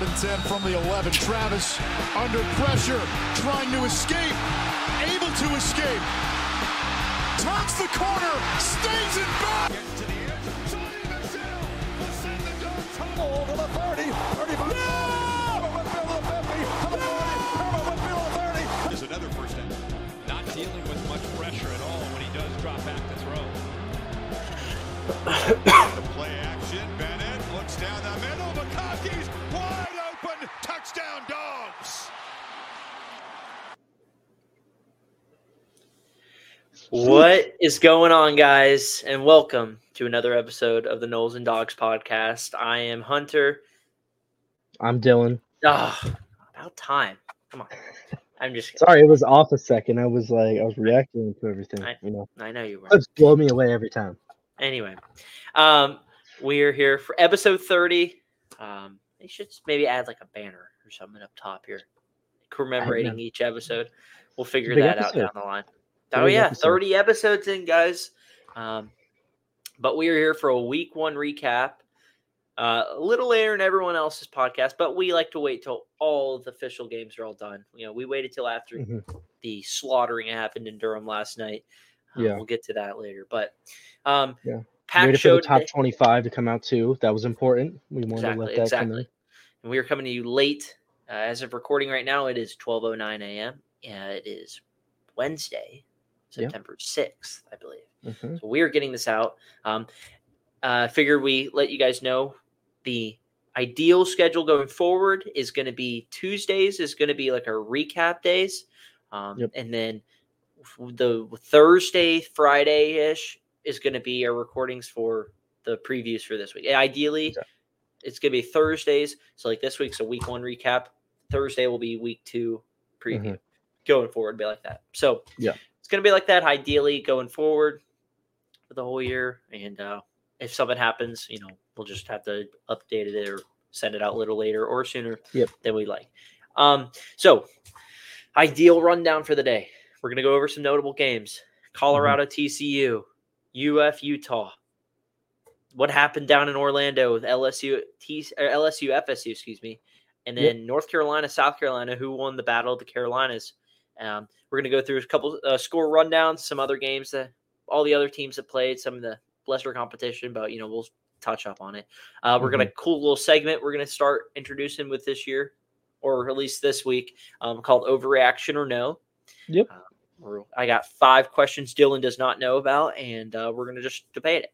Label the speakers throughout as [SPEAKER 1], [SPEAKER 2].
[SPEAKER 1] gets in from the 11. Travis under pressure, trying to escape, able to escape. Turns the corner, stays in back.
[SPEAKER 2] is another first down. Not dealing with much pressure at all when he does drop back to throw. the play action, Bennett looks down the middle, McCoskey's wide open, touchdown dogs.
[SPEAKER 3] What is going on, guys? And welcome to another episode of the Knowles and Dogs podcast. I am Hunter.
[SPEAKER 4] I'm Dylan.
[SPEAKER 3] Ah, about time. Come on. I'm just.
[SPEAKER 4] Sorry, it was off a second. I was like, I was reacting to everything.
[SPEAKER 3] I-
[SPEAKER 4] you know,
[SPEAKER 3] I know you were.
[SPEAKER 4] clubs blow me away every time.
[SPEAKER 3] Anyway, um, we are here for episode 30. Um, they should maybe add like a banner or something up top here, commemorating each episode. We'll figure
[SPEAKER 4] Big
[SPEAKER 3] that
[SPEAKER 4] episode.
[SPEAKER 3] out down the line. Oh
[SPEAKER 4] 30
[SPEAKER 3] yeah,
[SPEAKER 4] episodes.
[SPEAKER 3] thirty episodes in, guys. Um, but we are here for a week one recap. Uh, a little later than everyone else's podcast, but we like to wait till all the official games are all done. You know, we waited till after
[SPEAKER 4] Mhm.
[SPEAKER 3] the slaughtering happened in Durham last night. Um,
[SPEAKER 4] Yeah.
[SPEAKER 3] we'll get to that later. But um,
[SPEAKER 4] Yeah.
[SPEAKER 3] Pack
[SPEAKER 4] Waited for the
[SPEAKER 3] showed
[SPEAKER 4] top
[SPEAKER 3] that-
[SPEAKER 4] 25 to come out too. That was important. We wanted to let
[SPEAKER 3] exactly,
[SPEAKER 4] that
[SPEAKER 3] exactly.
[SPEAKER 4] come in.
[SPEAKER 3] And we are coming to you late. Uh, as of recording right now, it is 12:09 a.m. and it is Wednesday,
[SPEAKER 4] Yeah.
[SPEAKER 3] September 6th, I believe.
[SPEAKER 4] Mhm.
[SPEAKER 3] So we are getting this out. Um, uh, figured we let you guys know the ideal schedule going forward is going to be Tuesdays is going to be like our recap days, um,
[SPEAKER 4] Yep.
[SPEAKER 3] and then the Thursday, Friday ish is going to be our recordings for the previews for this week. And Ideally,
[SPEAKER 4] Exact-
[SPEAKER 3] it's going to be Thursdays. So like this week's a week one recap. Thursday will be week two preview. Going forward, be like that. So
[SPEAKER 4] Mm-hmm. Yeah.
[SPEAKER 3] it's going to be like that. Ideally, going forward for the whole year. And uh, if something happens, you know, we'll just have to update it or send it out a little later or sooner
[SPEAKER 4] Yep.
[SPEAKER 3] than we like. Um, so ideal rundown for the day. We're gonna go over some notable games. Colorado TCU, UF Utah. What happened down in Orlando with LSU T or LSU FSU, excuse me, and
[SPEAKER 4] Yep.
[SPEAKER 3] then North Carolina, South Carolina, who won the Battle of the Carolinas. Um, we're gonna go through a couple uh, score rundowns, some other games that all the other teams that played, some of the lesser competition, but you know we'll touch up on it. Uh, We're gonna cool little segment. We're gonna start introducing with this year, or at least this week, um, called "Overreaction or No."
[SPEAKER 4] Yep.
[SPEAKER 3] Uh, we're- I got five questions Dylan does not know about, and uh, we're gonna just debate it.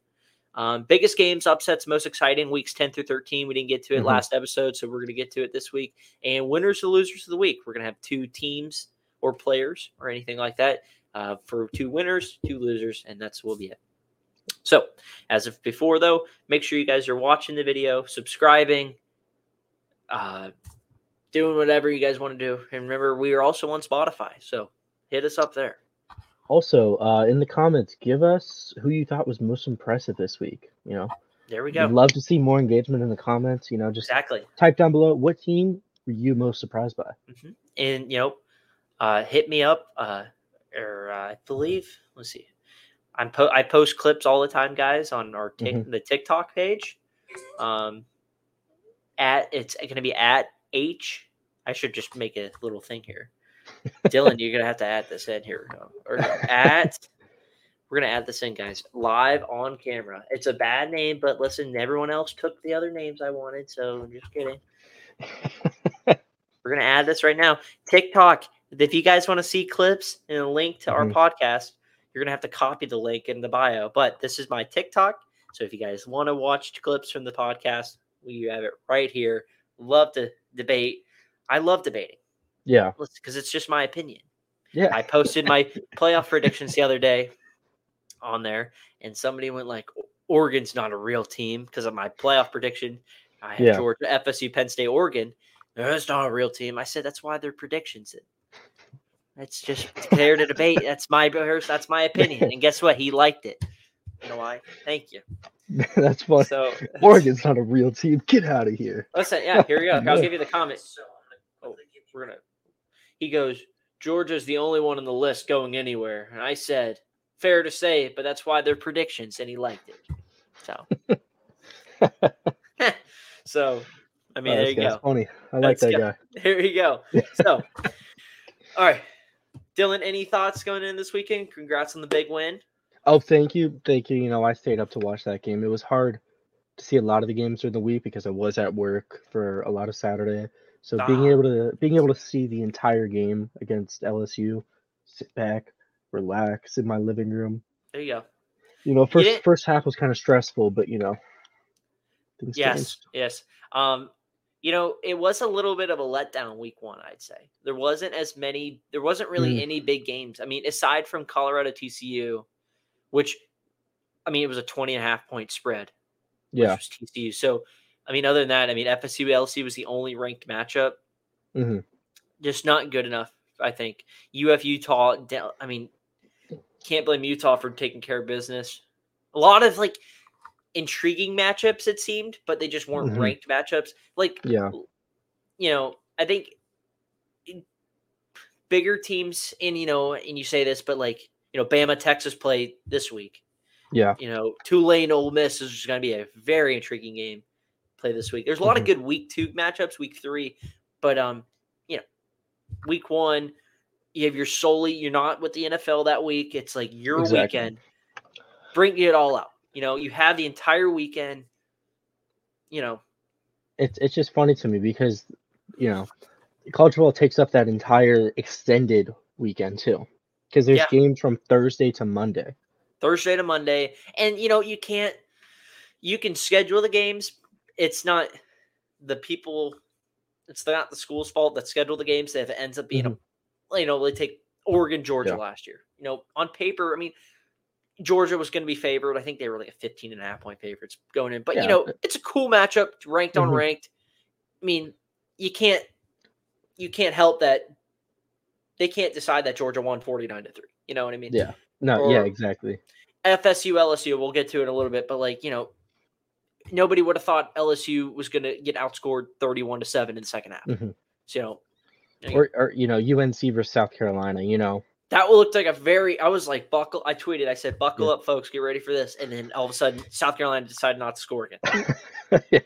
[SPEAKER 3] Um, biggest games, upsets, most exciting weeks ten through thirteen. We didn't get to it
[SPEAKER 4] Mhm.
[SPEAKER 3] last episode, so we're gonna get to it this week. And winners and losers of the week. We're gonna have two teams or players or anything like that uh, for two winners, two losers, and that's will be it. So, as of before, though, make sure you guys are watching the video, subscribing, uh, doing whatever you guys want to do. And remember, we are also on Spotify, so hit us up there.
[SPEAKER 4] Also, uh, in the comments, give us who you thought was most impressive this week. You know,
[SPEAKER 3] There we go.
[SPEAKER 4] we'd love to see more engagement in the comments. You know, just
[SPEAKER 3] exactly.
[SPEAKER 4] type down below what team were you most surprised by.
[SPEAKER 3] and you know, uh, hit me up. Uh, or uh, I believe, let's see, I'm po- I post clips all the time, guys, on our tick the TikTok page. Um, at it's going to be at H. I should just make a little thing here. Dylan, you're gonna have to add this in here. no, Or no, at we're gonna add this in, guys, live on camera. It's a bad name, but listen, everyone else took the other names I wanted, so I'm just kidding. we're gonna add this right now. TikTok. If you guys want to see clips and a link to
[SPEAKER 4] Mhm.
[SPEAKER 3] our podcast, you're gonna have to copy the link in the bio. But this is my TikTok. So if you guys want to watch clips from the podcast, we have it right here. Love to debate. I love debating
[SPEAKER 4] Yeah,
[SPEAKER 3] because it's just my opinion.
[SPEAKER 4] yeah.
[SPEAKER 3] I posted my playoff predictions the other day on there, and somebody went like, "Oregon's not a real team" because of my playoff prediction. I had
[SPEAKER 4] Yeah.
[SPEAKER 3] Georgia, FSU, Penn State, Oregon. No, it's not a real team. I said that's why their predictions. It. That's just there to debate. That's my that's my opinion, and guess what? He liked it. You know why? Thank you.
[SPEAKER 4] That's fun.
[SPEAKER 3] So
[SPEAKER 4] Oregon's not a real team. Get out of here.
[SPEAKER 3] Listen, yeah, here we go. I'll
[SPEAKER 4] Yeah.
[SPEAKER 3] give you the comment. Oh, we're gonna. He goes, Georgia's the only one on the list going anywhere, and I said, fair to say, but that's why they're predictions, and he liked it. So, so I mean,
[SPEAKER 4] Oh,
[SPEAKER 3] there
[SPEAKER 4] this
[SPEAKER 3] you
[SPEAKER 4] guy's
[SPEAKER 3] go.
[SPEAKER 4] Funny. I like that
[SPEAKER 3] That's good.
[SPEAKER 4] guy.
[SPEAKER 3] There you go. So, all right, Dylan, any thoughts going in this weekend? Congrats on the big win.
[SPEAKER 4] Oh, thank you, thank you. You know, I stayed up to watch that game. It was hard to see a lot of the games during the week because I was at work for a lot of Saturday. So being
[SPEAKER 3] Ah.
[SPEAKER 4] able to being able to see the entire game against LSU, sit back, relax in my living room.
[SPEAKER 3] There you go.
[SPEAKER 4] You know, first
[SPEAKER 3] didn't-
[SPEAKER 4] first half was kind of stressful, but you know, things
[SPEAKER 3] Yes,
[SPEAKER 4] changed.
[SPEAKER 3] yes. Um, you know, it was a little bit of a letdown week one, I'd say. There wasn't as many, there wasn't really
[SPEAKER 4] Mm.
[SPEAKER 3] any big games. I mean, aside from Colorado TCU, which I mean, it was a 20 and a half point spread, which
[SPEAKER 4] Yeah.
[SPEAKER 3] was TCU. So, I mean, other than that, I mean, FSU LC was the only ranked matchup.
[SPEAKER 4] hmm
[SPEAKER 3] Just not good enough, I think. UF Utah, down- I mean, can't blame Utah for taking care of business. A lot of like intriguing matchups, it seemed, but they just weren't
[SPEAKER 4] Mhm.
[SPEAKER 3] ranked matchups. Like,
[SPEAKER 4] Yeah.
[SPEAKER 3] you know, I think in- bigger teams, and you know, and you say this, but like, you know, Bama Texas play this week.
[SPEAKER 4] Yeah.
[SPEAKER 3] You know, Tulane Ole Miss is just going to be a very intriguing game play this week. There's a lot of
[SPEAKER 4] Mhm.
[SPEAKER 3] good week two matchups, week three, but um, you know, week one, you have your solely you're not with the NFL that week. It's like your
[SPEAKER 4] Exactly.
[SPEAKER 3] weekend. Bring it all out. You know, you have the entire weekend. You know,
[SPEAKER 4] It's it's just funny to me because you know, college football takes up that entire extended weekend too. Because there's
[SPEAKER 3] Yeah.
[SPEAKER 4] games from Thursday to Monday.
[SPEAKER 3] Thursday to Monday. And you know, you can't you can schedule the games. It's not the people it's not the school's fault that schedule the games. If it ends up being a you know, they take Oregon, Georgia
[SPEAKER 4] Mm-hmm. Yeah.
[SPEAKER 3] last year. You know, on paper, I mean Georgia was going to be favored. I think they were like a 15 and a half point favorites going in. But you
[SPEAKER 4] Yeah.
[SPEAKER 3] know, it's a cool matchup, ranked on
[SPEAKER 4] Mhm.
[SPEAKER 3] ranked. I mean, you can't you can't help that they can't decide that Georgia won 49 to 3. You know what I mean?
[SPEAKER 4] Yeah. No, yeah,
[SPEAKER 3] or-
[SPEAKER 4] exactly.
[SPEAKER 3] FSU, LSU. We'll get to it in a little bit, but like you know, nobody would have thought LSU was going to get outscored thirty-one to seven in the second half.
[SPEAKER 4] Mhm.
[SPEAKER 3] So you know, Yeah.
[SPEAKER 4] Or, or you know, UNC versus South Carolina. You know,
[SPEAKER 3] that looked like a very. I was like, buckle. I tweeted. I said, buckle
[SPEAKER 4] Yeah.
[SPEAKER 3] up, folks. Get ready for this. And then all of a sudden, South Carolina decided not to score again.
[SPEAKER 4] Yeah.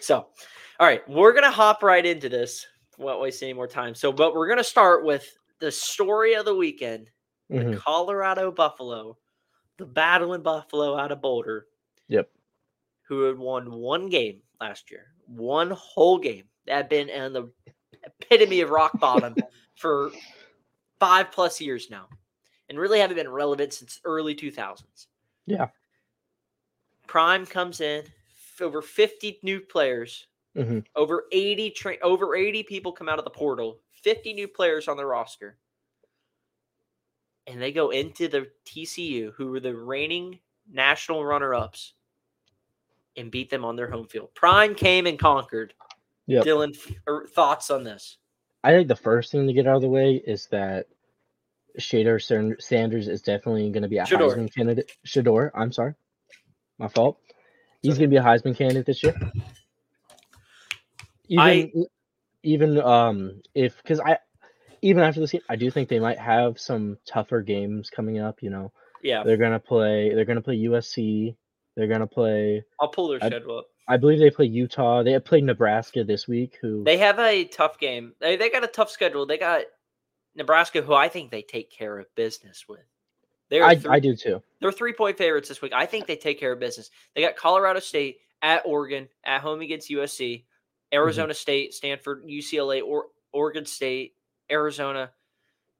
[SPEAKER 3] So, all right, we're gonna hop right into this. Won't waste any more time. So, but we're gonna start with the story of the weekend: the
[SPEAKER 4] Mhm.
[SPEAKER 3] Colorado Buffalo, the battling Buffalo out of Boulder.
[SPEAKER 4] yep.
[SPEAKER 3] who had won one game last year, one whole game that had been in the epitome of rock bottom for five plus years now, and really haven't been relevant since early 2000s.
[SPEAKER 4] Yeah.
[SPEAKER 3] Prime comes in, f- over 50 new players,
[SPEAKER 4] Mhm.
[SPEAKER 3] over 80 tra- over 80 people come out of the portal, 50 new players on the roster. And they go into the TCU, who were the reigning national runner-ups, and beat them on their home field. Prime came and conquered.
[SPEAKER 4] Yep.
[SPEAKER 3] Dylan, f- er, thoughts on this?
[SPEAKER 4] I think the first thing to get out of the way is that Shader San- Sanders is definitely going to be a
[SPEAKER 3] Shador.
[SPEAKER 4] Heisman candidate. Shador, I'm sorry, my fault. He's going to be a Heisman candidate this year. Even, e,
[SPEAKER 3] I-
[SPEAKER 4] even um, if because I even after this game, I do think they might have some tougher games coming up. You know,
[SPEAKER 3] Yeah,
[SPEAKER 4] they're gonna play. They're gonna play USC. They're gonna play.
[SPEAKER 3] I'll pull their
[SPEAKER 4] I-
[SPEAKER 3] schedule up.
[SPEAKER 4] I believe they play Utah. They have played Nebraska this week. Who?
[SPEAKER 3] They have a tough game. They, they got a tough schedule. They got Nebraska, who I think they take care of business with. They're
[SPEAKER 4] I,
[SPEAKER 3] three,
[SPEAKER 4] I do too.
[SPEAKER 3] they're three point favorites this week. I think they take care of business. They got Colorado State at Oregon, at home against USC, Arizona State, Stanford, UCLA, or Oregon State, Arizona,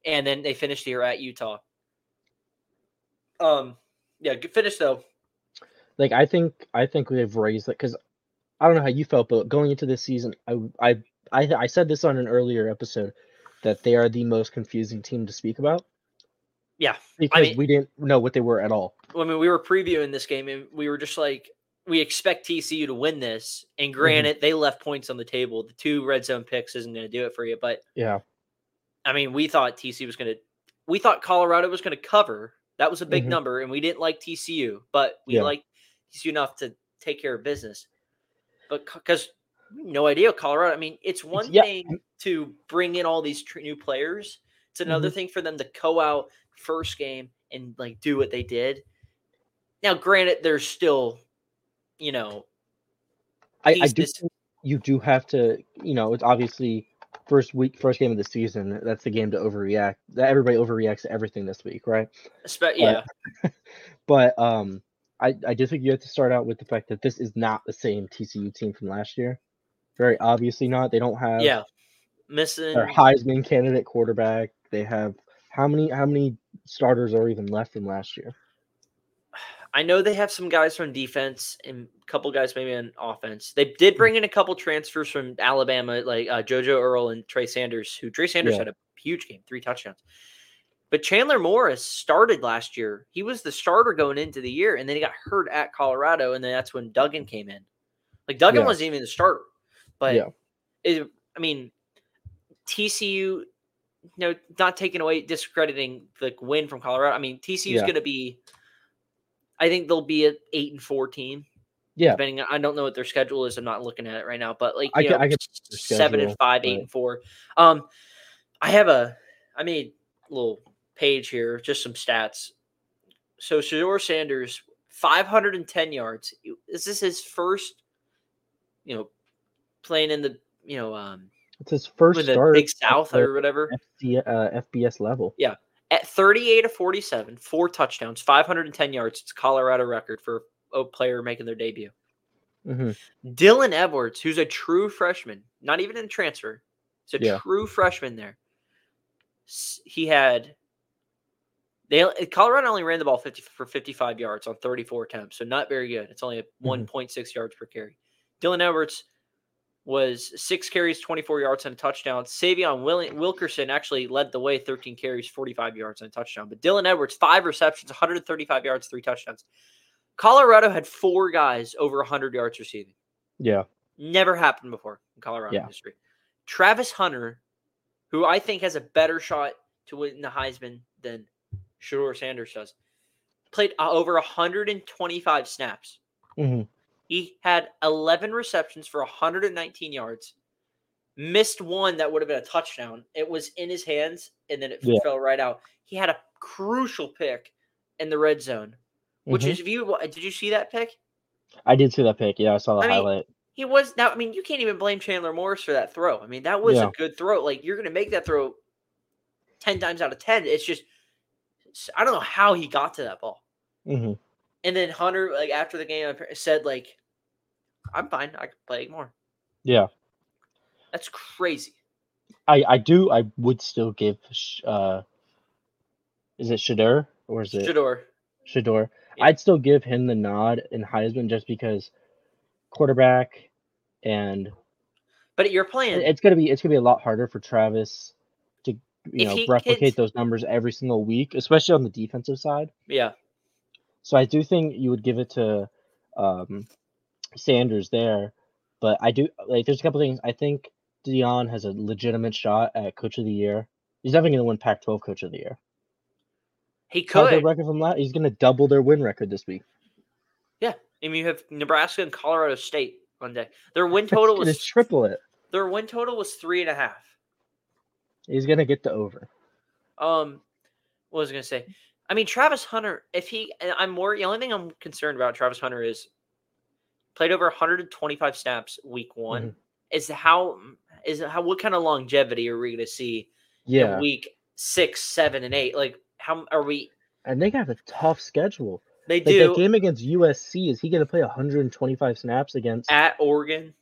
[SPEAKER 3] and then they finish the year at Utah. Um, yeah, good finish though.
[SPEAKER 4] Like I think I think we've raised that because I don't know how you felt, but going into this season, I I I, I said this on an earlier episode that they are the most confusing team to speak about.
[SPEAKER 3] Yeah,
[SPEAKER 4] because
[SPEAKER 3] mean-
[SPEAKER 4] we didn't know what they were at all.
[SPEAKER 3] I mean, we were previewing this game and we were just like, we expect TCU to win this. And granted, they left points on the table. The two red zone picks isn't going to do it for you. But
[SPEAKER 4] Yeah,
[SPEAKER 3] I mean, we thought TCU was going to, we thought Colorado was going to cover. That was a big
[SPEAKER 4] Mhm.
[SPEAKER 3] number. And we didn't like TCU, but we
[SPEAKER 4] Yeah.
[SPEAKER 3] liked TCU enough to take care of business. But because no idea, Colorado, I mean, it's one
[SPEAKER 4] yeah.
[SPEAKER 3] thing to bring in all these tr- new players, it's another
[SPEAKER 4] Mm-hmm.
[SPEAKER 3] thing for them to co out first game and like do what they did. Now, granted, there's still, you know,
[SPEAKER 4] I, I do.
[SPEAKER 3] pieces-
[SPEAKER 4] think you do have to, you know, it's obviously first week, first game of the season. That's the game to overreact. That everybody overreacts to everything this week, right?
[SPEAKER 3] Espe- yeah,
[SPEAKER 4] But um, I I do think you have to start out with the fact that this is not the same TCU team from last year. Very obviously not. They don't have
[SPEAKER 3] yeah. Missing
[SPEAKER 4] their Heisman candidate quarterback. They have how many how many starters are even left from last year?
[SPEAKER 3] I know they have some guys from defense and a couple guys maybe on offense. They
[SPEAKER 4] Mm.
[SPEAKER 3] did bring in a couple transfers from Alabama, like uh, JoJo Earl and Trey Sanders, who Trey Sanders
[SPEAKER 4] Yeah.
[SPEAKER 3] had a huge game, three touchdowns. But Chandler Morris started last year. He was the starter going into the year, and then he got hurt at Colorado, and then that's when Duggan came in. Like Duggan
[SPEAKER 4] Mm. Yeah.
[SPEAKER 3] wasn't even the starter, but
[SPEAKER 4] Yeah.
[SPEAKER 3] it, I mean, TCU no, not taking away discrediting the win from Colorado. I mean, TCU's
[SPEAKER 4] Yeah.
[SPEAKER 3] going to be. I think they'll be an eight and four team.
[SPEAKER 4] Yeah.
[SPEAKER 3] depending. On, I don't know what their schedule is. I'm not looking at it right now, but like
[SPEAKER 4] I
[SPEAKER 3] you
[SPEAKER 4] can-
[SPEAKER 3] know,
[SPEAKER 4] I can their
[SPEAKER 3] seven and
[SPEAKER 4] schedule,
[SPEAKER 3] five, eight
[SPEAKER 4] but-
[SPEAKER 3] and four. Um, I have a. I made a little page here, just some stats. So Shador Sanders, 510 yards. Is this his first? You know, playing in the you know um
[SPEAKER 4] It's his first
[SPEAKER 3] with the
[SPEAKER 4] start
[SPEAKER 3] Big South
[SPEAKER 4] at
[SPEAKER 3] or whatever.
[SPEAKER 4] the FC, uh, FBS level.
[SPEAKER 3] at 38 to 47, four touchdowns, 510 yards. It's a Colorado record for a player making their debut.
[SPEAKER 4] hmm
[SPEAKER 3] Dylan Edwards, who's a true freshman, not even in transfer, it's a
[SPEAKER 4] Yeah.
[SPEAKER 3] true freshman there. S- He had they only- Colorado only ran the ball 50 for 55 yards on 34 attempts, so not very good. It's only a 1.6 yards per carry. Dylan Edwards was six carries, 24 yards, and a touchdown. Savion Will- Wilkerson actually led the way, 13 carries, 45 yards, and a touchdown. But Dylan Edwards, five receptions, 135 yards, three touchdowns. Colorado had four guys over 100 yards receiving.
[SPEAKER 4] Yeah.
[SPEAKER 3] Never happened before in Colorado
[SPEAKER 4] Yeah.
[SPEAKER 3] history. Travis Hunter, who I think has a better shot to win the Heisman than Shador Sanders does, played uh, over 125 snaps.
[SPEAKER 4] hmm
[SPEAKER 3] He had 11 receptions for 119 yards. Missed one that would have been a touchdown. It was in his hands, and then it
[SPEAKER 4] Yeah.
[SPEAKER 3] fell right out. He had a crucial pick in the red zone, which
[SPEAKER 4] Mhm.
[SPEAKER 3] is if you did you see that pick?
[SPEAKER 4] I did see that pick. Yeah, I saw the
[SPEAKER 3] I mean,
[SPEAKER 4] highlight.
[SPEAKER 3] He was now. I mean, you can't even blame Chandler Morris for that throw. I mean, that was
[SPEAKER 4] Yeah.
[SPEAKER 3] a good throw. Like you're going to make that throw ten times out of ten. It's just s- I don't know how he got to that ball.
[SPEAKER 4] hmm
[SPEAKER 3] And then Hunter, like after the game, said like, "I'm fine. I can play more."
[SPEAKER 4] Yeah.
[SPEAKER 3] That's crazy.
[SPEAKER 4] I I do. I would still give. Sh- Uh, is it Shador or is it
[SPEAKER 3] Shador.
[SPEAKER 4] Shador?
[SPEAKER 3] Yeah.
[SPEAKER 4] I'd still give him the nod in Heisman just because quarterback, and
[SPEAKER 3] But you're playing.
[SPEAKER 4] it- it's gonna be it's gonna be a lot harder for Travis to you
[SPEAKER 3] If
[SPEAKER 4] know
[SPEAKER 3] he
[SPEAKER 4] replicate
[SPEAKER 3] hits-
[SPEAKER 4] those numbers every single week, especially on the defensive side.
[SPEAKER 3] yeah.
[SPEAKER 4] So I do think you would give it to um, Sanders there, but I do like. There's a couple things I think Dion has a legitimate shot at Coach of the Year. He's definitely going to win Pac-12 Coach of the Year.
[SPEAKER 3] He
[SPEAKER 4] How's their
[SPEAKER 3] could.
[SPEAKER 4] record from last? He's going to double their win record this week.
[SPEAKER 3] I mean, you have Nebraska and Colorado State on deck. Their win total
[SPEAKER 4] He's going to
[SPEAKER 3] was
[SPEAKER 4] triple it.
[SPEAKER 3] their win total was three and a half.
[SPEAKER 4] He's going to get the over.
[SPEAKER 3] Um, what was I gonna say? I mean, Travis Hunter. If he, and I'm more. The only thing I'm concerned about Travis Hunter is played over 125 snaps week one.
[SPEAKER 4] Mm-hmm.
[SPEAKER 3] Is how is how what kind of longevity are we gonna see in
[SPEAKER 4] Yeah,
[SPEAKER 3] week six, seven, and eight? Like how are we?
[SPEAKER 4] and they have a tough schedule.
[SPEAKER 3] They
[SPEAKER 4] Like
[SPEAKER 3] do
[SPEAKER 4] that game against USC, is he going to play 125 snaps against?
[SPEAKER 3] at Oregon,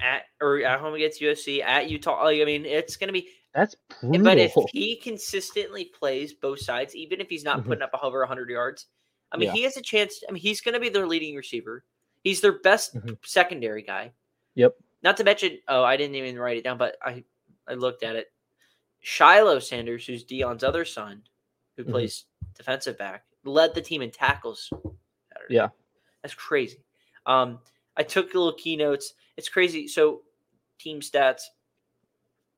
[SPEAKER 3] at or at home against USC, at Utah. Like, I mean, it's gonna be.
[SPEAKER 4] That's brutal.
[SPEAKER 3] But if he consistently plays both sides, even if he's not
[SPEAKER 4] Mhm.
[SPEAKER 3] putting up over 100 yards, I mean,
[SPEAKER 4] Yeah.
[SPEAKER 3] he has a chance. I mean, he's going to be their leading receiver. He's their best
[SPEAKER 4] Mhm.
[SPEAKER 3] secondary guy.
[SPEAKER 4] Yep.
[SPEAKER 3] Not to mention, oh, I didn't even write it down, but I I looked at it. Shiloh Sanders, who's Dion's other son, who
[SPEAKER 4] Mhm.
[SPEAKER 3] plays defensive back, led the team in tackles. Saturday.
[SPEAKER 4] Yeah.
[SPEAKER 3] That's crazy. Um, I took little keynotes. It's crazy. So team stats.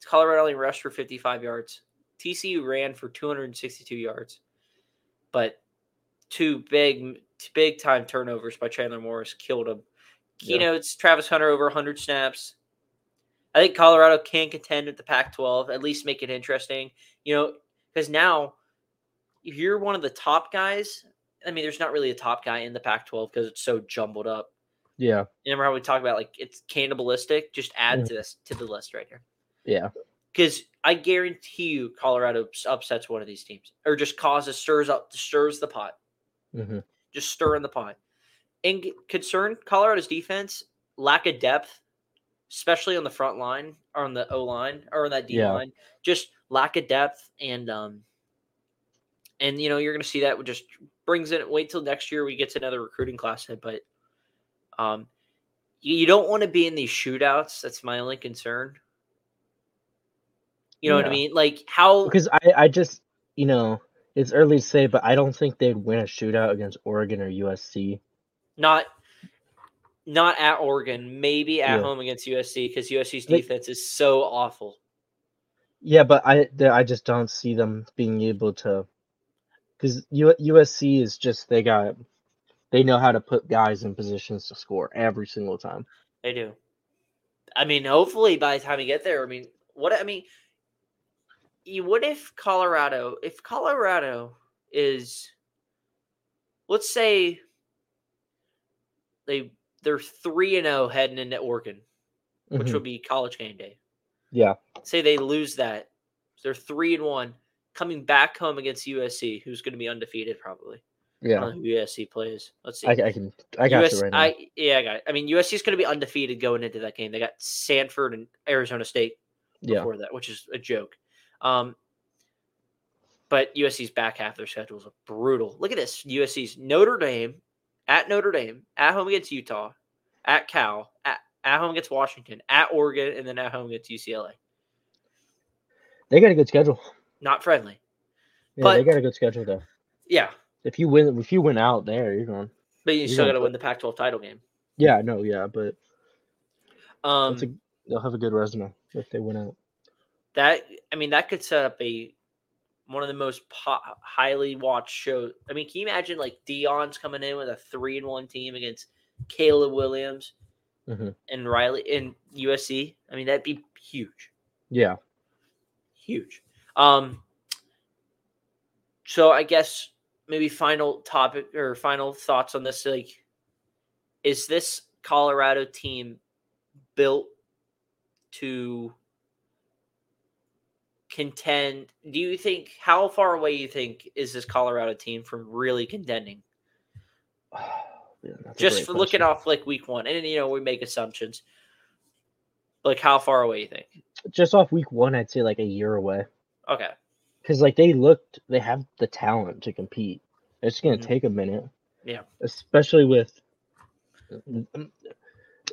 [SPEAKER 3] Colorado only rushed for 55 yards. TCU ran for 262 yards, but two big, big time turnovers by Chandler Morris killed him.
[SPEAKER 4] Yeah.
[SPEAKER 3] Keynotes, Travis Hunter over 100 snaps. I think Colorado can contend with the Pac 12, at least make it interesting, you know, because now if you're one of the top guys, I mean, there's not really a top guy in the Pac 12 because it's so jumbled up.
[SPEAKER 4] Yeah.
[SPEAKER 3] Remember how we talked about like it's cannibalistic? Just add to this to the list right here
[SPEAKER 4] Yeah.
[SPEAKER 3] because I guarantee you Colorado ups- upsets one of these teams or just causes stirs up stirs the pot,
[SPEAKER 4] hmm
[SPEAKER 3] just stir in the pot. In g- concern, Colorado's defense lack of depth, especially on the front line or on the O line or on that D
[SPEAKER 4] Yeah.
[SPEAKER 3] line, just lack of depth and um and you know you're going to see that with just brings in wait till next year we get to another recruiting class in, but um you, you don't want to be in these shootouts. That's my only concern. You know what I
[SPEAKER 4] Yeah.
[SPEAKER 3] mean? Like how
[SPEAKER 4] Because I, I just, you know, it's early to say, but I don't think they'd win a shootout against Oregon or USC.
[SPEAKER 3] not not at Oregon, maybe at
[SPEAKER 4] Yeah.
[SPEAKER 3] home against USC because USC's
[SPEAKER 4] Like-
[SPEAKER 3] defense is so awful.
[SPEAKER 4] Yeah, but I, the- I just don't see them being able to. Because USC is just they got, they know how to put guys in positions to score every single time.
[SPEAKER 3] They do. I mean, hopefully by the time you get there, I mean, what I mean, you, what if Colorado, if Colorado is, let's say, they they're three and zero heading into Oregon, which
[SPEAKER 4] Mhm.
[SPEAKER 3] would be College Game Day.
[SPEAKER 4] yeah,
[SPEAKER 3] Say they lose that, they're three and one coming back home against USC, who's going to be undefeated probably. I
[SPEAKER 4] yeah.
[SPEAKER 3] don't know who USC plays. Let's see.
[SPEAKER 4] I, I can, I got
[SPEAKER 3] US
[SPEAKER 4] you right now.
[SPEAKER 3] I yeah, I got it. I mean, USC's going to be undefeated going into that game. They got Sanford and Arizona State
[SPEAKER 4] yeah,
[SPEAKER 3] before that, which is a joke. Um, but USC's back half of their schedule is brutal. Look at this: USC's Notre Dame, at Notre Dame, at home against Utah, at Cal, at, at home against Washington, at Oregon, and then at home against UCLA.
[SPEAKER 4] they got a good schedule.
[SPEAKER 3] Not friendly.
[SPEAKER 4] Yeah,
[SPEAKER 3] But-
[SPEAKER 4] they got a good schedule though.
[SPEAKER 3] Yeah,
[SPEAKER 4] If you win, if you win out there, you're going.
[SPEAKER 3] but you
[SPEAKER 4] You
[SPEAKER 3] still
[SPEAKER 4] don't
[SPEAKER 3] got to
[SPEAKER 4] put-
[SPEAKER 3] win the Pac-12 title game.
[SPEAKER 4] Yeah, no, yeah, but
[SPEAKER 3] Um,
[SPEAKER 4] that's a, they'll have a good resume if they win out.
[SPEAKER 3] that I mean that could set up a one of the most po- highly watched shows. I mean, can you imagine like Dion's coming in with a three and one team against Caleb Williams
[SPEAKER 4] Mhm.
[SPEAKER 3] and Riley and USC? I mean, that'd be huge,
[SPEAKER 4] Yeah,
[SPEAKER 3] huge. Um, so I guess maybe final topic or final thoughts on this. Like, is this Colorado team built to contend? Do you think how far away you think is this Colorado team from really contending?
[SPEAKER 4] Man, that's a
[SPEAKER 3] Just
[SPEAKER 4] great
[SPEAKER 3] for looking
[SPEAKER 4] question.
[SPEAKER 3] off like week one, and you know we make assumptions. Like how far away you think?
[SPEAKER 4] just off week one, I'd say like a year away
[SPEAKER 3] Okay,
[SPEAKER 4] because like they looked, they have the talent to compete. It's gonna
[SPEAKER 3] Mhm.
[SPEAKER 4] take a minute.
[SPEAKER 3] Yeah.
[SPEAKER 4] especially with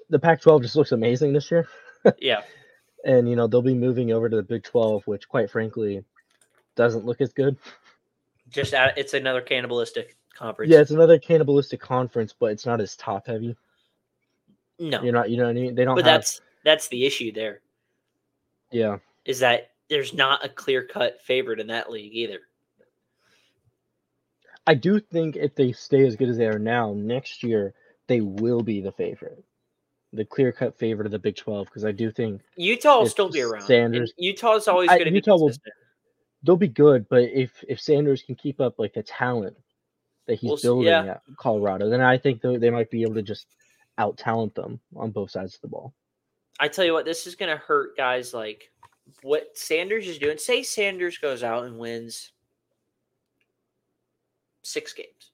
[SPEAKER 4] the Pac-12 just looks amazing this year,
[SPEAKER 3] yeah,
[SPEAKER 4] and you know they'll be moving over to the Big 12, which quite frankly doesn't look as good.
[SPEAKER 3] just add, it's another cannibalistic conference.
[SPEAKER 4] Yeah, it's another cannibalistic conference, but it's not as top heavy.
[SPEAKER 3] no,
[SPEAKER 4] You're not, you know what I mean? They don't.
[SPEAKER 3] but
[SPEAKER 4] have,
[SPEAKER 3] that's that's the issue there
[SPEAKER 4] yeah,
[SPEAKER 3] is that there's not a clear cut favorite in that league either.
[SPEAKER 4] I do think if they stay as good as they are now, next year they will be the favorite, the clear-cut favorite of the Big 12, because I do think
[SPEAKER 3] Utah will
[SPEAKER 4] If
[SPEAKER 3] still be around.
[SPEAKER 4] Sanders-
[SPEAKER 3] and Utah's always
[SPEAKER 4] I-
[SPEAKER 3] going to be
[SPEAKER 4] Utah will-
[SPEAKER 3] consistent.
[SPEAKER 4] they'll be good, but if if Sanders can keep up like the talent that he's
[SPEAKER 3] We'll see-
[SPEAKER 4] building
[SPEAKER 3] yeah.
[SPEAKER 4] at Colorado, then I think they, they might be able to just out talent them on both sides of the ball.
[SPEAKER 3] I tell you what, this is going to hurt guys like what Sanders is doing. Say Sanders goes out and wins six games,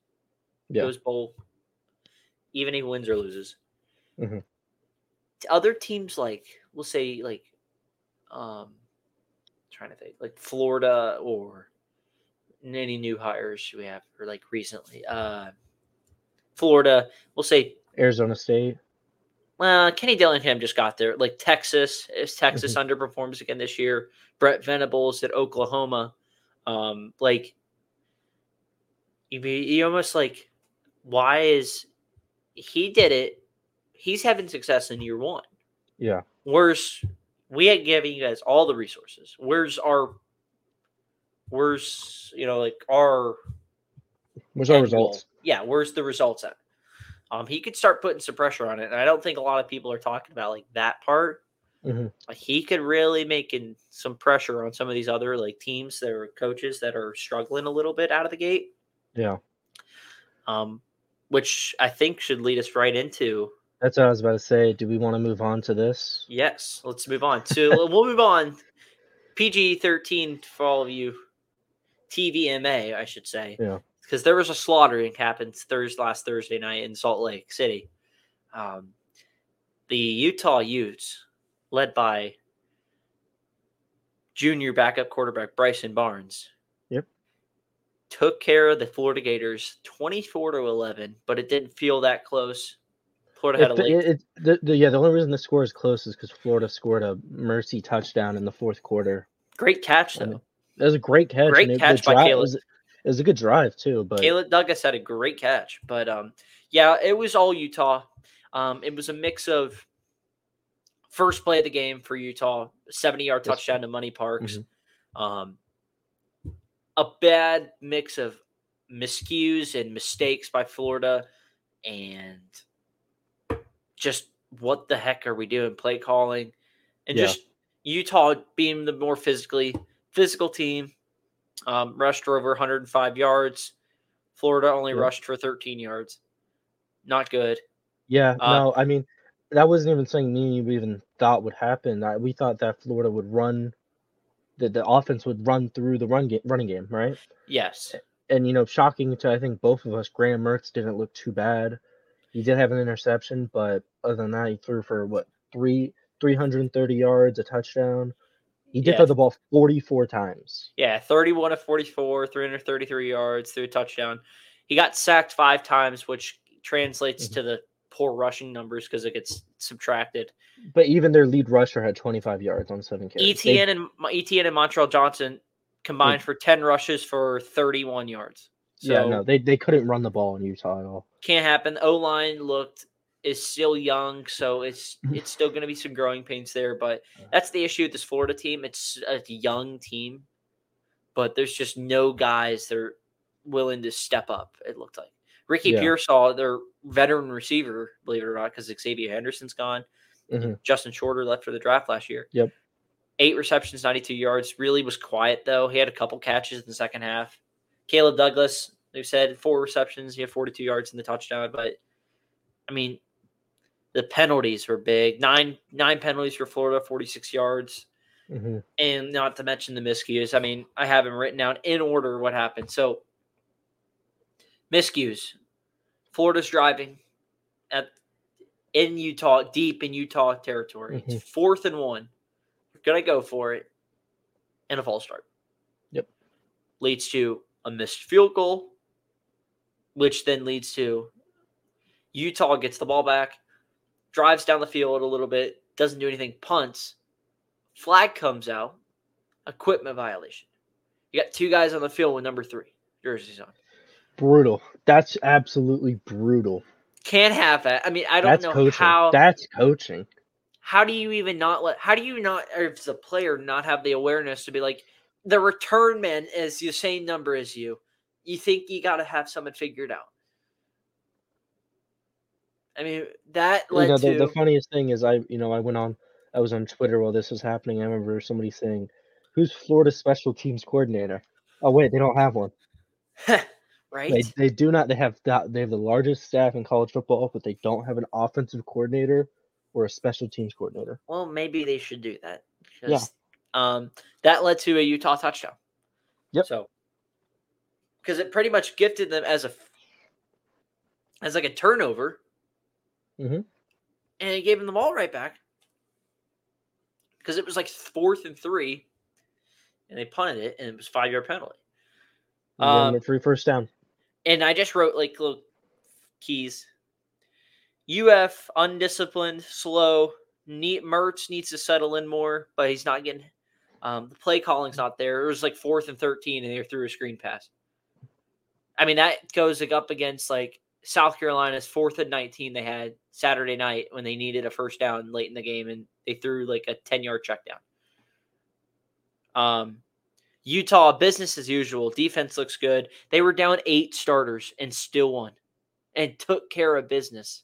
[SPEAKER 4] Yeah.
[SPEAKER 3] goes bowl, even if he wins or loses.
[SPEAKER 4] Mhm.
[SPEAKER 3] To Other teams like we'll say like um trying to think like Florida or any new hires we have or like recently uh Florida we'll say
[SPEAKER 4] Arizona State,
[SPEAKER 3] well, Uh, Kenny Dillingham just got there. Like Texas, if Texas underperforms again this year, Brett Venables at Oklahoma, um, like you, be, you almost like, why is he did it? He's having success in year one.
[SPEAKER 4] yeah,
[SPEAKER 3] Where's we had giving you guys all the resources? Where's our, where's you know like our
[SPEAKER 4] where's our
[SPEAKER 3] end goal.
[SPEAKER 4] results?
[SPEAKER 3] Yeah, where's the results at? Um, he could start putting some pressure on it, and I don't think a lot of people are talking about like that part.
[SPEAKER 4] Mhm.
[SPEAKER 3] Like, he could really make in some pressure on some of these other like teams that are coaches that are struggling a little bit out of the gate.
[SPEAKER 4] Yeah,
[SPEAKER 3] Um, which I think should lead us right into
[SPEAKER 4] That's what I was about to say. Do we want to move on to this?
[SPEAKER 3] Yes, let's move on to. we'll move on. PG thirteen for all of you. TVMA, I should say,
[SPEAKER 4] Yeah.
[SPEAKER 3] because there was a slaughtering happened Thursday last Thursday night in Salt Lake City. Um, the Utah Utes, led by junior backup quarterback Bryson Barnes,
[SPEAKER 4] Yep.
[SPEAKER 3] took care of the Florida Gators twenty four to eleven, but it didn't feel that close. Florida had a
[SPEAKER 4] If
[SPEAKER 3] late
[SPEAKER 4] the, it, the, the, yeah, the only reason the score is close is because Florida scored a mercy touchdown in the fourth quarter.
[SPEAKER 3] great catch
[SPEAKER 4] And
[SPEAKER 3] though.
[SPEAKER 4] That was a great catch.
[SPEAKER 3] Great
[SPEAKER 4] and it- the
[SPEAKER 3] catch by
[SPEAKER 4] drive- it
[SPEAKER 3] Caleb.
[SPEAKER 4] was- It was a good drive too, but
[SPEAKER 3] Caleb Douglas had a great catch, but um, yeah, it was all Utah. Um, it was a mix of first play of the game for Utah, seventy-yard
[SPEAKER 4] Yes. Mm-hmm.
[SPEAKER 3] touchdown to Money Parks, um, a bad mix of miscues and mistakes by Florida, and just what the heck are we doing? Play calling, and
[SPEAKER 4] Yeah.
[SPEAKER 3] just Utah being the more physically physical team, um, rushed for over 105 yards. Florida only
[SPEAKER 4] Yeah.
[SPEAKER 3] rushed for 13 yards. Not good.
[SPEAKER 4] yeah,
[SPEAKER 3] uh,
[SPEAKER 4] no, I mean that wasn't even something me and you even thought would happen. I, we thought that Florida would run, that the offense would run through the run game, running game, right?
[SPEAKER 3] Yes.
[SPEAKER 4] and you know, shocking to I think both of us, Graham Mertz didn't look too bad. He did have an interception, but other than that, he threw for what three three hundred and thirty yards, a touchdown. He did
[SPEAKER 3] Yeah.
[SPEAKER 4] throw the ball forty four times.
[SPEAKER 3] Yeah, 31 of 44, 333 yards, threw a touchdown. He got sacked five times, which translates
[SPEAKER 4] Mhm.
[SPEAKER 3] to the poor rushing numbers because it gets subtracted.
[SPEAKER 4] But even their lead rusher had twenty five yards on seven carries. They- Hmm.
[SPEAKER 3] ETN E and ETN and Montreal Johnson combined for 10 rushes for 31 yards. So
[SPEAKER 4] yeah, no, they they couldn't run the ball in Utah at all.
[SPEAKER 3] can't happen. O line looked is still young, so it's
[SPEAKER 4] Mm-hmm.
[SPEAKER 3] it's still going to be some growing pains there. But that's the issue with this Florida team. It's a young team, but there's just no guys that are willing to step up. It looked like Ricky
[SPEAKER 4] Yeah.
[SPEAKER 3] Pearsall, their veteran receiver, believe it or not, because Xavier Henderson's gone.
[SPEAKER 4] Mhm.
[SPEAKER 3] Justin Shorter left for the draft last year.
[SPEAKER 4] Yep.
[SPEAKER 3] Eight receptions, 92 yards. Really was quiet, though. He had a couple catches in the second half. Caleb Douglas, who said four receptions, he had 42 yards in the touchdown. But I mean, the penalties were big. Nine nine penalties for Florida, 46 yards,
[SPEAKER 4] Mhm.
[SPEAKER 3] and not to mention the miscues. I mean, I have them written down in order what happened. So miscues. Florida's driving at in Utah, deep in Utah territory.
[SPEAKER 4] Mhm.
[SPEAKER 3] It's fourth and one. You're gonna go for it, and a false start.
[SPEAKER 4] Yep.
[SPEAKER 3] Leads to a missed field goal, which then leads to Utah gets the ball back, drives down the field a little bit, doesn't do anything, punts. Flag comes out, equipment violation. You got two guys on the field with number three jerseys on.
[SPEAKER 4] Brutal. That's absolutely brutal.
[SPEAKER 3] Can't have that. I mean, I don't
[SPEAKER 4] That's
[SPEAKER 3] know
[SPEAKER 4] coaching.
[SPEAKER 3] how.
[SPEAKER 4] That's coaching.
[SPEAKER 3] how do you even not let how do you not or if the player not have the awareness to be like the return man is the same number as you you think you got to have someone figured out i mean that
[SPEAKER 4] you
[SPEAKER 3] led
[SPEAKER 4] know,
[SPEAKER 3] to
[SPEAKER 4] the, the funniest thing is I, you know, I went on, I was on Twitter while this was happening. I remember somebody saying, "Who's Florida's special teams coordinator?" Oh wait, they don't have one.
[SPEAKER 3] right
[SPEAKER 4] They, they do not. They have that. They have the largest staff in college football, but they don't have an offensive coordinator or a special teams coordinator.
[SPEAKER 3] well maybe they should do that because um that led to a utah touchdown
[SPEAKER 4] Yep.
[SPEAKER 3] so because it pretty much gifted them as a as like a turnover
[SPEAKER 4] Mhm.
[SPEAKER 3] and it gave them the ball right back because it was like fourth and three, and they punted it, and it was five yard penalty.
[SPEAKER 4] Um,
[SPEAKER 3] Um,
[SPEAKER 4] free first down.
[SPEAKER 3] And I just wrote like little keys. UF undisciplined, slow. Neat Mertz needs to settle in more, but he's not getting. Um, the play calling's not there. It was like fourth and thirteen, and they threw a screen pass. I mean, that goes like, up against like South Carolina's fourth and nineteen they had Saturday night when they needed a first down late in the game, and they threw like a ten yard check down. Um, Utah, business as usual. Defense looks good. They were down eight starters and still won and took care of business.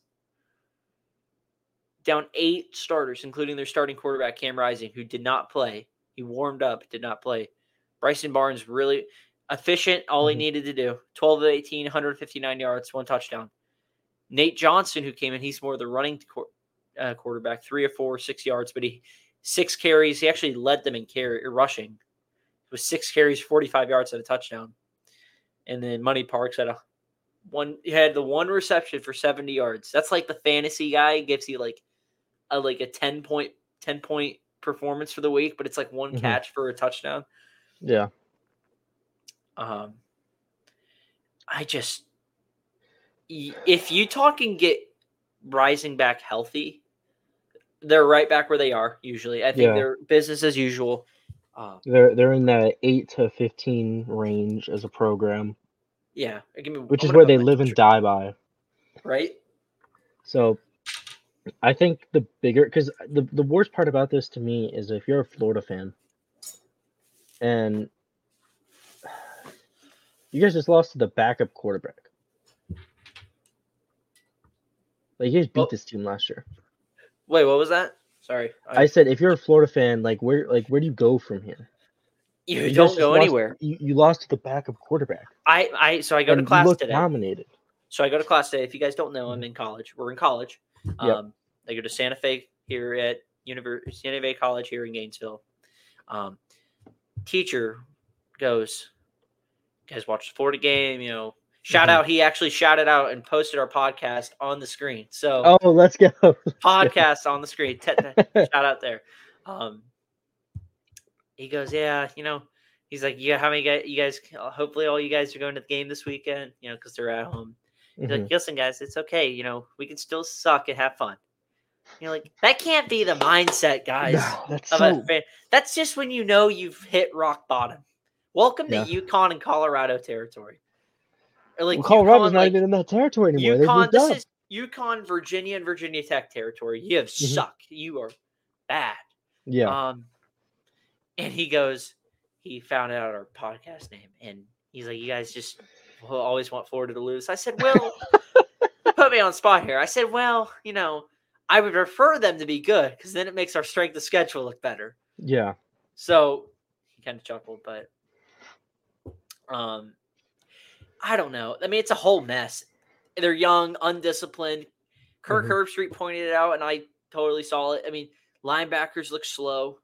[SPEAKER 3] Down eight starters, including their starting quarterback, Cam Rising, who did not play. He warmed up, did not play. Bryson Barnes really efficient, all he
[SPEAKER 4] Mhm.
[SPEAKER 3] needed to do 12 of 18, 159 yards, one touchdown. Nate Johnson, who came in, he's more the running qu- uh, quarterback, three or four, six yards, but he six carries. He actually led them in carry rushing. It was six carries, forty-five yards at a touchdown, and then Money Parks had a one. He had the one reception for seventy yards. That's like the fantasy guy gives you like a like a ten point ten point performance for the week, but it's like one
[SPEAKER 4] Mhm.
[SPEAKER 3] catch for a touchdown.
[SPEAKER 4] Yeah.
[SPEAKER 3] Um, I just y- if Utah can get rising back healthy, they're right back where they are usually. I think
[SPEAKER 4] Yeah.
[SPEAKER 3] they're business as usual. Um,
[SPEAKER 4] They're they're in that eight to fifteen range as a program,
[SPEAKER 3] yeah, give me,
[SPEAKER 4] which
[SPEAKER 3] I'm
[SPEAKER 4] is
[SPEAKER 3] gonna
[SPEAKER 4] where
[SPEAKER 3] put
[SPEAKER 4] they
[SPEAKER 3] my
[SPEAKER 4] live and
[SPEAKER 3] picture,
[SPEAKER 4] die by.
[SPEAKER 3] Right?
[SPEAKER 4] So I think the bigger because the, the worst part about this to me is if you're a Florida fan and you guys just lost to the backup quarterback. Like you guys beat
[SPEAKER 3] Well-
[SPEAKER 4] this team last year.
[SPEAKER 3] Wait, what was that? Sorry,
[SPEAKER 4] I said if you're a Florida fan, like where like where do you go from here?
[SPEAKER 3] you,
[SPEAKER 4] guys
[SPEAKER 3] don't
[SPEAKER 4] just
[SPEAKER 3] go
[SPEAKER 4] lost-
[SPEAKER 3] anywhere.
[SPEAKER 4] You, you lost to the backup quarterback.
[SPEAKER 3] I I so I go
[SPEAKER 4] and
[SPEAKER 3] to
[SPEAKER 4] you
[SPEAKER 3] class
[SPEAKER 4] looked
[SPEAKER 3] today.
[SPEAKER 4] Dominated.
[SPEAKER 3] So I go to class today. If you guys don't know, I'm in college. We're in college. Um, I go to Santa Fe here at University Santa Fe College here in Gainesville. Um, teacher goes, "You guys watch the Florida game, you know. Shout
[SPEAKER 4] Mhm.
[SPEAKER 3] out! He actually shouted out and posted our podcast on the screen. So
[SPEAKER 4] Oh, let's go.
[SPEAKER 3] podcast on the screen. Te- te- shout out there. Um, he goes, yeah, you know, he's like, yeah, how many guys? You guys, hopefully, all you guys are going to the game this weekend, you know, because they're at home. He's
[SPEAKER 4] Mhm.
[SPEAKER 3] like, listen, guys, it's okay. You know, we can still suck and have fun. You're like, that can't be the mindset, guys.
[SPEAKER 4] No, that's
[SPEAKER 3] of a
[SPEAKER 4] so
[SPEAKER 3] fan. That's just when you know you've hit rock bottom. Welcome
[SPEAKER 4] Yeah.
[SPEAKER 3] to Yukon and Colorado territory. Or like
[SPEAKER 4] Well, Colorado's
[SPEAKER 3] UConn,
[SPEAKER 4] not
[SPEAKER 3] like,
[SPEAKER 4] even in that territory anymore. They've
[SPEAKER 3] UConn,
[SPEAKER 4] moved
[SPEAKER 3] this
[SPEAKER 4] up.
[SPEAKER 3] is UConn, Virginia, and Virginia Tech territory. You have
[SPEAKER 4] Mm-hmm.
[SPEAKER 3] sucked. You are bad.
[SPEAKER 4] yeah.
[SPEAKER 3] Um, and he goes, he found out our podcast name, and he's like, "You guys just will always want Florida to lose." I said, "Well, put me on spot here." I said, "Well, you know, I would prefer them to be good because then it makes our strength of schedule look better."
[SPEAKER 4] yeah.
[SPEAKER 3] So he kind of chuckled, but um, I don't know. I mean, it's a whole mess. They're young, undisciplined. Kirk
[SPEAKER 4] Mhm.
[SPEAKER 3] Herbstreit pointed it out, and I totally saw it. I mean, linebackers look slow.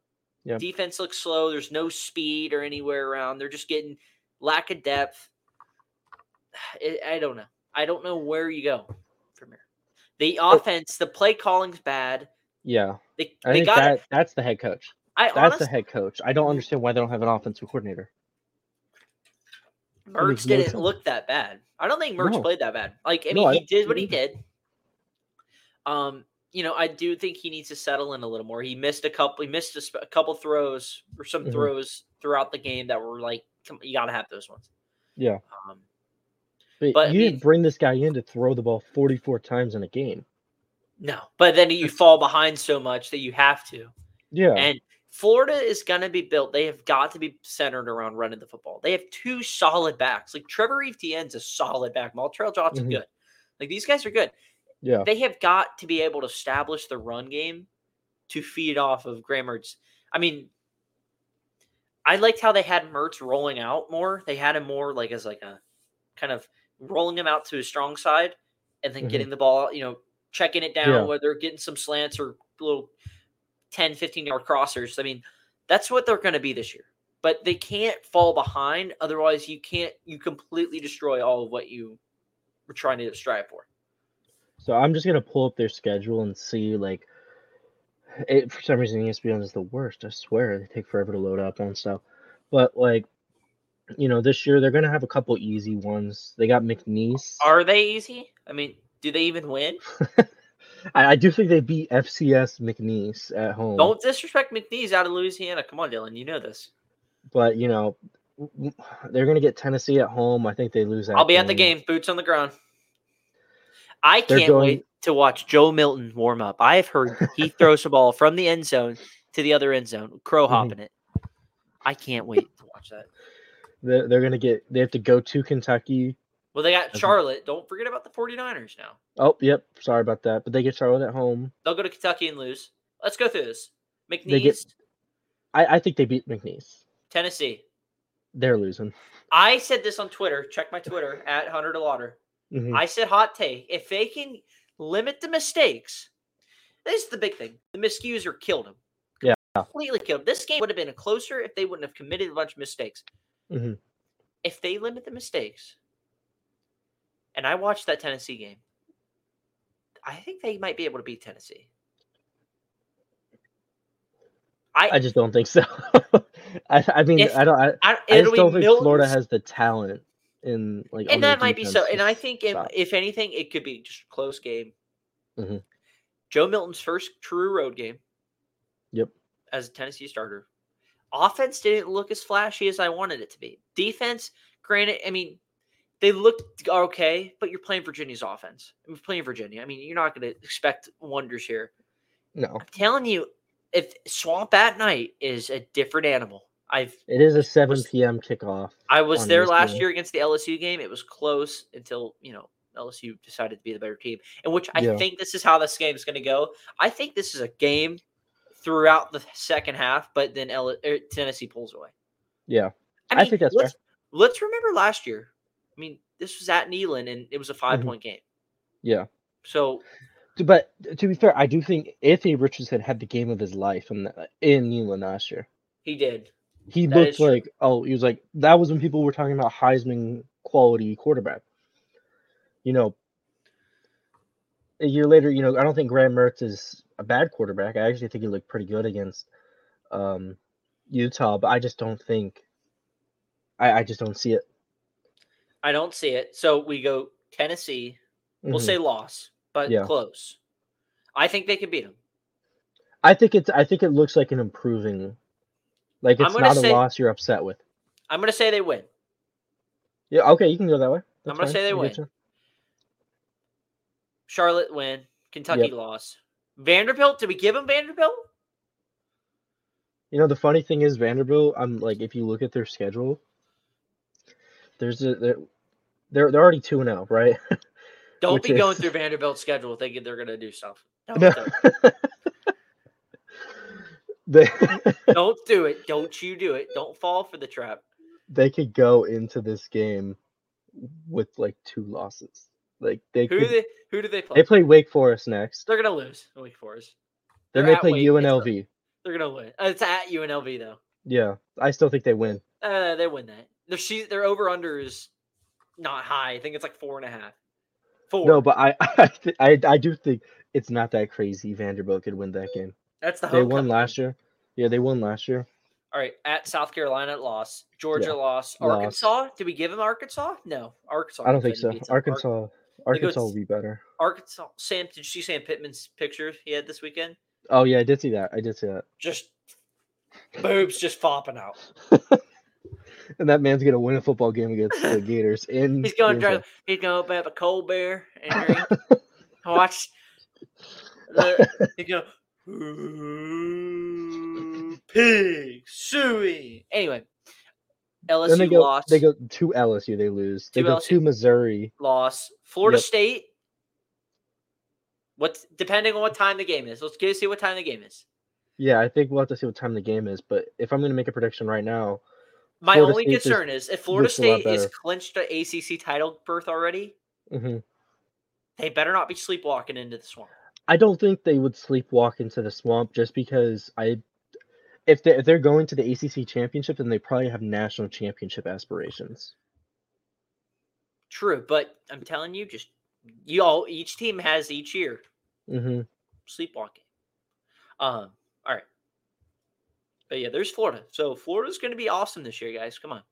[SPEAKER 4] Yeah.
[SPEAKER 3] Defense looks slow. There's no speed or anywhere around. They're just getting lack of depth. I I don't know. I don't know where you go from here. The offense, the play calling's bad.
[SPEAKER 4] Yeah.
[SPEAKER 3] They,
[SPEAKER 4] Oh. I
[SPEAKER 3] they
[SPEAKER 4] think
[SPEAKER 3] got
[SPEAKER 4] that,
[SPEAKER 3] it.
[SPEAKER 4] that's the head coach.
[SPEAKER 3] I
[SPEAKER 4] That's
[SPEAKER 3] honestly,
[SPEAKER 4] the head coach. I don't understand why they don't have an offensive coordinator. That
[SPEAKER 3] Merch
[SPEAKER 4] makes no
[SPEAKER 3] didn't
[SPEAKER 4] sense.
[SPEAKER 3] look that bad. I don't think Merch
[SPEAKER 4] No.
[SPEAKER 3] played that bad. Like, I
[SPEAKER 4] No,
[SPEAKER 3] mean,
[SPEAKER 4] I
[SPEAKER 3] he
[SPEAKER 4] don't
[SPEAKER 3] did what he
[SPEAKER 4] either.
[SPEAKER 3] did. Um, you know, I do think he needs to settle in a little more. He missed a couple. He missed a, sp- a couple throws or some
[SPEAKER 4] Mhm.
[SPEAKER 3] throws throughout the game that were like, come, you gotta have those ones.
[SPEAKER 4] Yeah.
[SPEAKER 3] Um,
[SPEAKER 4] But,
[SPEAKER 3] But, I
[SPEAKER 4] you
[SPEAKER 3] mean-
[SPEAKER 4] didn't bring this guy in to throw the ball 44 times in a game.
[SPEAKER 3] no, but then you fall behind so much that you have to.
[SPEAKER 4] Yeah.
[SPEAKER 3] And Florida is going to be built. They have got to be centered around running the football. They have two solid backs. Like Trevor Etienne's a solid back. Maltrell Johnson's
[SPEAKER 4] Mhm.
[SPEAKER 3] good. Like these guys are good.
[SPEAKER 4] yeah.
[SPEAKER 3] They have got to be able to establish the run game to feed off of Graham Mertz. I mean, I liked how they had Mertz rolling out more. They had him more like as like a kind of rolling him out to his strong side and then
[SPEAKER 4] Mhm.
[SPEAKER 3] getting the ball, you know, checking it down,
[SPEAKER 4] Yeah.
[SPEAKER 3] whether getting some slants or little 10, 15 yard crossers. I mean, that's what they're going to be this year. But they can't fall behind. Otherwise, you can't, you completely destroy all of what you were trying to strive for.
[SPEAKER 4] So I'm just going to pull up their schedule and see, like, it, for some reason, E ESPN is the worst. I swear they take forever to load up on stuff. But, like, you know, this year they're going to have a couple easy ones. They got McNeese.
[SPEAKER 3] Are they easy? I mean, do they even win?
[SPEAKER 4] I, I do think they beat FCS McNeese at home.
[SPEAKER 3] Don't disrespect McNeese out of Louisiana. Come on, Dylan. You know this.
[SPEAKER 4] but you know w- w- they're going to get Tennessee at home. I think they lose. That
[SPEAKER 3] I'll be at the game, boots on the ground. I
[SPEAKER 4] They're
[SPEAKER 3] can't wait
[SPEAKER 4] going-
[SPEAKER 3] to watch Joe Milton warm up. I've heard he throws a ball from the end zone to the other end zone, crow
[SPEAKER 4] Mm-hmm.
[SPEAKER 3] hopping it. I can't wait to watch that.
[SPEAKER 4] They're, they're going to get. They have to go to Kentucky.
[SPEAKER 3] Well, they got
[SPEAKER 4] Doesn't-
[SPEAKER 3] Charlotte. Don't forget about the 49ers now.
[SPEAKER 4] Oh, yep. Sorry about that. But they get Charlotte at home.
[SPEAKER 3] They'll go to Kentucky and lose. Let's go through this.
[SPEAKER 4] They
[SPEAKER 3] McNeese,
[SPEAKER 4] get- I, I think they beat McNeese.
[SPEAKER 3] Tennessee.
[SPEAKER 4] They're losing.
[SPEAKER 3] I said this on Twitter. Check my Twitter at Hunter Delauder.
[SPEAKER 4] Mhm.
[SPEAKER 3] I said hot take. If they can limit the mistakes, this is the big thing. The miscuser killed him.
[SPEAKER 4] Yeah.
[SPEAKER 3] Completely killed. him. This game would have been closer if they wouldn't have committed a bunch of mistakes.
[SPEAKER 4] Mhm.
[SPEAKER 3] If they limit the mistakes, and I watched that Tennessee game, I think they might be able to beat Tennessee.
[SPEAKER 4] I just don't think so. I, I mean,
[SPEAKER 3] If-
[SPEAKER 4] I don't. I,
[SPEAKER 3] I,
[SPEAKER 4] I
[SPEAKER 3] it'll
[SPEAKER 4] just don't
[SPEAKER 3] be
[SPEAKER 4] think Florida
[SPEAKER 3] Milton's-
[SPEAKER 4] has the talent in like. on
[SPEAKER 3] and
[SPEAKER 4] their
[SPEAKER 3] that might be so.
[SPEAKER 4] defense
[SPEAKER 3] And
[SPEAKER 4] to
[SPEAKER 3] I think if,
[SPEAKER 4] stop.
[SPEAKER 3] if anything, it could be just a close game.
[SPEAKER 4] Mhm.
[SPEAKER 3] Joe Milton's first true road game.
[SPEAKER 4] Yep.
[SPEAKER 3] As a Tennessee starter, offense didn't look as flashy as I wanted it to be. Defense, granted, I mean, they looked okay, but you're playing Virginia's offense. You're playing Virginia. I mean, you're not going to expect wonders here.
[SPEAKER 4] no,
[SPEAKER 3] I'm telling you, if Swamp at night is a different animal. I've
[SPEAKER 4] it is a seven p.m. kickoff.
[SPEAKER 3] I was
[SPEAKER 4] on
[SPEAKER 3] there
[SPEAKER 4] this
[SPEAKER 3] last
[SPEAKER 4] game.
[SPEAKER 3] year against the LSU game. It was close until you know LSU decided to be the better team, and which I
[SPEAKER 4] Yeah.
[SPEAKER 3] think this is how this game is going to go. I think this is a game throughout the second half, but then L- er, Tennessee pulls away.
[SPEAKER 4] Yeah,
[SPEAKER 3] I,
[SPEAKER 4] I
[SPEAKER 3] mean,
[SPEAKER 4] think that's fair.
[SPEAKER 3] let's, Let's remember last year. I mean, this was at Neyland, and it was a 5 point game.
[SPEAKER 4] Mm-hmm. yeah.
[SPEAKER 3] So
[SPEAKER 4] T- But to be fair, I do think Anthony Richardson had the game of his life in the, in Neyland last year.
[SPEAKER 3] he did.
[SPEAKER 4] He
[SPEAKER 3] That is
[SPEAKER 4] looked
[SPEAKER 3] true.
[SPEAKER 4] like oh, he was like that was when people were talking about Heisman quality quarterback. You know, a year later, you know, I don't think Graham Mertz is a bad quarterback. I actually think he looked pretty good against um, Utah, but I just don't think I, I just don't see it.
[SPEAKER 3] I don't see it. So we go Tennessee. We'll
[SPEAKER 4] Mhm.
[SPEAKER 3] say loss, but
[SPEAKER 4] Yeah.
[SPEAKER 3] close. I think they can beat them.
[SPEAKER 4] I think it's I think it looks like an improving like
[SPEAKER 3] I'm
[SPEAKER 4] it's
[SPEAKER 3] gonna
[SPEAKER 4] not
[SPEAKER 3] say-
[SPEAKER 4] a loss you're upset with.
[SPEAKER 3] I'm going to say they win.
[SPEAKER 4] Yeah, okay, you can go that way. That's
[SPEAKER 3] gonna
[SPEAKER 4] fine.
[SPEAKER 3] say they
[SPEAKER 4] I
[SPEAKER 3] win.
[SPEAKER 4] getcha.
[SPEAKER 3] Charlotte win. Kentucky
[SPEAKER 4] Yep.
[SPEAKER 3] loss. Vanderbilt? Did we give them Vanderbilt?
[SPEAKER 4] You know, the funny thing is Vanderbilt. I'm like, if you look at their schedule, there's a they're they're, they're already two and zero, right?
[SPEAKER 3] Don't
[SPEAKER 4] Which
[SPEAKER 3] be going
[SPEAKER 4] is-
[SPEAKER 3] through Vanderbilt's schedule thinking they're going to do stuff. No,
[SPEAKER 4] No.
[SPEAKER 3] Don't,
[SPEAKER 4] they
[SPEAKER 3] don't do it. Don't you do it. Don't fall for the trap.
[SPEAKER 4] they could go into this game with like two losses. Like they could,
[SPEAKER 3] Who do
[SPEAKER 4] they,
[SPEAKER 3] they? Who do they play?
[SPEAKER 4] play Wake Forest next,
[SPEAKER 3] They're going to lose. in Wake Forest.
[SPEAKER 4] then
[SPEAKER 3] they're
[SPEAKER 4] they
[SPEAKER 3] at
[SPEAKER 4] play
[SPEAKER 3] Wake, it's
[SPEAKER 4] UNLV.
[SPEAKER 3] They're going to win. Uh, It's at UNLV though.
[SPEAKER 4] Yeah, I still think they win.
[SPEAKER 3] Uh, they win that. Their she, their over under is not high. I think it's like four and a half. Four.
[SPEAKER 4] No, but I I, th- I I do think it's not that crazy. Vanderbilt could win that game.
[SPEAKER 3] that's the
[SPEAKER 4] They
[SPEAKER 3] homecoming.
[SPEAKER 4] won last year. Yeah, they won last year.
[SPEAKER 3] All right, at South Carolina loss, Georgia
[SPEAKER 4] Yeah,
[SPEAKER 3] loss,
[SPEAKER 4] loss.
[SPEAKER 3] Arkansas. Did we give him Arkansas? No, Arkansas.
[SPEAKER 4] I don't think
[SPEAKER 3] couldn't
[SPEAKER 4] so.
[SPEAKER 3] Oh, beat them. Ar-
[SPEAKER 4] Arkansas
[SPEAKER 3] think it was-
[SPEAKER 4] Arkansas will be better.
[SPEAKER 3] Arkansas. Sam, did you see Sam Pittman's picture he had this weekend?
[SPEAKER 4] Oh yeah, I did see that. I did see that.
[SPEAKER 3] Just boobs just flopping out.
[SPEAKER 4] And that man's gonna win a football game against the Gators. In
[SPEAKER 3] He's going to
[SPEAKER 4] Greenville.
[SPEAKER 3] drive. He's going to have a cold beer and drink. and watch. The, he's going. to Pig suey. Anyway,
[SPEAKER 4] Then they
[SPEAKER 3] LSU
[SPEAKER 4] go.
[SPEAKER 3] lost.
[SPEAKER 4] They go to LSU. They lose. They
[SPEAKER 3] To
[SPEAKER 4] go
[SPEAKER 3] LSU.
[SPEAKER 4] to Missouri.
[SPEAKER 3] loss. Florida
[SPEAKER 4] Yep.
[SPEAKER 3] State. What's depending on what time the game is? Let's go see what time the game is.
[SPEAKER 4] Yeah, I think we'll have to see what time the game is. But if I'm gonna make a prediction right now,
[SPEAKER 3] My
[SPEAKER 4] Florida
[SPEAKER 3] only
[SPEAKER 4] State just
[SPEAKER 3] concern is if Florida
[SPEAKER 4] looks a lot
[SPEAKER 3] State is
[SPEAKER 4] better.
[SPEAKER 3] clinched an ACC title berth already,
[SPEAKER 4] mhm,
[SPEAKER 3] they better not be sleepwalking into the swamp.
[SPEAKER 4] I don't think they would sleepwalk into the swamp just because I. If they if they're going to the ACC championship, then they probably have national championship aspirations.
[SPEAKER 3] True, but I'm telling you, just you all each team has each year
[SPEAKER 4] hmm
[SPEAKER 3] sleepwalking. Um, all right. But yeah, there's Florida. So Florida's gonna be awesome this year, guys. Come on.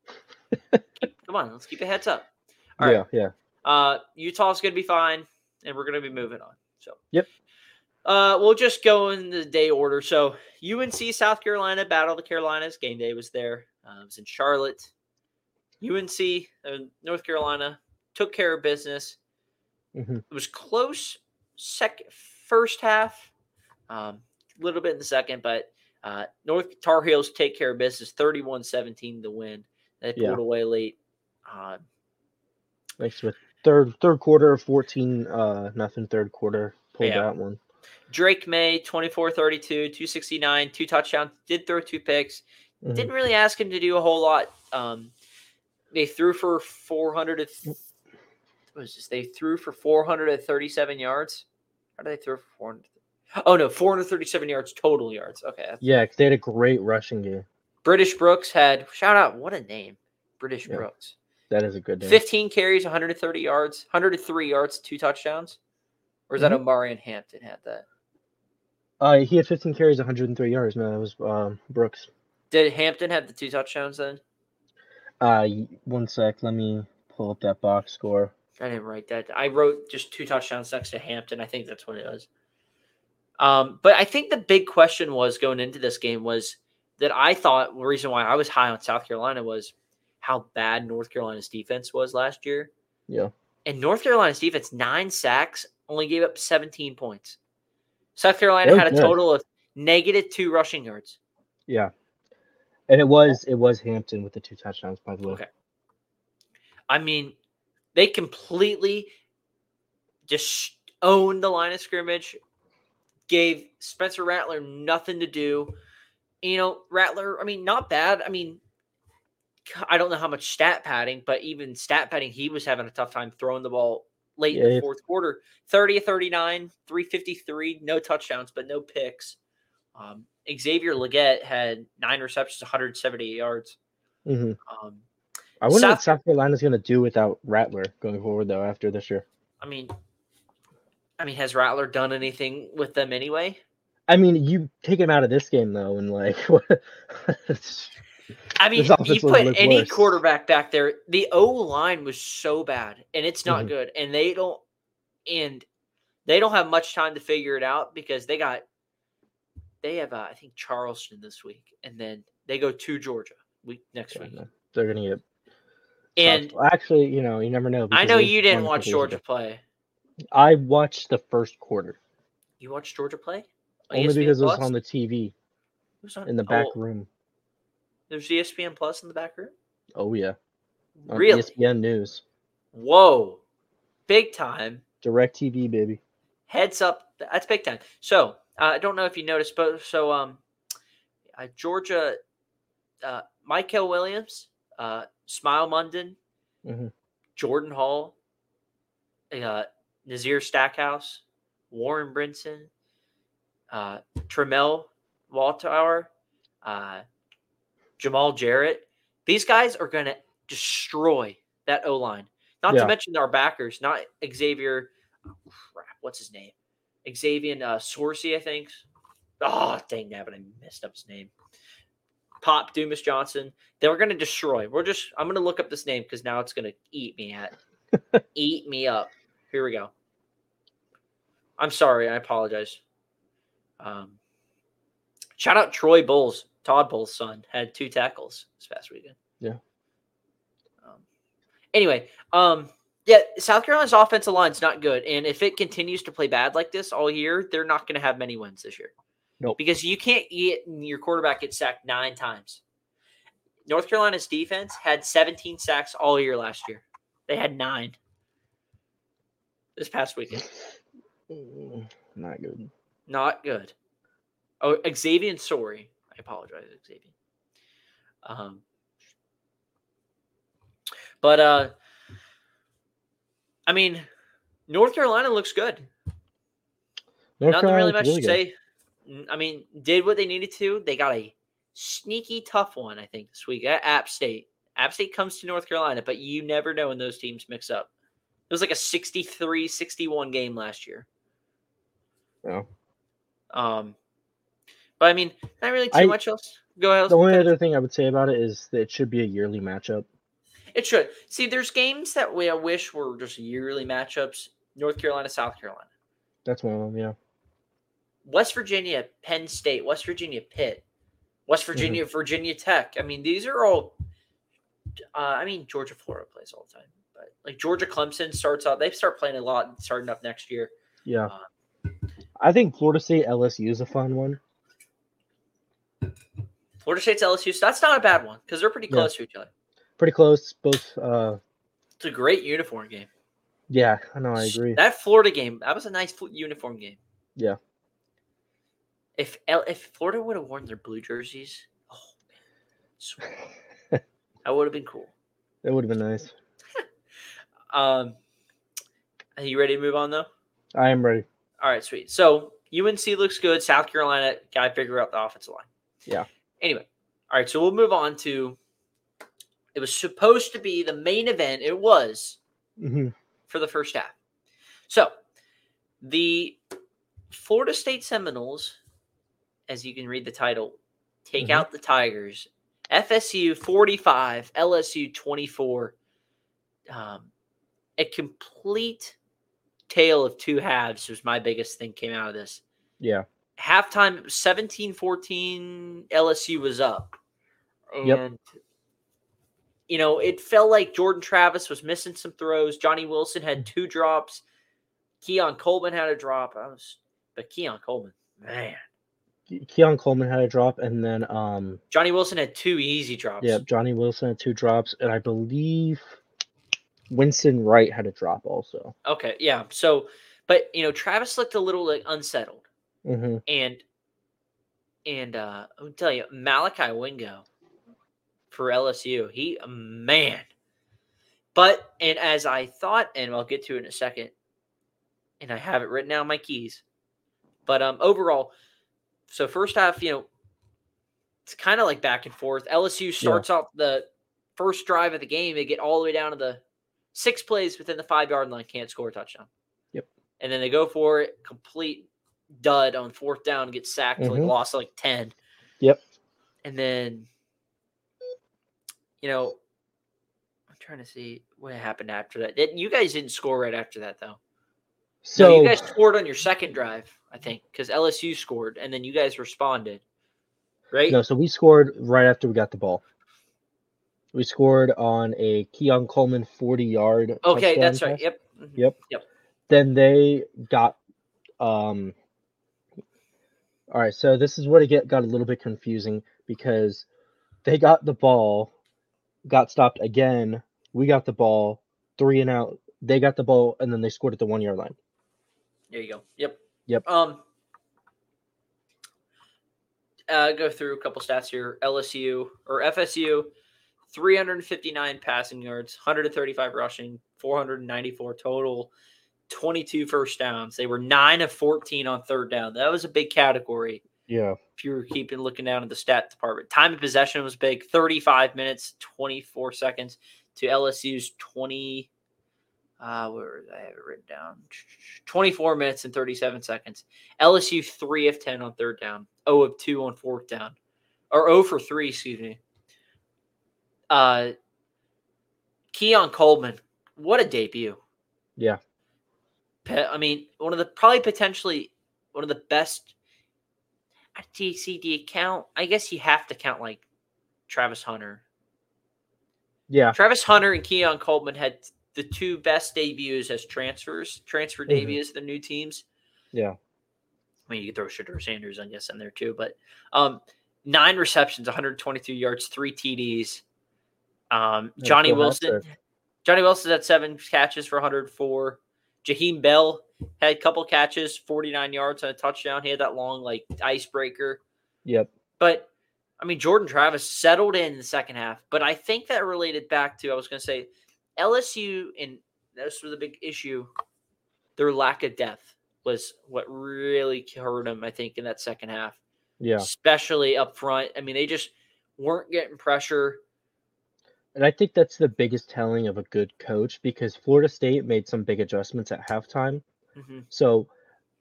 [SPEAKER 3] Keep- come on, let's keep the heads up. All right.
[SPEAKER 4] yeah, yeah.
[SPEAKER 3] Uh, Utah's going to be fine, and we're going to be moving on. So,
[SPEAKER 4] Yep.
[SPEAKER 3] Uh, we'll just go in the day order. So, UNC South Carolina battle of the Carolinas game day was there. Uh, it was in Charlotte. UNC uh, North Carolina took care of business.
[SPEAKER 4] Mhm.
[SPEAKER 3] It was close second first half, a little bit in the second, but uh, North Tar Heels take care of business 31-17 to win. They pulled
[SPEAKER 4] Yeah.
[SPEAKER 3] away late. Uh,
[SPEAKER 4] Thanks with third third quarter 14 uh nothing third quarter pulled
[SPEAKER 3] Yeah.
[SPEAKER 4] that one.
[SPEAKER 3] Drake May, 24 32, 269, two touchdowns, did throw two picks.
[SPEAKER 4] Mhm.
[SPEAKER 3] Didn't really ask him to do a whole lot. Um, they threw for 400, what was this? They threw for 437 yards. How did they throw for 400? Oh no, 437 yards total yards. Okay. that's-
[SPEAKER 4] Yeah, 'cause they had a great rushing game.
[SPEAKER 3] British Brooks had shout out. What a name, British
[SPEAKER 4] Yeah.
[SPEAKER 3] Brooks.
[SPEAKER 4] That is a good name.
[SPEAKER 3] 15 carries, 130 yards, 103 yards, two touchdowns. Or is that
[SPEAKER 4] Mhm.
[SPEAKER 3] Omari and Hampton had that?
[SPEAKER 4] Uh, he had 15 carries, 103 yards. No, that was um, Brooks.
[SPEAKER 3] Did Hampton have the two touchdowns then?
[SPEAKER 4] Uh, y- one sec. Let me pull up that box score.
[SPEAKER 3] I didn't write that. I wrote just two touchdowns next to Hampton. I think that's what it was. Um, but I think the big question was going into this game was that I thought the reason why I was high on South Carolina was how bad North Carolina's defense was last year.
[SPEAKER 4] Yeah.
[SPEAKER 3] And North Carolina's defense, nine sacks, only gave up 17 points. South
[SPEAKER 4] They
[SPEAKER 3] Carolina
[SPEAKER 4] were
[SPEAKER 3] had a
[SPEAKER 4] good.
[SPEAKER 3] total of negative two rushing yards.
[SPEAKER 4] Yeah. And it was it was Hampton with the two touchdowns, by the way.
[SPEAKER 3] Okay. I mean, they completely just owned the line of scrimmage, gave Spencer Rattler nothing to do. You know, Rattler, I mean, not bad. I mean, I don't know how much stat padding, but even stat padding, he was having a tough time throwing the ball late in
[SPEAKER 4] Yeah.
[SPEAKER 3] the fourth quarter. 30 39, 353, no touchdowns, but no picks. Um, Xavier Leggett had nine receptions, 178 yards.
[SPEAKER 4] hmm
[SPEAKER 3] Um,
[SPEAKER 4] I wonder
[SPEAKER 3] South-
[SPEAKER 4] what South Carolina's going to do without Rattler going forward, though, after this year.
[SPEAKER 3] I mean, I mean, has Rattler done anything with them anyway?
[SPEAKER 4] I mean, you take him out of this game, though, and like, what?
[SPEAKER 3] I mean,
[SPEAKER 4] This offense
[SPEAKER 3] you
[SPEAKER 4] doesn't
[SPEAKER 3] put
[SPEAKER 4] look
[SPEAKER 3] any
[SPEAKER 4] worse.
[SPEAKER 3] quarterback back there, the O line was so bad, and it's not
[SPEAKER 4] Mhm.
[SPEAKER 3] good, and they don't, and they don't have much time to figure it out because they got, they have, uh, I think Charleston this week, and then they go to Georgia week next
[SPEAKER 4] Yeah,
[SPEAKER 3] week,
[SPEAKER 4] no, they're going to get.
[SPEAKER 3] and
[SPEAKER 4] well, actually, you know, you never know.
[SPEAKER 3] I
[SPEAKER 4] because
[SPEAKER 3] know
[SPEAKER 4] they
[SPEAKER 3] you
[SPEAKER 4] won
[SPEAKER 3] didn't
[SPEAKER 4] a
[SPEAKER 3] watch
[SPEAKER 4] couple years
[SPEAKER 3] Georgia
[SPEAKER 4] ago.
[SPEAKER 3] play.
[SPEAKER 4] I watched the first quarter
[SPEAKER 3] You watched Georgia play? E On
[SPEAKER 4] only
[SPEAKER 3] ESPN
[SPEAKER 4] because it was
[SPEAKER 3] Plus?
[SPEAKER 4] on the TV
[SPEAKER 3] It was on-
[SPEAKER 4] in the back
[SPEAKER 3] oh,
[SPEAKER 4] room.
[SPEAKER 3] There's E ESPN Plus in the back room.
[SPEAKER 4] Oh yeah, on E
[SPEAKER 3] Really?
[SPEAKER 4] ESPN News,
[SPEAKER 3] Whoa, big time.
[SPEAKER 4] Direct TV, baby.
[SPEAKER 3] Heads up, that's big time. So uh, I don't know if you noticed, but so um, uh, Georgia, uh, Michael Williams, uh, Smile Munden,
[SPEAKER 4] Mhm.
[SPEAKER 3] Jordan Hall, uh, Nazir Stackhouse, Warren Brinson, uh, Tremel Walltower, uh, Jamal Jarrett. These guys are going to destroy that O line. Not
[SPEAKER 4] Yeah.
[SPEAKER 3] to mention our backers, not Xavier. oh, crap, what's his name? Xavier uh, Sorcy, I think. Oh, dang nabbit, I messed up his name. Pop Dumas Johnson. They were going to destroy. We're just, I'm going to look up this name because now it's going to eat me at. eat me up. Here we go. I'm sorry. I apologize. Um, shout out Troy Bulls, Todd Bulls' son, had two tackles this past weekend.
[SPEAKER 4] Yeah.
[SPEAKER 3] Um, anyway, um, yeah, South Carolina's offensive line's not good, and if it continues to play bad like this all year, they're not going to have many wins this year.
[SPEAKER 4] Nope.
[SPEAKER 3] because you can't get your quarterback get sacked nine times. North Carolina's defense had 17 sacks all year last year. They had nine this past weekend.
[SPEAKER 4] Mm, Not good.
[SPEAKER 3] Not good. Oh, Xavier, sorry. I apologize, Xavier. Um, but uh, I mean, North Carolina looks good.
[SPEAKER 4] North
[SPEAKER 3] Nothing really
[SPEAKER 4] Carolina's
[SPEAKER 3] much to
[SPEAKER 4] good.
[SPEAKER 3] say. N- I mean, did what they needed to. They got a sneaky tough one, I think, this week at App State. App State comes to North Carolina, but you never know when those teams mix up. It was like a 63 61 game last year.
[SPEAKER 4] Yeah.
[SPEAKER 3] Um, but I mean, not really too
[SPEAKER 4] I-
[SPEAKER 3] much else. Go ahead.
[SPEAKER 4] The only
[SPEAKER 3] finish.
[SPEAKER 4] other thing I would say about it is that it should be a yearly matchup.
[SPEAKER 3] It should. See, there's games that we I wish were just yearly matchups. North Carolina, South Carolina,
[SPEAKER 4] That's one of them. Yeah.
[SPEAKER 3] West Virginia, Penn State, West Virginia, Pitt, West
[SPEAKER 4] Mm-hmm.
[SPEAKER 3] Virginia, Virginia Tech. I mean, these are all. Uh, I mean, Georgia, Florida plays all the time, but like Georgia, Clemson starts out. They start playing a lot starting up next year.
[SPEAKER 4] Yeah.
[SPEAKER 3] Uh,
[SPEAKER 4] I think Florida State LSU is a fun one.
[SPEAKER 3] Florida State's LSU. So that's not a bad one because they're pretty
[SPEAKER 4] Yeah.
[SPEAKER 3] close to each other.
[SPEAKER 4] Pretty close. Both. Uh.
[SPEAKER 3] It's a great uniform game.
[SPEAKER 4] Yeah. I know. I
[SPEAKER 3] Sh-
[SPEAKER 4] agree.
[SPEAKER 3] That Florida game, that was a nice fl- uniform game.
[SPEAKER 4] Yeah.
[SPEAKER 3] If L- if Florida would have worn their blue jerseys, oh man, sweet. that would have been cool.
[SPEAKER 4] That would have been nice.
[SPEAKER 3] Um, Are you ready to move on though?
[SPEAKER 4] I am ready.
[SPEAKER 3] All right, sweet. So UNC looks good. South Carolina got to figure out the offensive line.
[SPEAKER 4] Yeah.
[SPEAKER 3] Anyway, all right. So we'll move on to. It was supposed to be the main event. It was
[SPEAKER 4] Mhm.
[SPEAKER 3] for the first half. So the Florida State Seminoles, as you can read the title, take
[SPEAKER 4] Mhm.
[SPEAKER 3] out the Tigers. FSU 45, LSU 24. Um, a complete tale of two halves was my biggest thing came out of this.
[SPEAKER 4] Yeah.
[SPEAKER 3] Halftime it was 17-14, LSU was up. And
[SPEAKER 4] Yep.
[SPEAKER 3] you know, it felt like Jordan Travis was missing some throws. Johnny Wilson had two drops. Keon Coleman had a drop. I was but Keon Coleman, man.
[SPEAKER 4] Keon Coleman had a drop, and then um,
[SPEAKER 3] Johnny Wilson had two easy drops.
[SPEAKER 4] yeah, Johnny Wilson had two drops, and I believe Winston Wright had a drop also.
[SPEAKER 3] Okay, yeah. So, but you know, Travis looked a little like unsettled,
[SPEAKER 4] hmm
[SPEAKER 3] and and uh, I'll tell you, Malachi Wingo for LSU, he man. But and as I thought, and I'll get to it in a second, and I have it written down on my keys. But um, overall, so first half, you know, it's kind of like back and forth. LSU starts off the first drive of the game; they get all the way down to the six plays within the five yard line, can't score a touchdown.
[SPEAKER 4] Yep.
[SPEAKER 3] And then they go for it, complete dud on fourth down, get sacked, like
[SPEAKER 4] Mhm.
[SPEAKER 3] lost like ten.
[SPEAKER 4] Yep.
[SPEAKER 3] And then, you know, I'm trying to see what happened after that. Didn't- You guys didn't score right after that though.
[SPEAKER 4] So
[SPEAKER 3] So you guys scored on your second drive, I think, because LSU scored, and then you guys responded, right?
[SPEAKER 4] No, so we scored right after we got the ball. We scored on a Keon Coleman 40 yard.
[SPEAKER 3] okay,
[SPEAKER 4] touchdown
[SPEAKER 3] that's right.
[SPEAKER 4] pass.
[SPEAKER 3] Yep. Mhm.
[SPEAKER 4] Yep. Then they got um all right, so this is what it get, got a little bit confusing because they got the ball, got stopped again. We got the ball, three and out. They got the ball, and then they scored at the one yard line.
[SPEAKER 3] There you go. Yep.
[SPEAKER 4] Yep.
[SPEAKER 3] Um. Uh, go through a couple stats here. LSU or FSU, 359 passing yards, 135 rushing, 494 total, 22 first downs. They were nine of 14 on third down. That was a big category.
[SPEAKER 4] Yeah.
[SPEAKER 3] If you were keeping looking down at the stat department, time of possession was big, 35 minutes, 24 seconds to LSU's 20- uh, where I have it written down. 24 minutes and 37 seconds. LSU 3 of 10 on third down, 0 of 2 on fourth down, or 0 for 3, excuse me. Uh, Keon Coleman, what a debut.
[SPEAKER 4] Yeah.
[SPEAKER 3] Pe- I mean, one of the probably potentially one of the best. I do see do you count? I guess you have to count like Travis Hunter.
[SPEAKER 4] Yeah.
[SPEAKER 3] Travis Hunter and Keon Coleman had the two best debuts as transfers, transfer
[SPEAKER 4] Mhm.
[SPEAKER 3] debuts to their new teams.
[SPEAKER 4] Yeah.
[SPEAKER 3] I mean, you could throw Shadur Sanders, I guess, in there too, but um, nine receptions, 122 yards, three TDs. Um,
[SPEAKER 4] That's
[SPEAKER 3] Johnny
[SPEAKER 4] still out
[SPEAKER 3] Wilson, Johnny Wilson's had seven catches for 104. Jaheim Bell had a couple catches, 49 yards and a touchdown. He had that long like icebreaker.
[SPEAKER 4] Yep.
[SPEAKER 3] But I mean, Jordan Travis settled in the second half. But I think that related back to I was going to say LSU, and this was the big issue. Their lack of depth was what really hurt them. I think in that second half,
[SPEAKER 4] Yeah.
[SPEAKER 3] especially up front. I mean, they just weren't getting pressure.
[SPEAKER 4] And I think that's the biggest telling of a good coach because Florida State made some big adjustments at halftime.
[SPEAKER 3] Mhm.
[SPEAKER 4] So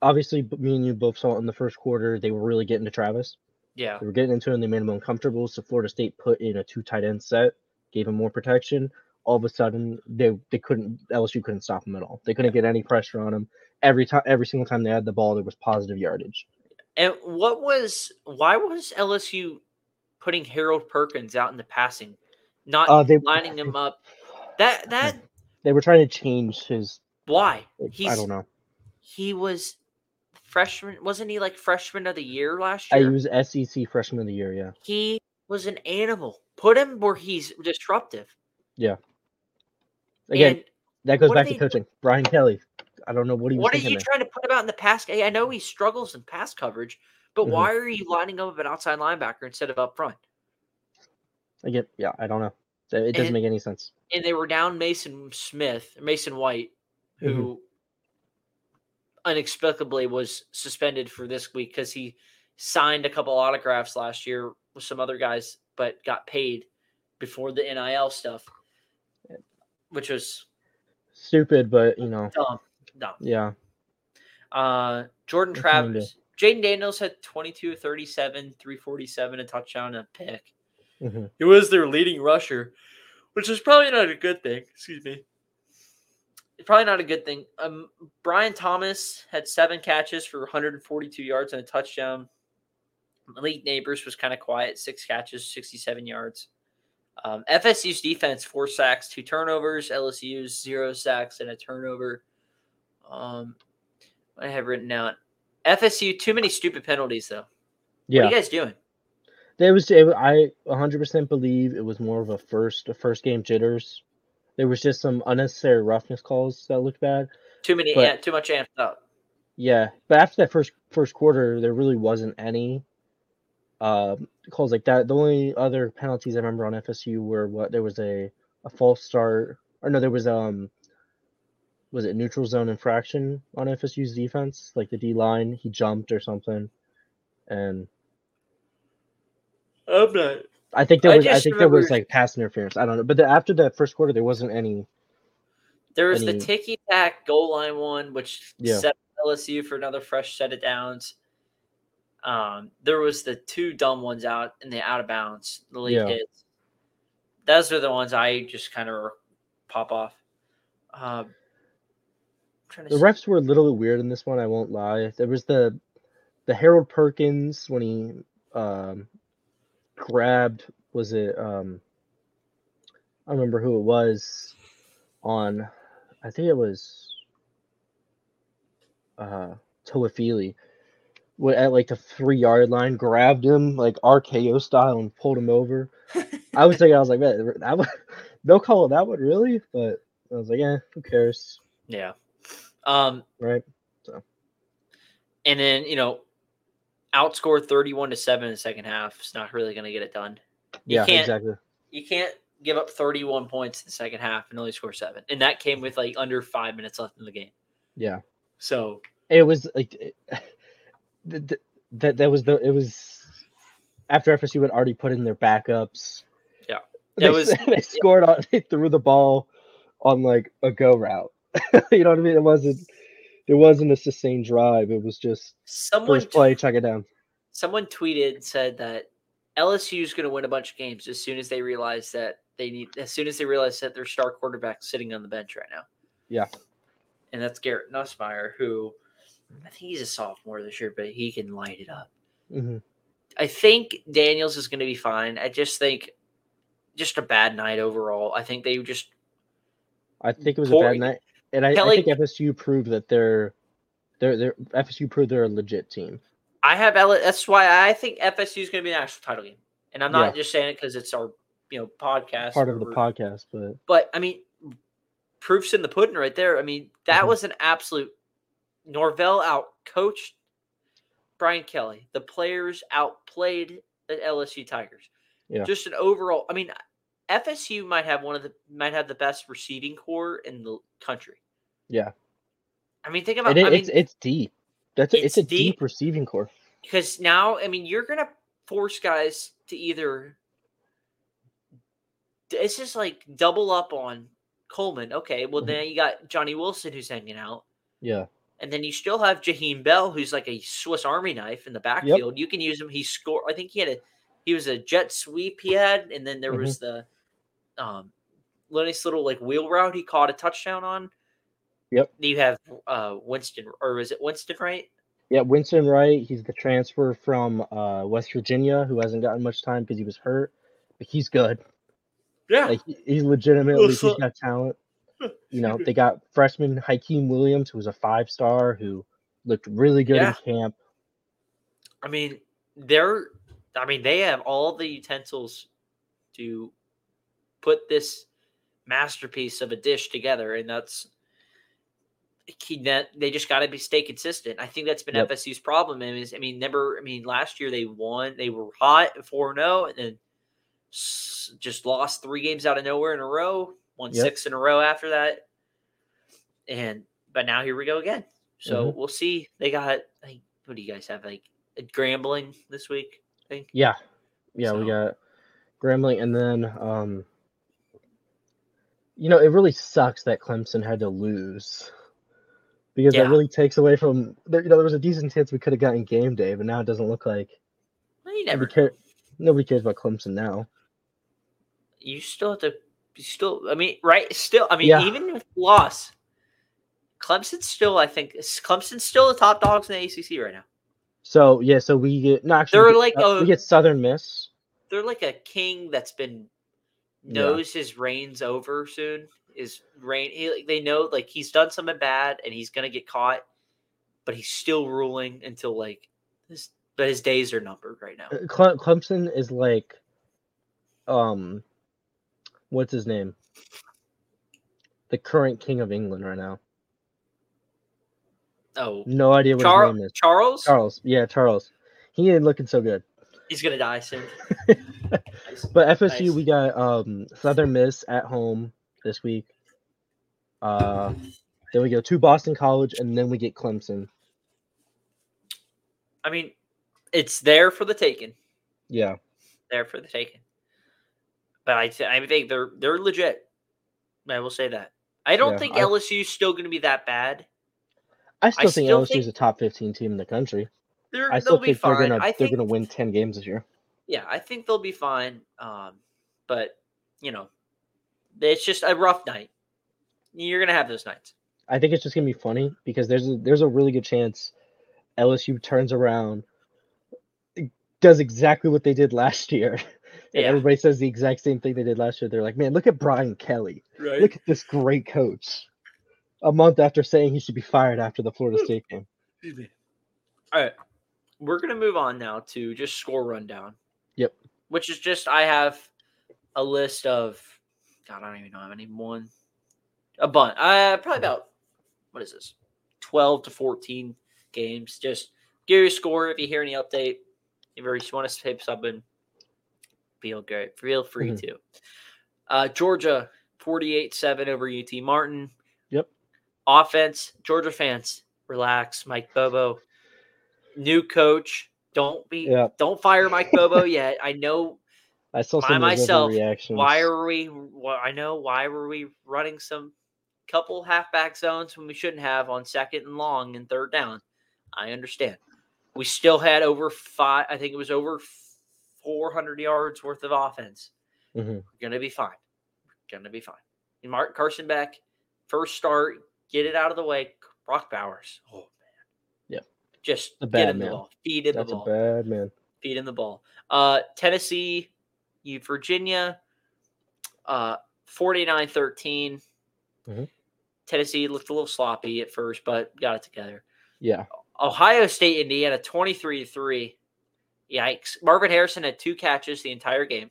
[SPEAKER 4] obviously, b- me and you both saw it in the first quarter, they were really getting to Travis.
[SPEAKER 3] Yeah,
[SPEAKER 4] They were getting into him, they made him uncomfortable. So Florida State put in a two tight end set, gave him more protection. All of a sudden, they they couldn't LSU couldn't stop him at all. They couldn't get any pressure on him. Every time, every single time they had the ball, there was positive yardage.
[SPEAKER 3] and what was why was LSU putting Harold Perkins out in the passing, not
[SPEAKER 4] Uh, they
[SPEAKER 3] lining him up? That that
[SPEAKER 4] They were trying to change his.
[SPEAKER 3] why
[SPEAKER 4] I
[SPEAKER 3] he's
[SPEAKER 4] don't know.
[SPEAKER 3] he was freshman wasn't he like freshman of the year last
[SPEAKER 4] I
[SPEAKER 3] year
[SPEAKER 4] use SEC E freshman of the year. Yeah.
[SPEAKER 3] he was an animal put him where he's disruptive
[SPEAKER 4] Again,
[SPEAKER 3] and
[SPEAKER 4] That goes
[SPEAKER 3] What do
[SPEAKER 4] back to
[SPEAKER 3] they-
[SPEAKER 4] coaching. Brian Kelly. I don't know what he was
[SPEAKER 3] what are
[SPEAKER 4] thinking
[SPEAKER 3] you
[SPEAKER 4] there.
[SPEAKER 3] trying to put him out in the pass i I know he struggles in pass coverage but
[SPEAKER 4] Mhm.
[SPEAKER 3] why are you lining him up an outside linebacker instead of up front
[SPEAKER 4] Again, yeah, I don't know. That- It doesn't
[SPEAKER 3] And-
[SPEAKER 4] make any sense.
[SPEAKER 3] and they were down mason smith mason white
[SPEAKER 4] Mhm.
[SPEAKER 3] who inexplicably was suspended for this week because he signed a couple autographs last year with some other guys, but got paid before the NIL stuff, which was
[SPEAKER 4] Stupid, but you know,
[SPEAKER 3] dumb. Dumb.
[SPEAKER 4] yeah.
[SPEAKER 3] Uh, Jordan
[SPEAKER 4] What can you
[SPEAKER 3] Travis, Jaden Daniels had 22, 37, 347, a touchdown, and a pick.
[SPEAKER 4] hmm
[SPEAKER 3] He was their leading rusher, which is probably not a good thing. Excuse me. It's Probably not a good thing. Um, Brian Thomas had seven catches for 142 yards and a touchdown. Malik Neighbors was kind of quiet, six catches, 67 yards. Um, FSU's defense, four sacks, two turnovers. LSU's zero sacks and a turnover. Um, what I have written out FSU, too many stupid penalties, though. What
[SPEAKER 4] Yeah.
[SPEAKER 3] are you guys doing?
[SPEAKER 4] There was it, I 100% believe it was more of a first a first game jitters. There was just some unnecessary roughness calls that looked bad.
[SPEAKER 3] Too many,
[SPEAKER 4] But-
[SPEAKER 3] yeah, too much amped up.
[SPEAKER 4] Yeah, but after that first first quarter, there really wasn't any uh, calls like that. The only other penalties I remember on FSU were what there was a a false start or no, there was um was it neutral zone infraction on FSU's defense, like the D line, he jumped or something, and
[SPEAKER 3] I'm not
[SPEAKER 4] I think there
[SPEAKER 3] I
[SPEAKER 4] was I,
[SPEAKER 3] just
[SPEAKER 4] think there was
[SPEAKER 3] remember-
[SPEAKER 4] like pass interference. I don't know, but the, after that first quarter, there wasn't any.
[SPEAKER 3] There was the
[SPEAKER 4] Any-
[SPEAKER 3] ticky tack goal line one, which
[SPEAKER 4] Yeah.
[SPEAKER 3] set LSU for another fresh set of downs. Um, there was the two dumb ones out in the out of bounds, the lead
[SPEAKER 4] Yeah.
[SPEAKER 3] hits. Those are the ones I just kind of pop off. Um, trying to
[SPEAKER 4] The
[SPEAKER 3] see-
[SPEAKER 4] refs were a little bit weird in this one. I won't lie. There was the the Harold Perkins when he um, grabbed was it um, I don't remember who it was on I think it was uh, Toafili wa- at like the three yard line grabbed him like RKO style and pulled him over. I was thinking I was like man that one, they'll call it that one really, but I was like yeah who cares
[SPEAKER 3] yeah. Um,
[SPEAKER 4] right.
[SPEAKER 3] and then you know, outscore thirty-one to seven in the second half. It's not really going to get it done. You
[SPEAKER 4] yeah,
[SPEAKER 3] can't-
[SPEAKER 4] exactly.
[SPEAKER 3] you can't give up 31 points in the second half and only score seven. And that came with like under five minutes left in the game.
[SPEAKER 4] Yeah,
[SPEAKER 3] So
[SPEAKER 4] it was like it- th- th- that. That was the. It was after FSU had already put in their backups.
[SPEAKER 3] Yeah.
[SPEAKER 4] they,
[SPEAKER 3] It was-
[SPEAKER 4] they scored on. They threw the ball on like a go route. you know what I mean? It wasn't. It wasn't a sustained drive. It was just
[SPEAKER 3] someone
[SPEAKER 4] first play, chuck it down.
[SPEAKER 3] someone tweeted and said that LSU is going to win a bunch of games as soon as they realize that they need as soon as they realize that their star quarterback's sitting on the bench right now.
[SPEAKER 4] Yeah.
[SPEAKER 3] And that's Garrett Nussmeyer, who I think he's a sophomore this year, but he can light it up.
[SPEAKER 4] Mhm.
[SPEAKER 3] I think Daniels is going to be fine. I just think just a bad night overall. I think they just
[SPEAKER 4] I think it was a
[SPEAKER 3] Corey-
[SPEAKER 4] bad night, and I, I
[SPEAKER 3] Kelly-
[SPEAKER 4] think FSU proved that they're. They're, they're FSU proved they're a legit team.
[SPEAKER 3] I have L- that's why I think FSU is going to be an actual title game. And I'm not just saying it because it's our you know podcast
[SPEAKER 4] Part of the
[SPEAKER 3] or-
[SPEAKER 4] podcast, but
[SPEAKER 3] But I mean, proofs in the pudding right there. I mean, that
[SPEAKER 4] Mhm.
[SPEAKER 3] was an absolute Norvell out coached Brian Kelly. The players outplayed the LSU Tigers.
[SPEAKER 4] Yeah.
[SPEAKER 3] Just an overall. I mean, FSU might have one of the might have the best receiving core in the country.
[SPEAKER 4] Yeah.
[SPEAKER 3] I mean, think about.
[SPEAKER 4] it,
[SPEAKER 3] I mean,
[SPEAKER 4] it's it's deep. That's a, it's,
[SPEAKER 3] it's
[SPEAKER 4] a deep,
[SPEAKER 3] deep.
[SPEAKER 4] receiving core.
[SPEAKER 3] because now I mean you're gonna force guys to either it's just like double up on Coleman. Okay, well
[SPEAKER 4] Mhm.
[SPEAKER 3] then you got Johnny Wilson who's hanging out,
[SPEAKER 4] Yeah,
[SPEAKER 3] and then you still have Jaheim Bell who's like a Swiss Army knife in the backfield. You can use him. He scored. I think he had a he was a jet sweep he had, and then there
[SPEAKER 4] Mhm.
[SPEAKER 3] was the um nice little like wheel route he caught a touchdown on.
[SPEAKER 4] Yep.
[SPEAKER 3] You have uh Winston or is it Winston right?
[SPEAKER 4] yeah. Winston Wright, he's the transfer from uh, West Virginia who hasn't gotten much time because he was hurt, but he's good.
[SPEAKER 3] Yeah.
[SPEAKER 4] Like he- he's legitimately
[SPEAKER 3] so-
[SPEAKER 4] he's got talent. You know, they got freshman Hakeem Williams, who was a five star, who looked really good
[SPEAKER 3] Yeah.
[SPEAKER 4] in camp.
[SPEAKER 3] I mean, they're I mean, they have all the utensils to put this masterpiece of a dish together, and that's key that they just gotta be stay consistent. I think that's been
[SPEAKER 4] Yep.
[SPEAKER 3] FSU's problem and is I mean, never I mean, last year they won, they were hot at 4-0 and then s- just lost three games out of nowhere in a row, won
[SPEAKER 4] Yep.
[SPEAKER 3] six in a row after that. And but now here we go again. So
[SPEAKER 4] Mm-hmm.
[SPEAKER 3] we'll see. They got like what do you guys have like Grambling this week? I think
[SPEAKER 4] Yeah. Yeah, we
[SPEAKER 3] So-
[SPEAKER 4] got Grambling and then um you know, it really sucks that Clemson had to lose. Because
[SPEAKER 3] Yeah.
[SPEAKER 4] that really takes away from there you know, there was a decent chance we could have gotten game day, but now it doesn't look like
[SPEAKER 3] Well, you never
[SPEAKER 4] nobody,
[SPEAKER 3] know.
[SPEAKER 4] care, nobody cares about Clemson now.
[SPEAKER 3] You still have to. You still. I mean, right? Still. I mean,
[SPEAKER 4] Yeah.
[SPEAKER 3] even with loss, Clemson's still. I think Clemson's still the top dogs in the ACC right now.
[SPEAKER 4] So yeah, so we get no actually
[SPEAKER 3] They're
[SPEAKER 4] we get,
[SPEAKER 3] like
[SPEAKER 4] uh,
[SPEAKER 3] a-
[SPEAKER 4] we get Southern Miss.
[SPEAKER 3] They're like a king that's been
[SPEAKER 4] Yeah.
[SPEAKER 3] knows his reign's over soon. His reign, he, like, they know like he's done something bad and he's gonna get caught, but he's still ruling until like his. But his days are numbered right now.
[SPEAKER 4] Uh, Cle- Clemson is like um what's his name? The current king of England right now.
[SPEAKER 3] Oh,
[SPEAKER 4] No idea what
[SPEAKER 3] Char-
[SPEAKER 4] his name is.
[SPEAKER 3] Charles,
[SPEAKER 4] Charles. Yeah, Charles. He ain't looking so good.
[SPEAKER 3] he's gonna die soon. Nice.
[SPEAKER 4] But FSU,
[SPEAKER 3] Nice.
[SPEAKER 4] we got um Southern Miss at home this week. Uh, then we go to Boston College, and then we get Clemson.
[SPEAKER 3] I mean, it's there for the taking.
[SPEAKER 4] Yeah,
[SPEAKER 3] There for the taking. But I, th- I think they're they're legit. I will say that. I don't
[SPEAKER 4] Yeah,
[SPEAKER 3] think
[SPEAKER 4] I-
[SPEAKER 3] LSU is still going to be that bad.
[SPEAKER 4] I still think
[SPEAKER 3] still
[SPEAKER 4] LSU is a
[SPEAKER 3] think-
[SPEAKER 4] top fifteen team in the country.
[SPEAKER 3] They're,
[SPEAKER 4] I
[SPEAKER 3] they'll
[SPEAKER 4] still
[SPEAKER 3] be
[SPEAKER 4] think they're
[SPEAKER 3] fine.
[SPEAKER 4] gonna
[SPEAKER 3] I
[SPEAKER 4] they're
[SPEAKER 3] think
[SPEAKER 4] gonna win ten games this year.
[SPEAKER 3] yeah, I think they'll be fine. Um, but you know, it's just a rough night. You're gonna have those nights.
[SPEAKER 4] I think it's just gonna be funny because there's a, there's a really good chance LSU turns around, does exactly what they did last year, and
[SPEAKER 3] Yeah.
[SPEAKER 4] everybody says the exact same thing they did last year. They're like, man, look at Brian Kelly.
[SPEAKER 3] Right.
[SPEAKER 4] Look at this great coach. A month after saying he should be fired after the
[SPEAKER 3] Hmm.
[SPEAKER 4] Florida State game.
[SPEAKER 3] All right. We're going to move on now to just score rundown.
[SPEAKER 4] Yep.
[SPEAKER 3] Which is just, I have a list of, God, I don't even know how many. One, a bunch. Uh, probably about, what is this? 12 to 14 games. Just give your score if you hear any update. If you want to type something, feel great. Feel free
[SPEAKER 4] Mhm.
[SPEAKER 3] to. Uh, Georgia, 48 7 over UT Martin.
[SPEAKER 4] Yep.
[SPEAKER 3] Offense, Georgia fans, relax. Mike Bobo, new coach. Don't be,
[SPEAKER 4] Yeah.
[SPEAKER 3] don't fire Mike Bobo yet. I know.
[SPEAKER 4] I saw
[SPEAKER 3] By
[SPEAKER 4] some of those
[SPEAKER 3] myself,
[SPEAKER 4] reactions.
[SPEAKER 3] Why are we? Well, I know. Why were we running some couple halfback zones when we shouldn't have on second and long and third down? I understand. We still had over five. I think it was over four hundred yards worth of offense.
[SPEAKER 4] Mhm.
[SPEAKER 3] We're gonna be fine. We're gonna be fine. And Mark Carson back, first start, get it out of the way. Brock Bowers. Oh man.
[SPEAKER 4] Yeah.
[SPEAKER 3] Just
[SPEAKER 4] A
[SPEAKER 3] get
[SPEAKER 4] bad
[SPEAKER 3] him the
[SPEAKER 4] man.
[SPEAKER 3] ball. Feed him
[SPEAKER 4] That's a
[SPEAKER 3] the ball
[SPEAKER 4] bad man.
[SPEAKER 3] feet in the ball. Uh, Tennessee, you Virginia, uh, 49 13.
[SPEAKER 4] Mhm.
[SPEAKER 3] Tennessee looked a little sloppy at first, but got it together.
[SPEAKER 4] Yeah.
[SPEAKER 3] Ohio State, Indiana, 23 3. Yikes. Marvin Harrison had two catches the entire game.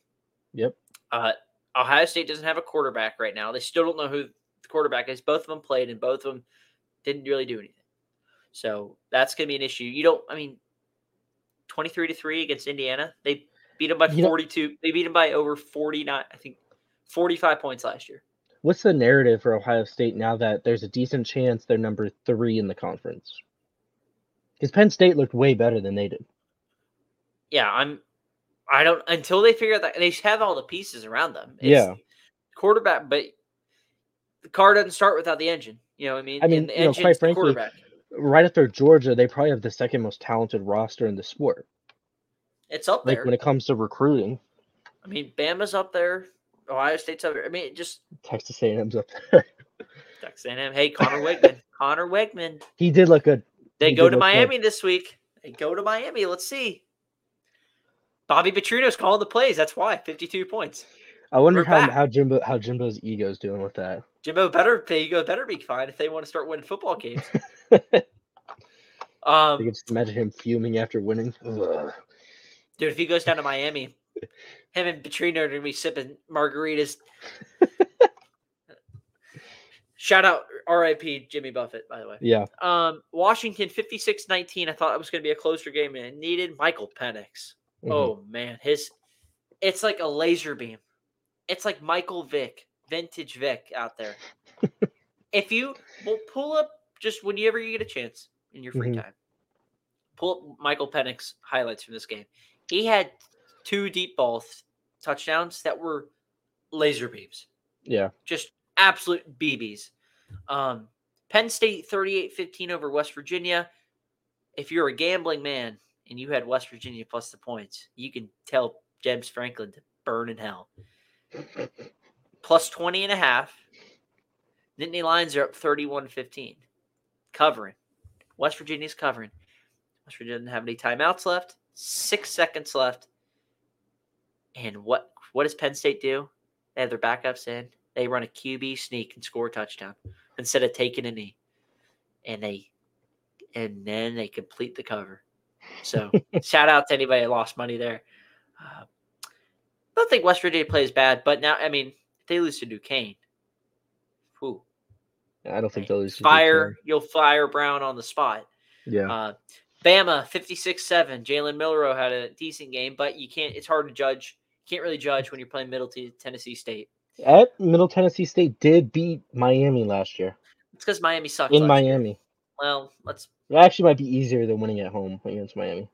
[SPEAKER 4] Yep.
[SPEAKER 3] Uh, Ohio State doesn't have a quarterback right now. They still don't know who the quarterback is. Both of them played, and both of them didn't really do anything. So that's going to be an issue. You don't. I mean, twenty-three to three against Indiana. They beat them by
[SPEAKER 4] You know-
[SPEAKER 3] forty-two. They beat them by over forty-nine. I think forty-five points last year.
[SPEAKER 4] What's the narrative for Ohio State now that there's a decent chance they're number three in the conference? Because Penn State looked way better than they did.
[SPEAKER 3] Yeah, I'm. I don't until they figure out that they have all the pieces around them.
[SPEAKER 4] Yeah.
[SPEAKER 3] quarterback, but the car doesn't start without the engine. You know what I mean?
[SPEAKER 4] I mean,
[SPEAKER 3] and the
[SPEAKER 4] you know,
[SPEAKER 3] engine's
[SPEAKER 4] quite
[SPEAKER 3] the
[SPEAKER 4] frankly,
[SPEAKER 3] quarterback.
[SPEAKER 4] Right after Georgia, they probably have the second most talented roster in the sport.
[SPEAKER 3] It's up
[SPEAKER 4] Like
[SPEAKER 3] there.
[SPEAKER 4] when it comes to recruiting,
[SPEAKER 3] I mean, Bama's up there. Ohio State's up there. I mean, it just
[SPEAKER 4] Texas A&M's up there.
[SPEAKER 3] Texas A&M. Hey, Connor Wegman. Connor Wegman.
[SPEAKER 4] he did look good.
[SPEAKER 3] They
[SPEAKER 4] He
[SPEAKER 3] go
[SPEAKER 4] did
[SPEAKER 3] to
[SPEAKER 4] look good.
[SPEAKER 3] Miami this week. They go to Miami. Let's see. Bobby Petrino's calling the plays. That's why 52 points.
[SPEAKER 4] I wonder
[SPEAKER 3] We're
[SPEAKER 4] how,
[SPEAKER 3] back.
[SPEAKER 4] how Jimbo how Jimbo's ego's doing with that.
[SPEAKER 3] Jimbo better they go better be fine if they want to start winning football games. um,
[SPEAKER 4] I can just imagine him fuming after winning. Ugh.
[SPEAKER 3] Dude, if he goes down to Miami, him and Petrino are gonna be sipping margaritas. Shout out RIP Jimmy Buffett, by the way.
[SPEAKER 4] Yeah,
[SPEAKER 3] Um, Washington 56-19. I thought it was gonna be a closer game and it needed Michael Penix.
[SPEAKER 4] mhm.
[SPEAKER 3] Oh man, his it's like a laser beam. It's like Michael Vick, vintage Vick out there. if you will pull up just whenever you get a chance in your free
[SPEAKER 4] Mhm.
[SPEAKER 3] time, pull up Michael Penix highlights from this game. He had two deep ball th- touchdowns that were laser beams
[SPEAKER 4] Yeah.
[SPEAKER 3] just absolute BBs. Um, Penn State 38 15 over West Virginia. If you're a gambling man and you had West Virginia plus the points, you can tell James Franklin to burn in hell. plus 20 and a half. Nittany Lions are up 31 15. Covering. West Virginia's covering. West Virginia doesn't have any timeouts left. Six seconds left. And what what does Penn State do? They have their backups in. They run a QB sneak and score a touchdown instead of taking a knee. And they and then they complete the cover. So shout out to anybody that lost money there. Uh, I don't think West Virginia plays bad, but now I mean if they lose to Duquesne. Whew,
[SPEAKER 4] I don't think
[SPEAKER 3] right?
[SPEAKER 4] they'll lose. to
[SPEAKER 3] fire you'll fire Brown on the spot.
[SPEAKER 4] Duke, man. Yeah.
[SPEAKER 3] Uh, Bama 56-7. Jalen Milrow had a decent game, but you can't. It's hard to judge. You can't really judge when you're playing Middle T- Tennessee State.
[SPEAKER 4] At Middle Tennessee State did beat Miami last year
[SPEAKER 3] It's because Miami sucks.
[SPEAKER 4] in
[SPEAKER 3] last year.
[SPEAKER 4] Miami.
[SPEAKER 3] Well, let's
[SPEAKER 4] It actually might be easier than winning at home against Miami.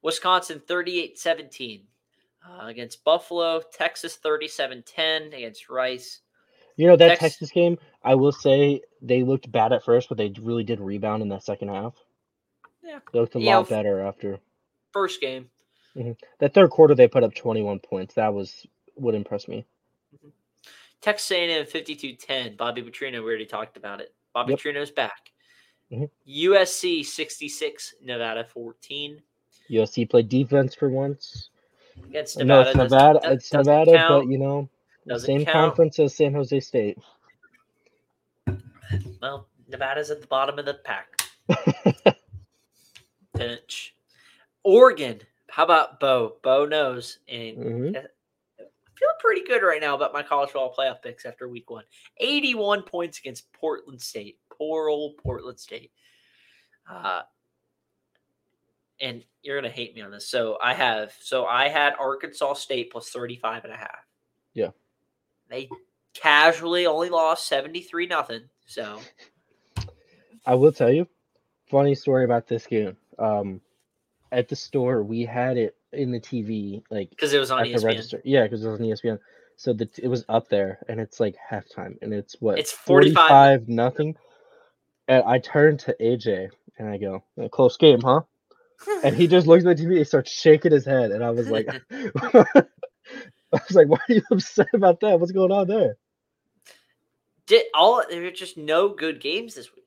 [SPEAKER 3] Wisconsin 38-17 uh, against Buffalo. Texas 37-10 against Rice.
[SPEAKER 4] You know that
[SPEAKER 3] Tex-
[SPEAKER 4] Texas game. I will say they looked bad at first, but they really did rebound in that second half.
[SPEAKER 3] Yeah.
[SPEAKER 4] they looked a
[SPEAKER 3] Yeah,
[SPEAKER 4] lot
[SPEAKER 3] f-
[SPEAKER 4] better after
[SPEAKER 3] First game.
[SPEAKER 4] that third quarter. They put up twenty one points. That was what impressed me.
[SPEAKER 3] Texas A&M 52-10. Bobby Petrino, we already talked about it. Bobby
[SPEAKER 4] Yep.
[SPEAKER 3] Petrino's back.
[SPEAKER 4] Mhm.
[SPEAKER 3] USC 66, Nevada 14
[SPEAKER 4] USC played defense for once.
[SPEAKER 3] against
[SPEAKER 4] I know
[SPEAKER 3] Nevada.
[SPEAKER 4] it's
[SPEAKER 3] doesn't-
[SPEAKER 4] Nevada.
[SPEAKER 3] does-
[SPEAKER 4] it's
[SPEAKER 3] doesn't
[SPEAKER 4] Nevada,
[SPEAKER 3] count.
[SPEAKER 4] but you know,
[SPEAKER 3] Doesn't
[SPEAKER 4] same
[SPEAKER 3] count.
[SPEAKER 4] conference as San Jose State.
[SPEAKER 3] Well, Nevada's at the bottom of the pack. Pinch. Oregon. How about Bo? Bo knows. And
[SPEAKER 4] Mhm.
[SPEAKER 3] feeling pretty good right now about my college football playoff picks after week one. 81 points against Portland State. Poor old Portland State. Uh, and you're going to hate me on this. So I have, so I had Arkansas State plus 35 and a half.
[SPEAKER 4] Yeah.
[SPEAKER 3] They casually only lost 73 nothing. So
[SPEAKER 4] I will tell you, funny story about this game. Um, at the store, we had it in the TV, like
[SPEAKER 3] because it was on E
[SPEAKER 4] at the
[SPEAKER 3] ESPN.
[SPEAKER 4] register. Yeah, because it was on E ESPN. So the it was up there, and it's like halftime, and it's what
[SPEAKER 3] It's 45.
[SPEAKER 4] nothing. And I turn to AJ and I go, "A "Close game, huh?" And he just looks at the TV, he starts shaking his head, and I was like, "I was like, why are you upset about that? What's going on there?"
[SPEAKER 3] did all there were just no good games this week.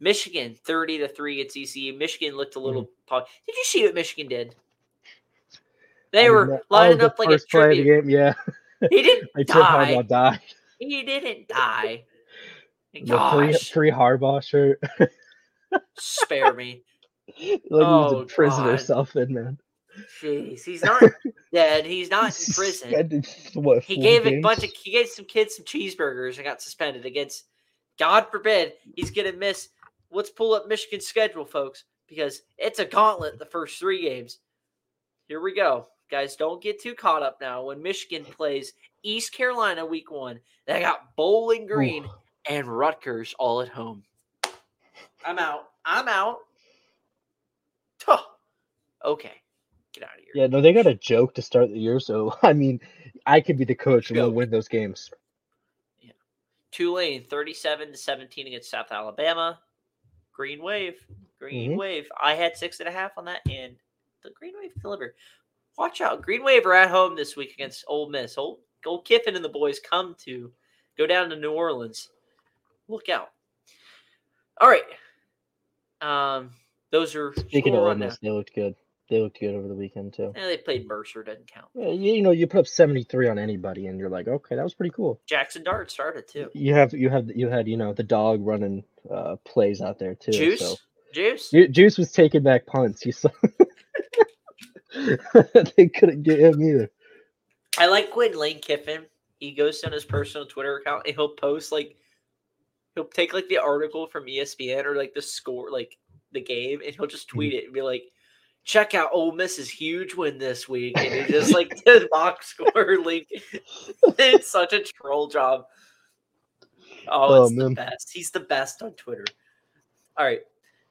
[SPEAKER 3] Michigan thirty to three at CCU. Michigan looked a little.
[SPEAKER 4] Hmm.
[SPEAKER 3] pog- Did you see what Michigan did? They
[SPEAKER 4] I
[SPEAKER 3] were
[SPEAKER 4] know- oh,
[SPEAKER 3] lining
[SPEAKER 4] the
[SPEAKER 3] up like a
[SPEAKER 4] first play of the
[SPEAKER 3] tribute.
[SPEAKER 4] game. Yeah,
[SPEAKER 3] He didn't
[SPEAKER 4] I took
[SPEAKER 3] die.
[SPEAKER 4] Harbaugh die.
[SPEAKER 3] He didn't die.
[SPEAKER 4] The free,
[SPEAKER 3] Gosh,
[SPEAKER 4] free Harbaugh shirt,
[SPEAKER 3] spare me.
[SPEAKER 4] like he was
[SPEAKER 3] Oh,
[SPEAKER 4] in prison or
[SPEAKER 3] God.
[SPEAKER 4] something, man.
[SPEAKER 3] Jeez, he's not dead. He's not in prison.
[SPEAKER 4] Suspended for what,
[SPEAKER 3] He
[SPEAKER 4] four
[SPEAKER 3] gave a
[SPEAKER 4] games?
[SPEAKER 3] bunch of he gave some kids some cheeseburgers and got suspended against. God forbid he's gonna miss. Let's pull up Michigan's schedule, folks, because it's a gauntlet the first three games. Here we go, guys. Don't get too caught up now. When Michigan plays East Carolina week one, they got Bowling Green and Rutgers all at home. I'm out. I'm out. Tuh. Okay, get out of here.
[SPEAKER 4] Yeah, no, they got a joke to start the year. So I mean, I could be the coach and we'll
[SPEAKER 3] Joke.
[SPEAKER 4] win those games.
[SPEAKER 3] Tulane 37 to 17 against South Alabama. Green wave. Green
[SPEAKER 4] Mhm.
[SPEAKER 3] wave. I had six and a half on that, and the Green Wave delivered. Watch out. Green Wave are at home this week against Ole Miss. Old, old Kiffin and the boys come to go down to New Orleans. Look out. All right. Um, those are
[SPEAKER 4] Speaking
[SPEAKER 3] school
[SPEAKER 4] of Ole
[SPEAKER 3] rundown.
[SPEAKER 4] Miss, they looked good. They looked good over the weekend too.
[SPEAKER 3] Eh, they played Mercer, doesn't count.
[SPEAKER 4] Yeah, you, you know, you put up seventy three on anybody, and you're like, okay, that was pretty cool.
[SPEAKER 3] Jackson Dart started too.
[SPEAKER 4] You have you have you had you know the dog running uh, plays out there too.
[SPEAKER 3] Juice?
[SPEAKER 4] So.
[SPEAKER 3] Juice?
[SPEAKER 4] Ju- Juice was taking back punts. You saw. they couldn't get him either.
[SPEAKER 3] I like Quinn Lane Kiffin. He goes on his personal Twitter account and he'll post like he'll take like the article from E ESPN or like the score, like the game, and he'll just tweet it and be like, "Check out Ole Miss's huge win this week," and he just like the box score link. it's such a troll job.
[SPEAKER 4] Oh,
[SPEAKER 3] Oh, it's the
[SPEAKER 4] man.
[SPEAKER 3] best. He's the best on Twitter. All right.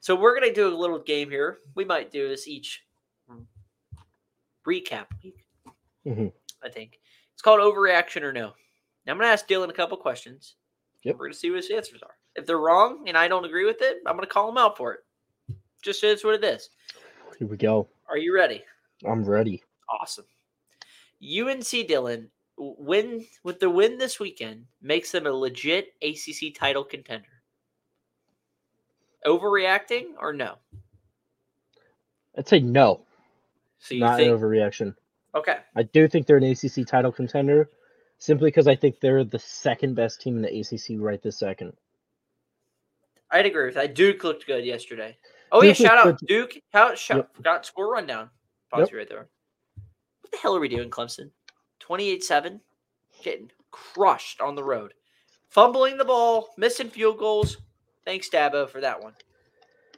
[SPEAKER 3] So we're gonna do a little game here. We might do this each recap week.
[SPEAKER 4] Mhm.
[SPEAKER 3] I think it's called overreaction or no. Now I'm gonna ask Dylan a couple questions.
[SPEAKER 4] Yep.
[SPEAKER 3] We're gonna see what his answers are. If they're wrong and I don't agree with it, I'm gonna call him out for it. Just so it's what it is.
[SPEAKER 4] Here we go.
[SPEAKER 3] Are you ready?
[SPEAKER 4] I'm ready.
[SPEAKER 3] Awesome. UNC Dylan w- win with the win this weekend makes them a legit ACC title contender. Overreacting or no?
[SPEAKER 4] I'd say no,
[SPEAKER 3] So you
[SPEAKER 4] not
[SPEAKER 3] think
[SPEAKER 4] an overreaction.
[SPEAKER 3] okay?
[SPEAKER 4] I do think they're an ACC title contender, simply because I think they're the second best team in the ACC right this second.
[SPEAKER 3] I'd agree with that. Duke looked good yesterday. Oh
[SPEAKER 4] Duke looked
[SPEAKER 3] yeah, shout out
[SPEAKER 4] good.
[SPEAKER 3] Duke. How shout
[SPEAKER 4] Yep.
[SPEAKER 3] forgot score rundown. Pause
[SPEAKER 4] Yep.
[SPEAKER 3] you right there. What the hell are we doing, Clemson? Twenty-eight seven, getting crushed on the road, fumbling the ball, missing field goals. Thanks, Dabo, for that one.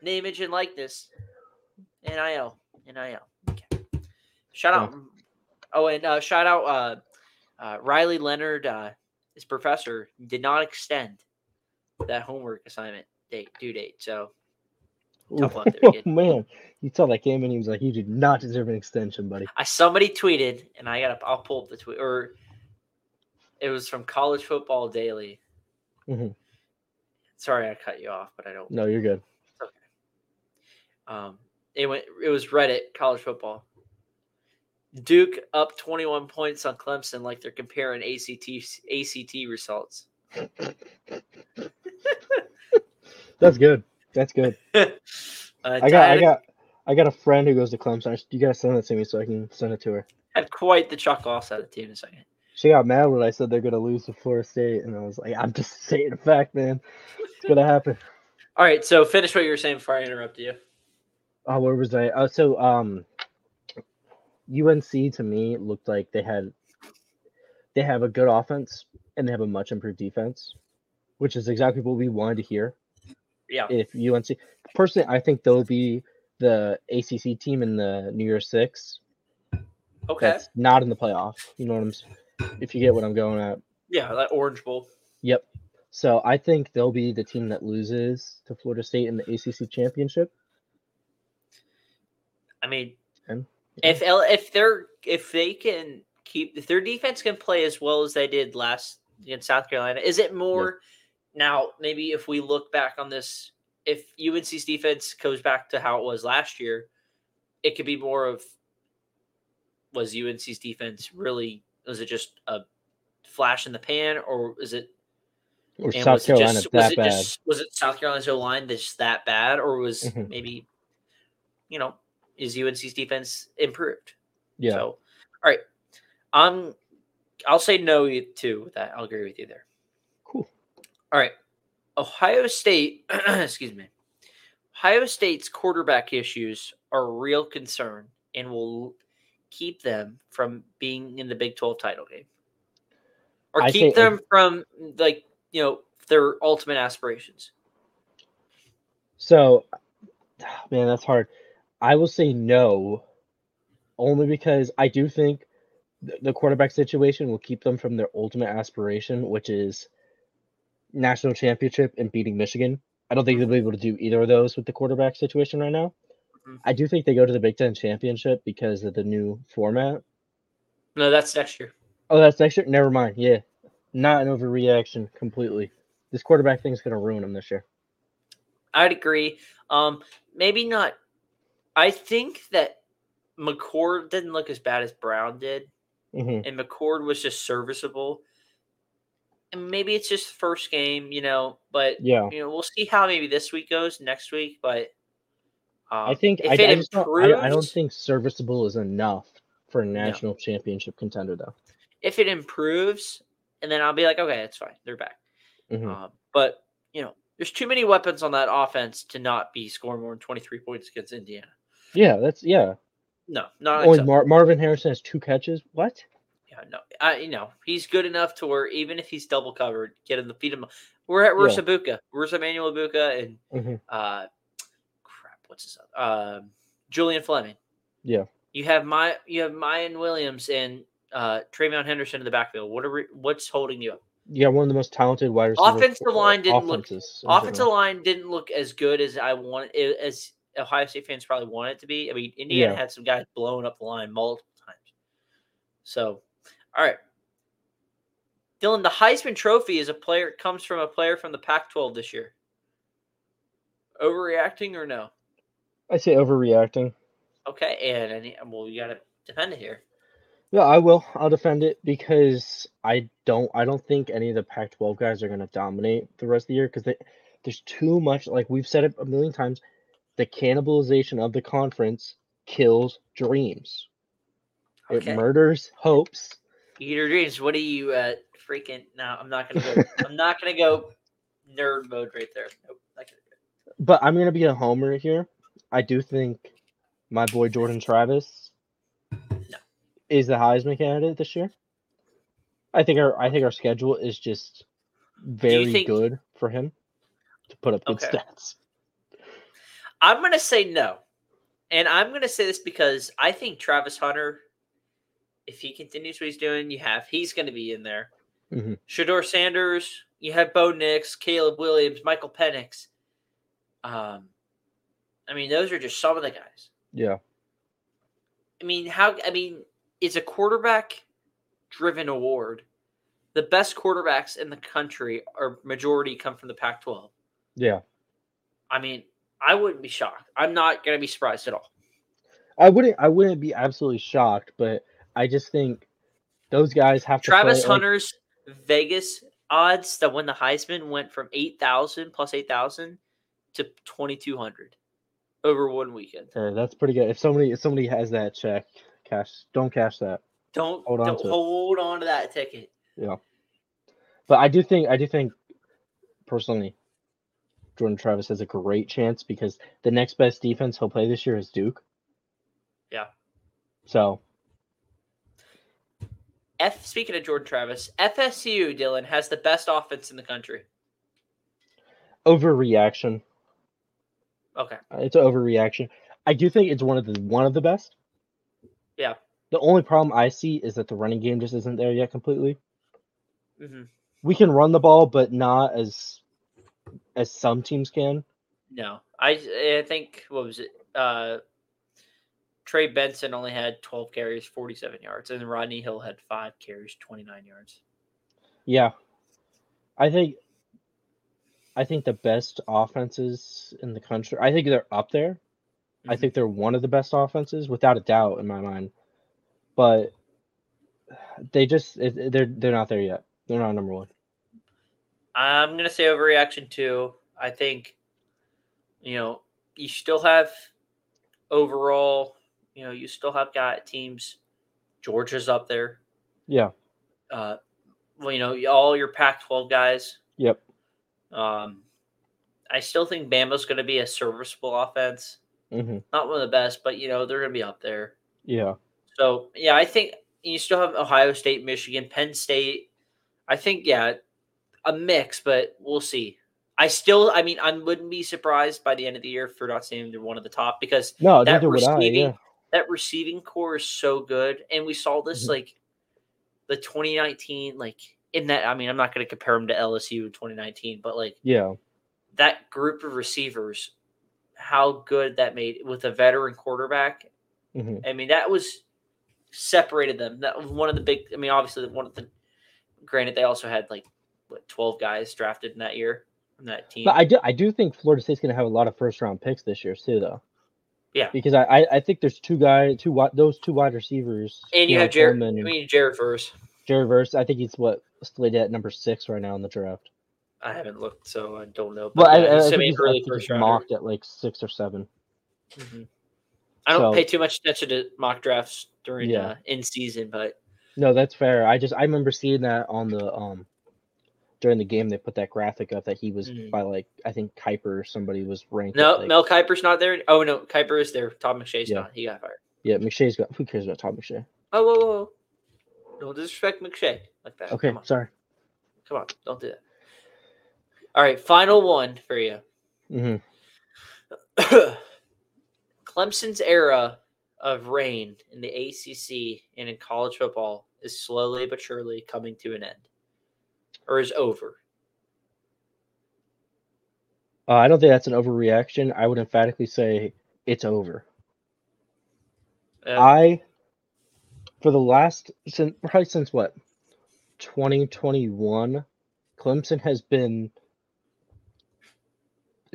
[SPEAKER 3] Name, image, and likeness. NIL, NIL. Okay. Shout out. Oh, and uh, shout out uh, uh, Riley Leonard. Uh, his professor did not extend that homework assignment date due date. So Tough luck there,
[SPEAKER 4] Oh
[SPEAKER 3] kid.
[SPEAKER 4] man, you saw that game and he was like, "You did not deserve an extension, buddy."
[SPEAKER 3] I somebody tweeted, and I got to I'll pull up the tweet, or it was from College Football Daily.
[SPEAKER 4] Mhm.
[SPEAKER 3] Sorry, I cut you off, but I don't.
[SPEAKER 4] No, you're good.
[SPEAKER 3] Um, it went. It was Reddit College Football. Duke up twenty one points on Clemson, like they're comparing ACT ACT results.
[SPEAKER 4] That's good. That's good.
[SPEAKER 3] uh,
[SPEAKER 4] I got, I got, I got a friend who goes to Clemson. I s- You gotta send that to me so I can send it to her.
[SPEAKER 3] had quite the chuckle. I'll send it to you in a second.
[SPEAKER 4] She got mad when I said they're gonna lose to Florida State, and I was like, "I'm just saying a fact, man. It's gonna happen."
[SPEAKER 3] All right, so finish what you were saying before I interrupt you.
[SPEAKER 4] Oh, where was I? Oh, so um, UNC to me looked like they had they have a good offense and they have a much improved defense, which is exactly what we wanted to hear.
[SPEAKER 3] Yeah.
[SPEAKER 4] If UNC personally, I think they'll be the ACC team in the New Year Six
[SPEAKER 3] Okay.
[SPEAKER 4] that's not in the playoff. You know what I'm s- if you get what I'm going at.
[SPEAKER 3] yeah, that Orange Bowl.
[SPEAKER 4] Yep. So I think they'll be the team that loses to Florida State in the ACC championship.
[SPEAKER 3] I mean,
[SPEAKER 4] Okay.
[SPEAKER 3] if L, if they're if they can keep if their defense can play as well as they did last against South Carolina, is it more now? Maybe if we look back on this, if UNC's defense goes back to how it was last year, it could be more of was UNC's defense really was it just a flash in the pan or is it
[SPEAKER 4] Or
[SPEAKER 3] And
[SPEAKER 4] South
[SPEAKER 3] was it
[SPEAKER 4] Carolina
[SPEAKER 3] just, was
[SPEAKER 4] that
[SPEAKER 3] it
[SPEAKER 4] bad.
[SPEAKER 3] just was it South Carolina's O line that's just that bad, or was
[SPEAKER 4] Mhm.
[SPEAKER 3] maybe you know is UNC's defense improved?
[SPEAKER 4] yeah.
[SPEAKER 3] So, all right, I'm I'll say no too with that. I'll agree with you there.
[SPEAKER 4] Cool.
[SPEAKER 3] All right, Ohio State. excuse me. Ohio State's quarterback issues are a real concern and will keep them from being in the Big 12 title game or
[SPEAKER 4] I
[SPEAKER 3] keep
[SPEAKER 4] think-
[SPEAKER 3] them from like, you know, their ultimate aspirations.
[SPEAKER 4] So, man, that's hard. I will say no, only because I do think th- the quarterback situation will keep them from their ultimate aspiration, which is national championship and beating Michigan. I don't think they'll be able to do either of those with the quarterback situation right now.
[SPEAKER 3] Mhm.
[SPEAKER 4] I do think they go to the Big Ten championship because of the new format.
[SPEAKER 3] No, that's next year.
[SPEAKER 4] Oh, that's next year. Never mind. Yeah, not an overreaction completely. This quarterback thing's gonna ruin them this year.
[SPEAKER 3] I'd agree. Um, maybe not. I think that McCord didn't look as bad as Brown did.
[SPEAKER 4] hmm
[SPEAKER 3] and McCord was just serviceable. And maybe it's just first game, you know, but
[SPEAKER 4] Yeah.
[SPEAKER 3] you know, we'll see how maybe this week goes next week. But um,
[SPEAKER 4] I think
[SPEAKER 3] if
[SPEAKER 4] I,
[SPEAKER 3] it
[SPEAKER 4] I just don't, I,
[SPEAKER 3] improves,
[SPEAKER 4] don't- I don't think serviceable is enough for a
[SPEAKER 3] No.
[SPEAKER 4] national championship contender, though.
[SPEAKER 3] if it improves, and then I'll be like, okay, it's fine, they're back.
[SPEAKER 4] Mhm.
[SPEAKER 3] Um, but you know, there's too many weapons on that offense to not be scoring more than 23 points against Indiana.
[SPEAKER 4] Yeah, that's yeah.
[SPEAKER 3] No, not
[SPEAKER 4] Only
[SPEAKER 3] acceptable.
[SPEAKER 4] Mar- Marvin Harrison has two catches. What?
[SPEAKER 3] Yeah, no, I you know he's good enough to where even if he's double covered, get him the feed him. We're at where's
[SPEAKER 4] Yeah.
[SPEAKER 3] Ibuka? Where's Emmanuel Ibuka and
[SPEAKER 4] Mhm.
[SPEAKER 3] uh, crap? What's his other? Um, Julian Fleming.
[SPEAKER 4] Yeah.
[SPEAKER 3] You have my you have Mayan Williams and uh, Trayvon Henderson in the backfield. What are we, what's holding you up?
[SPEAKER 4] yeah, one of the most talented wide receivers.
[SPEAKER 3] Offensive line didn't look.
[SPEAKER 4] offenses in
[SPEAKER 3] Offensive
[SPEAKER 4] general.
[SPEAKER 3] line didn't look as good as I wanted, as Ohio State fans probably wanted it to be. I mean, Indiana
[SPEAKER 4] Yeah.
[SPEAKER 3] had some guys blowing up the line multiple times. So, all right, Dylan, the Heisman Trophy is a player comes from a player from the Pac-12 this year. Overreacting or no?
[SPEAKER 4] I say overreacting.
[SPEAKER 3] Okay, and, any well, you got to defend it here.
[SPEAKER 4] Yeah, I will. I'll defend it because I don't. I don't think any of the Pac-12 guys are going to dominate the rest of the year because there's too much. Like we've said it a million times, the cannibalization of the conference kills dreams.
[SPEAKER 3] Okay.
[SPEAKER 4] It murders hopes.
[SPEAKER 3] Eat your dreams. What are you uh, freaking? No, I'm not gonna go. I'm not gonna go nerd mode right there. Nope, not gonna do it.
[SPEAKER 4] But I'm going to be a homer here. I do think my boy Jordan Travis is the Heisman candidate this year. I think our I think our schedule is just very
[SPEAKER 3] think-
[SPEAKER 4] good for him to put up good
[SPEAKER 3] Okay.
[SPEAKER 4] stats.
[SPEAKER 3] I'm gonna say no, and I'm gonna say this because I think Travis Hunter, if he continues what he's doing, you have he's gonna be in there.
[SPEAKER 4] Mhm.
[SPEAKER 3] Shador Sanders, you have Bo Nix, Caleb Williams, Michael Penix. Um, I mean, those are just some of the guys.
[SPEAKER 4] Yeah.
[SPEAKER 3] I mean, how? I mean, it's a quarterback-driven award. The best quarterbacks in the country are majority come from the Pac-12.
[SPEAKER 4] Yeah.
[SPEAKER 3] I mean, I wouldn't be shocked. I'm not gonna be surprised at all.
[SPEAKER 4] I wouldn't I wouldn't be absolutely shocked, but I just think those guys have to
[SPEAKER 3] Travis
[SPEAKER 4] play, like-
[SPEAKER 3] Hunter's Vegas odds that win the Heisman went from eight thousand plus eight thousand to twenty-two hundred over one weekend.
[SPEAKER 4] Okay, that's pretty good. If somebody if somebody has that check, cash don't cash that.
[SPEAKER 3] Don't
[SPEAKER 4] Hold on
[SPEAKER 3] don't
[SPEAKER 4] to it.
[SPEAKER 3] hold on to that ticket.
[SPEAKER 4] But I do think I do think personally Jordan Travis has a great chance because the next best defense he'll play this year is Duke.
[SPEAKER 3] Yeah.
[SPEAKER 4] So
[SPEAKER 3] F. Speaking of Jordan Travis, FSU Dylan has the best offense in the country.
[SPEAKER 4] overreaction.
[SPEAKER 3] Okay.
[SPEAKER 4] Uh, It's an overreaction. I do think it's one of the one of the best.
[SPEAKER 3] Yeah.
[SPEAKER 4] The only problem I see is that the running game just isn't there yet completely.
[SPEAKER 3] hmm
[SPEAKER 4] We can run the ball, but not as as some teams can.
[SPEAKER 3] No, I I think what was it? Uh, Trey Benson only had 12 carries, 47 yards, and Rodney Hill had five carries, 29 yards.
[SPEAKER 4] Yeah. I think I think the best offenses in the country. I think they're up there. I
[SPEAKER 3] Mhm.
[SPEAKER 4] think they're one of the best offenses without a doubt in my mind. But they just it- it- they're they're not there yet. They're not number one.
[SPEAKER 3] I'm gonna say overreaction too. I think, you know, you still have overall, you know, you still have got teams. Georgia's up there.
[SPEAKER 4] Yeah.
[SPEAKER 3] Uh, well, you know, all your Pac-12 guys.
[SPEAKER 4] Yep.
[SPEAKER 3] Um, I still think Bama's gonna be a serviceable offense.
[SPEAKER 4] hmm
[SPEAKER 3] not one of the best, but you know they're going to be up there.
[SPEAKER 4] Yeah.
[SPEAKER 3] So yeah, I think you still have Ohio State, Michigan, Penn State. I think yeah, a mix, but we'll see. I still, I mean, I wouldn't be surprised by the end of the year for not seeing they're one of the top because
[SPEAKER 4] No,
[SPEAKER 3] that
[SPEAKER 4] neither would I.
[SPEAKER 3] receiving
[SPEAKER 4] Yeah.
[SPEAKER 3] that receiving core is so good, and we saw this
[SPEAKER 4] Mhm.
[SPEAKER 3] like the 2019 like in that. I mean, I'm not going to compare them to LSU in 2019, but like
[SPEAKER 4] Yeah.
[SPEAKER 3] that group of receivers, how good that made with a veteran quarterback
[SPEAKER 4] hmm
[SPEAKER 3] I mean, that was separated them. That was one of the big. I mean, obviously, one of the. Granted, they also had like what twelve guys drafted in that year from that team.
[SPEAKER 4] But I do I do think Florida State's gonna have a lot of first round picks this year too, though.
[SPEAKER 3] Yeah.
[SPEAKER 4] Because I I, I think there's two guy two wide those two wide receivers
[SPEAKER 3] and you
[SPEAKER 4] Deion
[SPEAKER 3] have Jared. I
[SPEAKER 4] Coleman and-
[SPEAKER 3] mean, Jared first.
[SPEAKER 4] Jerry Verse, I think he's what slated at number six right now in the draft.
[SPEAKER 3] I haven't looked, so I don't know.
[SPEAKER 4] Well,
[SPEAKER 3] yeah,
[SPEAKER 4] I, I,
[SPEAKER 3] he's
[SPEAKER 4] I
[SPEAKER 3] gonna
[SPEAKER 4] think
[SPEAKER 3] be an
[SPEAKER 4] he's, I
[SPEAKER 3] early
[SPEAKER 4] think
[SPEAKER 3] first
[SPEAKER 4] he's
[SPEAKER 3] rounder.
[SPEAKER 4] mocked at like six or seven.
[SPEAKER 3] Mhm. I
[SPEAKER 4] So-
[SPEAKER 3] don't pay too much attention to mock drafts during
[SPEAKER 4] Yeah.
[SPEAKER 3] uh, in season, but
[SPEAKER 4] No, that's fair. I just I remember seeing that on the um during the game they put that graphic up that he was
[SPEAKER 3] Mhm.
[SPEAKER 4] by like I think Kuiper or somebody was ranked. at,
[SPEAKER 3] no,
[SPEAKER 4] like-
[SPEAKER 3] Mel Kiper's not there. Oh no, Kiper is there. Tom McShay's
[SPEAKER 4] Yeah.
[SPEAKER 3] not. He got fired.
[SPEAKER 4] Yeah, McShay's got. Who cares about Tom McShay?
[SPEAKER 3] Oh, whoa, whoa, whoa! Don't disrespect McShay like that.
[SPEAKER 4] Okay,
[SPEAKER 3] Come on.
[SPEAKER 4] sorry.
[SPEAKER 3] Come on, don't do that. All right, final one for you.
[SPEAKER 4] hmm
[SPEAKER 3] Clemson's era of reign in the ACC and in college football is slowly but surely coming to an end. or is over?
[SPEAKER 4] Uh, I don't think that's an overreaction. I would emphatically say it's over.
[SPEAKER 3] Uh,
[SPEAKER 4] I, for the last since probably since what, 2021, Clemson has been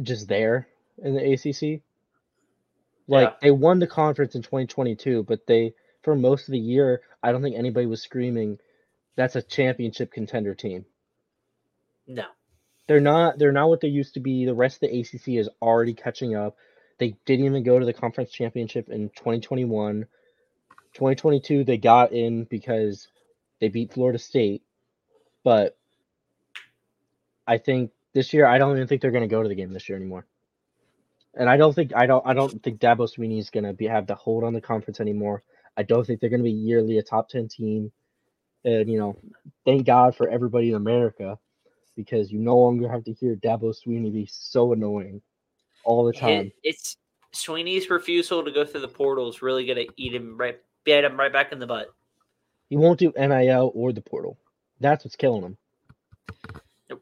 [SPEAKER 4] just there in the ACC. Like
[SPEAKER 3] Yeah.
[SPEAKER 4] they won the conference in 2022, but they for most of the year, I don't think anybody was screaming, "That's a championship contender team."
[SPEAKER 3] no.
[SPEAKER 4] They're not. They're not what they used to be. The rest of the ACC is already catching up. They didn't even go to the conference championship in 2021. 2022 they got in because they beat Florida State, but I think this year I don't even think they're going to go to the game this year anymore. And I don't think I don't I don't think Dabo Sweeney is going to be have the hold on the conference anymore. I don't think they're going to be yearly a top 10 team. And you know, thank God for everybody in America because you no longer have to hear Dabo Sweeney be so annoying all the time.
[SPEAKER 3] It- it's Sweeney's refusal to go through the portal is really going to eat him right, bite him right back in the butt.
[SPEAKER 4] He won't do NIL or the portal. That's what's killing him.
[SPEAKER 3] Yep.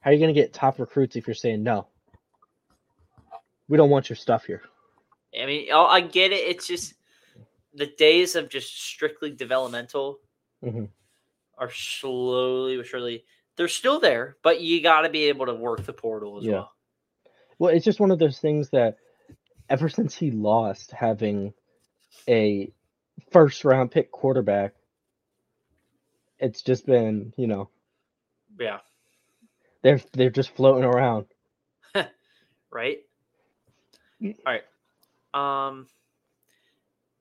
[SPEAKER 4] How are you going to get top recruits if you're saying no? We don't want your stuff here.
[SPEAKER 3] I mean, oh, I I get it. It's just the days of just strictly developmental
[SPEAKER 4] Mhm.
[SPEAKER 3] are slowly but surely they're still there, but you got to be able to work the portal as
[SPEAKER 4] Yeah.
[SPEAKER 3] well.
[SPEAKER 4] Well, it's just one of those things that ever since he lost having a first round pick quarterback, it's just been, you know,
[SPEAKER 3] Yeah,
[SPEAKER 4] they're they're just floating around.
[SPEAKER 3] right.
[SPEAKER 4] Y-
[SPEAKER 3] All right. Um.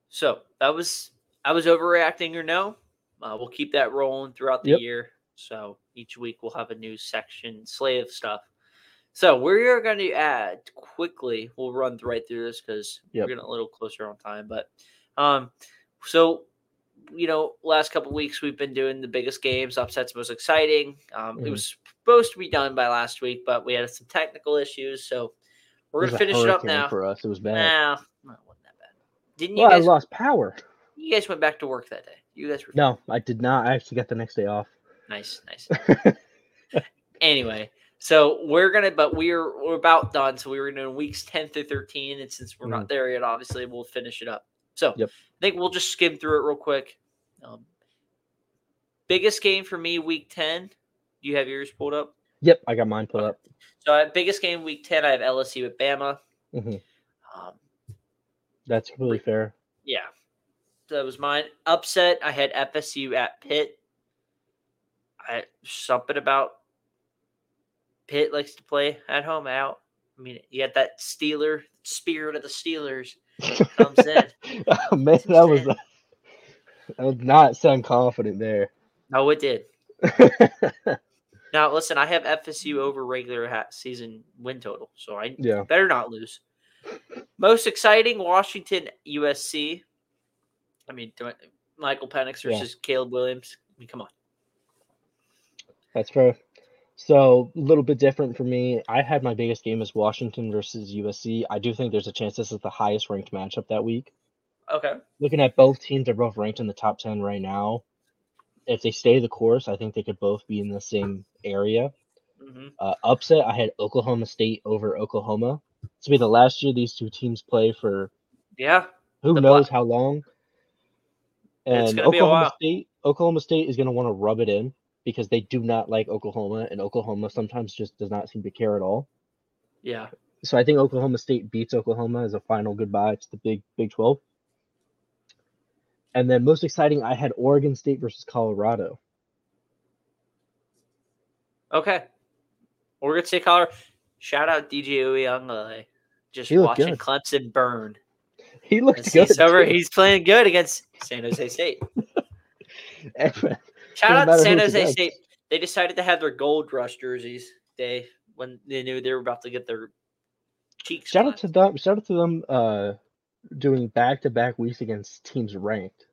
[SPEAKER 3] So that was I was overreacting or no? Uh, we'll keep that rolling throughout the
[SPEAKER 4] Yep.
[SPEAKER 3] year. So each week we'll have a new section slate of stuff. So we're going to add quickly. We'll run th- right through this because
[SPEAKER 4] Yep.
[SPEAKER 3] we're getting a little closer on time. But um, so you know, last couple weeks we've been doing the biggest games, upsets, most exciting. Um, It
[SPEAKER 4] Mhm.
[SPEAKER 3] was supposed to be done by last week, but we had some technical issues, so
[SPEAKER 4] It
[SPEAKER 3] we're going
[SPEAKER 4] was
[SPEAKER 3] to
[SPEAKER 4] a
[SPEAKER 3] finish it up
[SPEAKER 4] hurricane
[SPEAKER 3] now.
[SPEAKER 4] For us, it was bad.
[SPEAKER 3] Nah, no, it wasn't that bad. Didn't you
[SPEAKER 4] well,
[SPEAKER 3] guys?
[SPEAKER 4] I lost power.
[SPEAKER 3] You guys went back to work that day. You guys were
[SPEAKER 4] No, I did not. I actually got the next day off.
[SPEAKER 3] nice, nice. anyway, so we're gonna, but we're we're about done. So we were doing weeks ten through thirteen, and since we're not there yet, obviously we'll finish it up. So
[SPEAKER 4] Mm-hmm. Yep.
[SPEAKER 3] I think we'll just skim through it real quick. Um, biggest game for me, week ten. You have yours pulled up.
[SPEAKER 4] Yep, I got mine put up.
[SPEAKER 3] So I have biggest game week ten. I have LSU with Bama.
[SPEAKER 4] Mhm.
[SPEAKER 3] Um,
[SPEAKER 4] That's really fair.
[SPEAKER 3] yeah, that was mine. Upset. I had FSU at Pitt. I something about Pitt likes to play at home out. I mean, you got that Steeler spirit of the Steelers comes in.
[SPEAKER 4] Oh, man,
[SPEAKER 3] That's
[SPEAKER 4] that was
[SPEAKER 3] insane.
[SPEAKER 4] that was not sound confident there.
[SPEAKER 3] No, it did. Now listen, I have FSU over regular hat season win total, so I
[SPEAKER 4] yeah,
[SPEAKER 3] Better not lose. Most exciting Washington USC. I mean, do I- Michael Penix
[SPEAKER 4] Yeah.
[SPEAKER 3] versus Caleb Williams. I mean, come on.
[SPEAKER 4] that's fair. So a little bit different for me. I had my biggest game as Washington versus USC. I do think there's a chance this is the highest ranked matchup that week.
[SPEAKER 3] Okay.
[SPEAKER 4] Looking at both teams, they're both ranked in the top ten right now. If they stay the course, I think they could both be in the same area.
[SPEAKER 3] hmm
[SPEAKER 4] Uh, upset, I had Oklahoma State over Oklahoma. This will be the last year these two teams play for
[SPEAKER 3] Yeah.
[SPEAKER 4] who
[SPEAKER 3] The
[SPEAKER 4] knows
[SPEAKER 3] Black-
[SPEAKER 4] how long. And
[SPEAKER 3] It's gonna
[SPEAKER 4] Oklahoma
[SPEAKER 3] be a while.
[SPEAKER 4] State, Oklahoma State is going to want to rub it in because they do not like Oklahoma, and Oklahoma sometimes just does not seem to care at all.
[SPEAKER 3] Yeah.
[SPEAKER 4] So I think Oklahoma State beats Oklahoma as a final goodbye to the Big Big Twelve. And then most exciting, I had Oregon State versus Colorado.
[SPEAKER 3] Okay. Oregon State, Colorado. Shout out DJ Uyunglele. Just
[SPEAKER 4] He looked
[SPEAKER 3] watching
[SPEAKER 4] good.
[SPEAKER 3] Clemson burn.
[SPEAKER 4] He looked
[SPEAKER 3] Since
[SPEAKER 4] good.
[SPEAKER 3] He's over.
[SPEAKER 4] too.
[SPEAKER 3] He's playing good against San Jose State.
[SPEAKER 4] uh,
[SPEAKER 3] Shout
[SPEAKER 4] Doesn't
[SPEAKER 3] out to
[SPEAKER 4] matter
[SPEAKER 3] San
[SPEAKER 4] who it's
[SPEAKER 3] Jose
[SPEAKER 4] against.
[SPEAKER 3] State. They decided to have their gold rush jerseys day when they knew they were about to get their cheeks.
[SPEAKER 4] Shout out
[SPEAKER 3] clapped.
[SPEAKER 4] to them. Shout out to them uh, doing back to back weeks against teams ranked.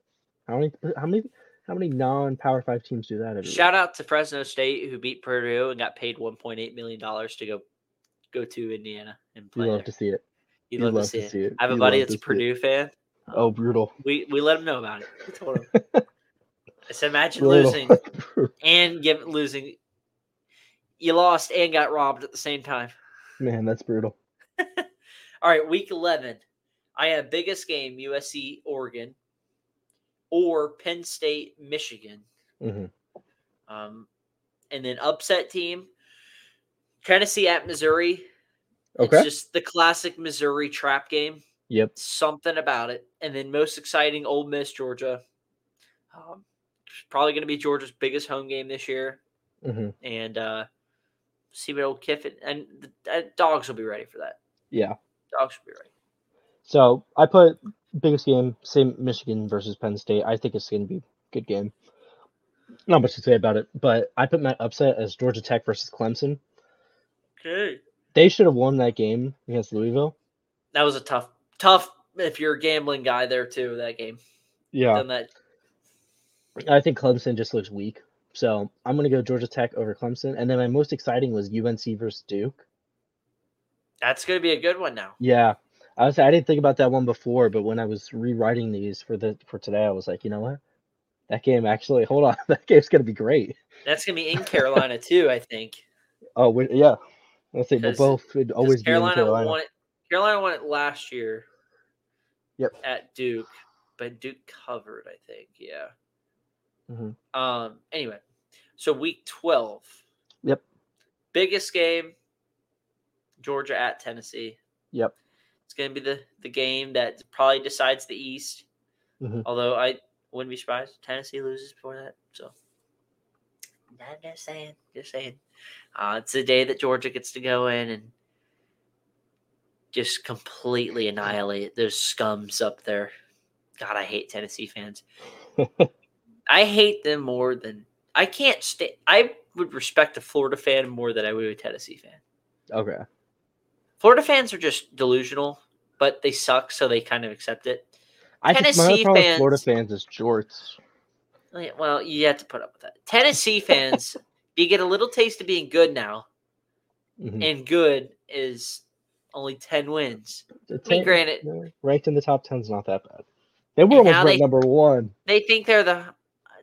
[SPEAKER 4] How many? How many? How many non Power Five teams do that? Every week?
[SPEAKER 3] Shout out to Fresno State who beat Purdue and got paid 1.8 million dollars to go go to Indiana and
[SPEAKER 4] You
[SPEAKER 3] play.
[SPEAKER 4] love
[SPEAKER 3] there.
[SPEAKER 4] to see it.
[SPEAKER 3] You'd
[SPEAKER 4] you
[SPEAKER 3] love, to see, it. I have a
[SPEAKER 4] You
[SPEAKER 3] buddy
[SPEAKER 4] love to
[SPEAKER 3] that's a
[SPEAKER 4] see it.
[SPEAKER 3] Purdue fan.
[SPEAKER 4] Oh, brutal.
[SPEAKER 3] We we let him know about it. We told him. Just imagine losing
[SPEAKER 4] Brutal.
[SPEAKER 3] and give, losing. You lost and got robbed at the same time.
[SPEAKER 4] Man, that's brutal.
[SPEAKER 3] All right, week 11. I have biggest game USC Oregon or Penn State Michigan.
[SPEAKER 4] hmm
[SPEAKER 3] Um, and then upset team Tennessee at Missouri.
[SPEAKER 4] Okay.
[SPEAKER 3] It's just the classic Missouri trap game.
[SPEAKER 4] Yep.
[SPEAKER 3] Something about it. And then most exciting Ole Miss Georgia. Um, it's probably going to be Georgia's biggest home game this year.
[SPEAKER 4] hmm
[SPEAKER 3] And uh, see what old Kiffin and the uh, dogs will be ready for that.
[SPEAKER 4] Yeah.
[SPEAKER 3] Dogs will be ready.
[SPEAKER 4] So I put biggest game, same Michigan versus Penn State. I think it's going to be a good game. Not much to say about it, but I put my upset as Georgia Tech versus Clemson.
[SPEAKER 3] Okay.
[SPEAKER 4] They should have won that game against Louisville.
[SPEAKER 3] that was a tough, tough. If you're a gambling guy, there too, that game.
[SPEAKER 4] Yeah.
[SPEAKER 3] Done that.
[SPEAKER 4] I think Clemson just looks weak. So I'm going to go Georgia Tech over Clemson. And then my most exciting was UNC versus Duke.
[SPEAKER 3] That's going to be a good one now.
[SPEAKER 4] Yeah. I was, I didn't think about that one before, but when I was rewriting these for the for today, I was like, you know what? That game actually, hold on, that game's gonna be great.
[SPEAKER 3] That's going to be in Carolina too. I think
[SPEAKER 4] Oh, we yeah. Let's say we'll
[SPEAKER 3] 'Cause-
[SPEAKER 4] both would
[SPEAKER 3] 'Cause
[SPEAKER 4] always
[SPEAKER 3] Carolina,
[SPEAKER 4] be in Carolina.
[SPEAKER 3] won it. Carolina won it last year.
[SPEAKER 4] Yep.
[SPEAKER 3] At Duke, but Duke covered. I think. Yeah.
[SPEAKER 4] Mhm.
[SPEAKER 3] Um. Anyway, so week twelve.
[SPEAKER 4] Yep.
[SPEAKER 3] Biggest game. Georgia at Tennessee.
[SPEAKER 4] Yep.
[SPEAKER 3] It's going to be the the game that probably decides the East.
[SPEAKER 4] Mhm.
[SPEAKER 3] Although I wouldn't be surprised if Tennessee loses before that. So I'm just saying, just saying, uh, it's the day that Georgia gets to go in and just completely annihilate those scums up there. God, I hate Tennessee fans. I hate them more than I can't stay. I would respect a Florida fan more than I would a Tennessee fan.
[SPEAKER 4] Okay.
[SPEAKER 3] Florida fans are just delusional, but they suck, so they kind of accept it.
[SPEAKER 4] I think my other
[SPEAKER 3] Tennessee
[SPEAKER 4] problem with Florida
[SPEAKER 3] fans-
[SPEAKER 4] fans is jorts.
[SPEAKER 3] Yeah, Well, you have to put up with that. Tennessee fans, you get a little taste of being good now,
[SPEAKER 4] Mhm.
[SPEAKER 3] and good is only 10 wins.
[SPEAKER 4] The
[SPEAKER 3] I mean,
[SPEAKER 4] ten-
[SPEAKER 3] granted,
[SPEAKER 4] no, ranked in the top ten is not that bad. They were
[SPEAKER 3] And now
[SPEAKER 4] almost ranked
[SPEAKER 3] they-
[SPEAKER 4] number one.
[SPEAKER 3] they think they're the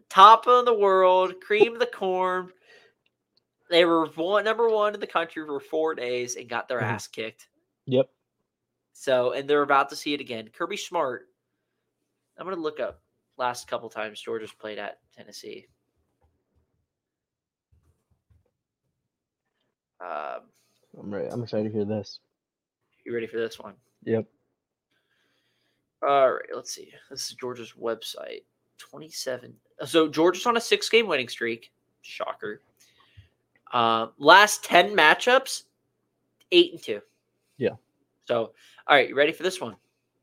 [SPEAKER 3] top of the world, cream of the corn. They were one, number one in the country for four days and got their
[SPEAKER 4] Mhm.
[SPEAKER 3] ass kicked.
[SPEAKER 4] Yep.
[SPEAKER 3] So, and they're about to see it again. Kirby Smart. I'm going to look up last couple times Georgia's played at Tennessee. Um,
[SPEAKER 4] I'm ready. I'm excited to hear this.
[SPEAKER 3] you ready for this one?
[SPEAKER 4] Yep.
[SPEAKER 3] All right, let's see. This is Georgia's website. 27. So Georgia's on a six game winning streak. Shocker. Uh, last 10 matchups, eight and two.
[SPEAKER 4] Yeah.
[SPEAKER 3] So, all right, you ready for this one?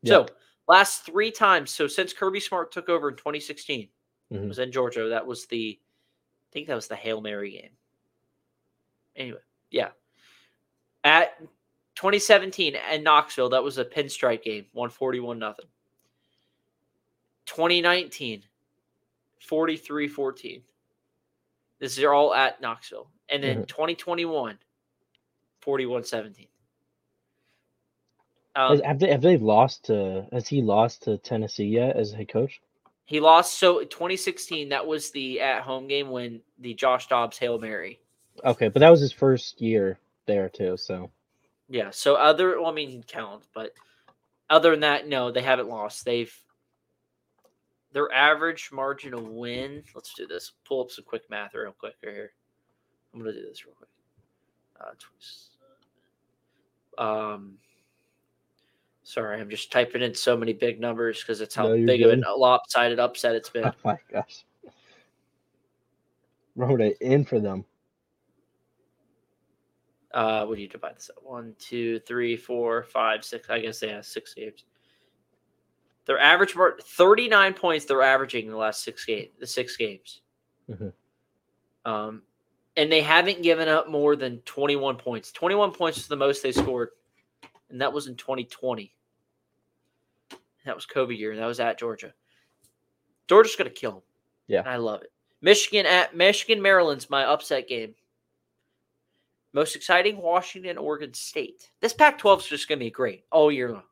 [SPEAKER 4] Yep.
[SPEAKER 3] So, last three times. So, since Kirby Smart took over in 2016,
[SPEAKER 4] Mhm.
[SPEAKER 3] it was in Georgia. That was the, I think that was the Hail Mary game. Anyway, yeah. At 2017 and Knoxville, that was a pinstripe game, 141 nothing. 2019, 43 14. This is all at Knoxville. And then 2021, 41 17. Um,
[SPEAKER 4] Has- have they have they lost to has he lost to Tennessee yet as head coach?
[SPEAKER 3] He lost. So 2016, that was the at home game when the Josh Dobbs Hail Mary.
[SPEAKER 4] Okay, but that was his first year there too, so
[SPEAKER 3] Yeah. So other, well, I mean, he counts, but other than that, no, they haven't lost. They've, their average margin of win. Let's do this. Pull up some quick math real quick right here. I'm going to do this real quick. Uh, tw- um, sorry, I'm just typing in so many big numbers because it's how
[SPEAKER 4] No, you're
[SPEAKER 3] big of
[SPEAKER 4] good.
[SPEAKER 3] an lopsided upset it's been.
[SPEAKER 4] oh my gosh. Wrote it in for them.
[SPEAKER 3] Uh, what do you divide this up? One, two, three, four, five, six. I guess they have six games. Their average mark thirty-nine points. They're averaging the last six game, the six games.
[SPEAKER 4] Mhm.
[SPEAKER 3] Um, and they haven't given up more than twenty-one points. Twenty-one points is the most they scored, and that was in twenty twenty. That was COVID year. and That was at Georgia. Georgia's gonna kill them.
[SPEAKER 4] Yeah.
[SPEAKER 3] and I love it. Michigan at Michigan, Maryland's my upset game. Most exciting Washington, Oregon State. This Pac 12 is just going to be great all year long.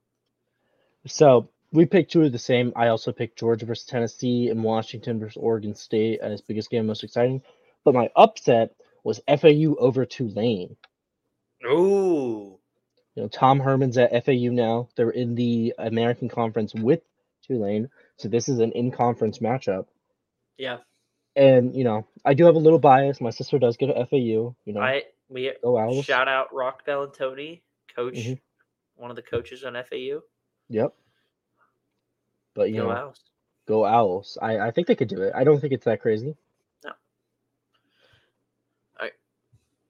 [SPEAKER 4] So we picked two of the same. I also picked Georgia versus Tennessee and Washington versus Oregon State as biggest game, most exciting. But my upset was FAU over Tulane.
[SPEAKER 3] Ooh.
[SPEAKER 4] You know, Tom Herman's at FAU now. They're in the American Conference with Tulane, so this is an in-conference matchup.
[SPEAKER 3] Yeah.
[SPEAKER 4] And you know, I do have a little bias. My sister does go to FAU. You know,
[SPEAKER 3] I we
[SPEAKER 4] go Owls.
[SPEAKER 3] shout out Rock Bell and Tony, coach,
[SPEAKER 4] Mhm.
[SPEAKER 3] one of the coaches on FAU.
[SPEAKER 4] Yep. But you
[SPEAKER 3] Go
[SPEAKER 4] know,
[SPEAKER 3] Owls.
[SPEAKER 4] go Owls. I I think they could do it. I don't think it's that crazy.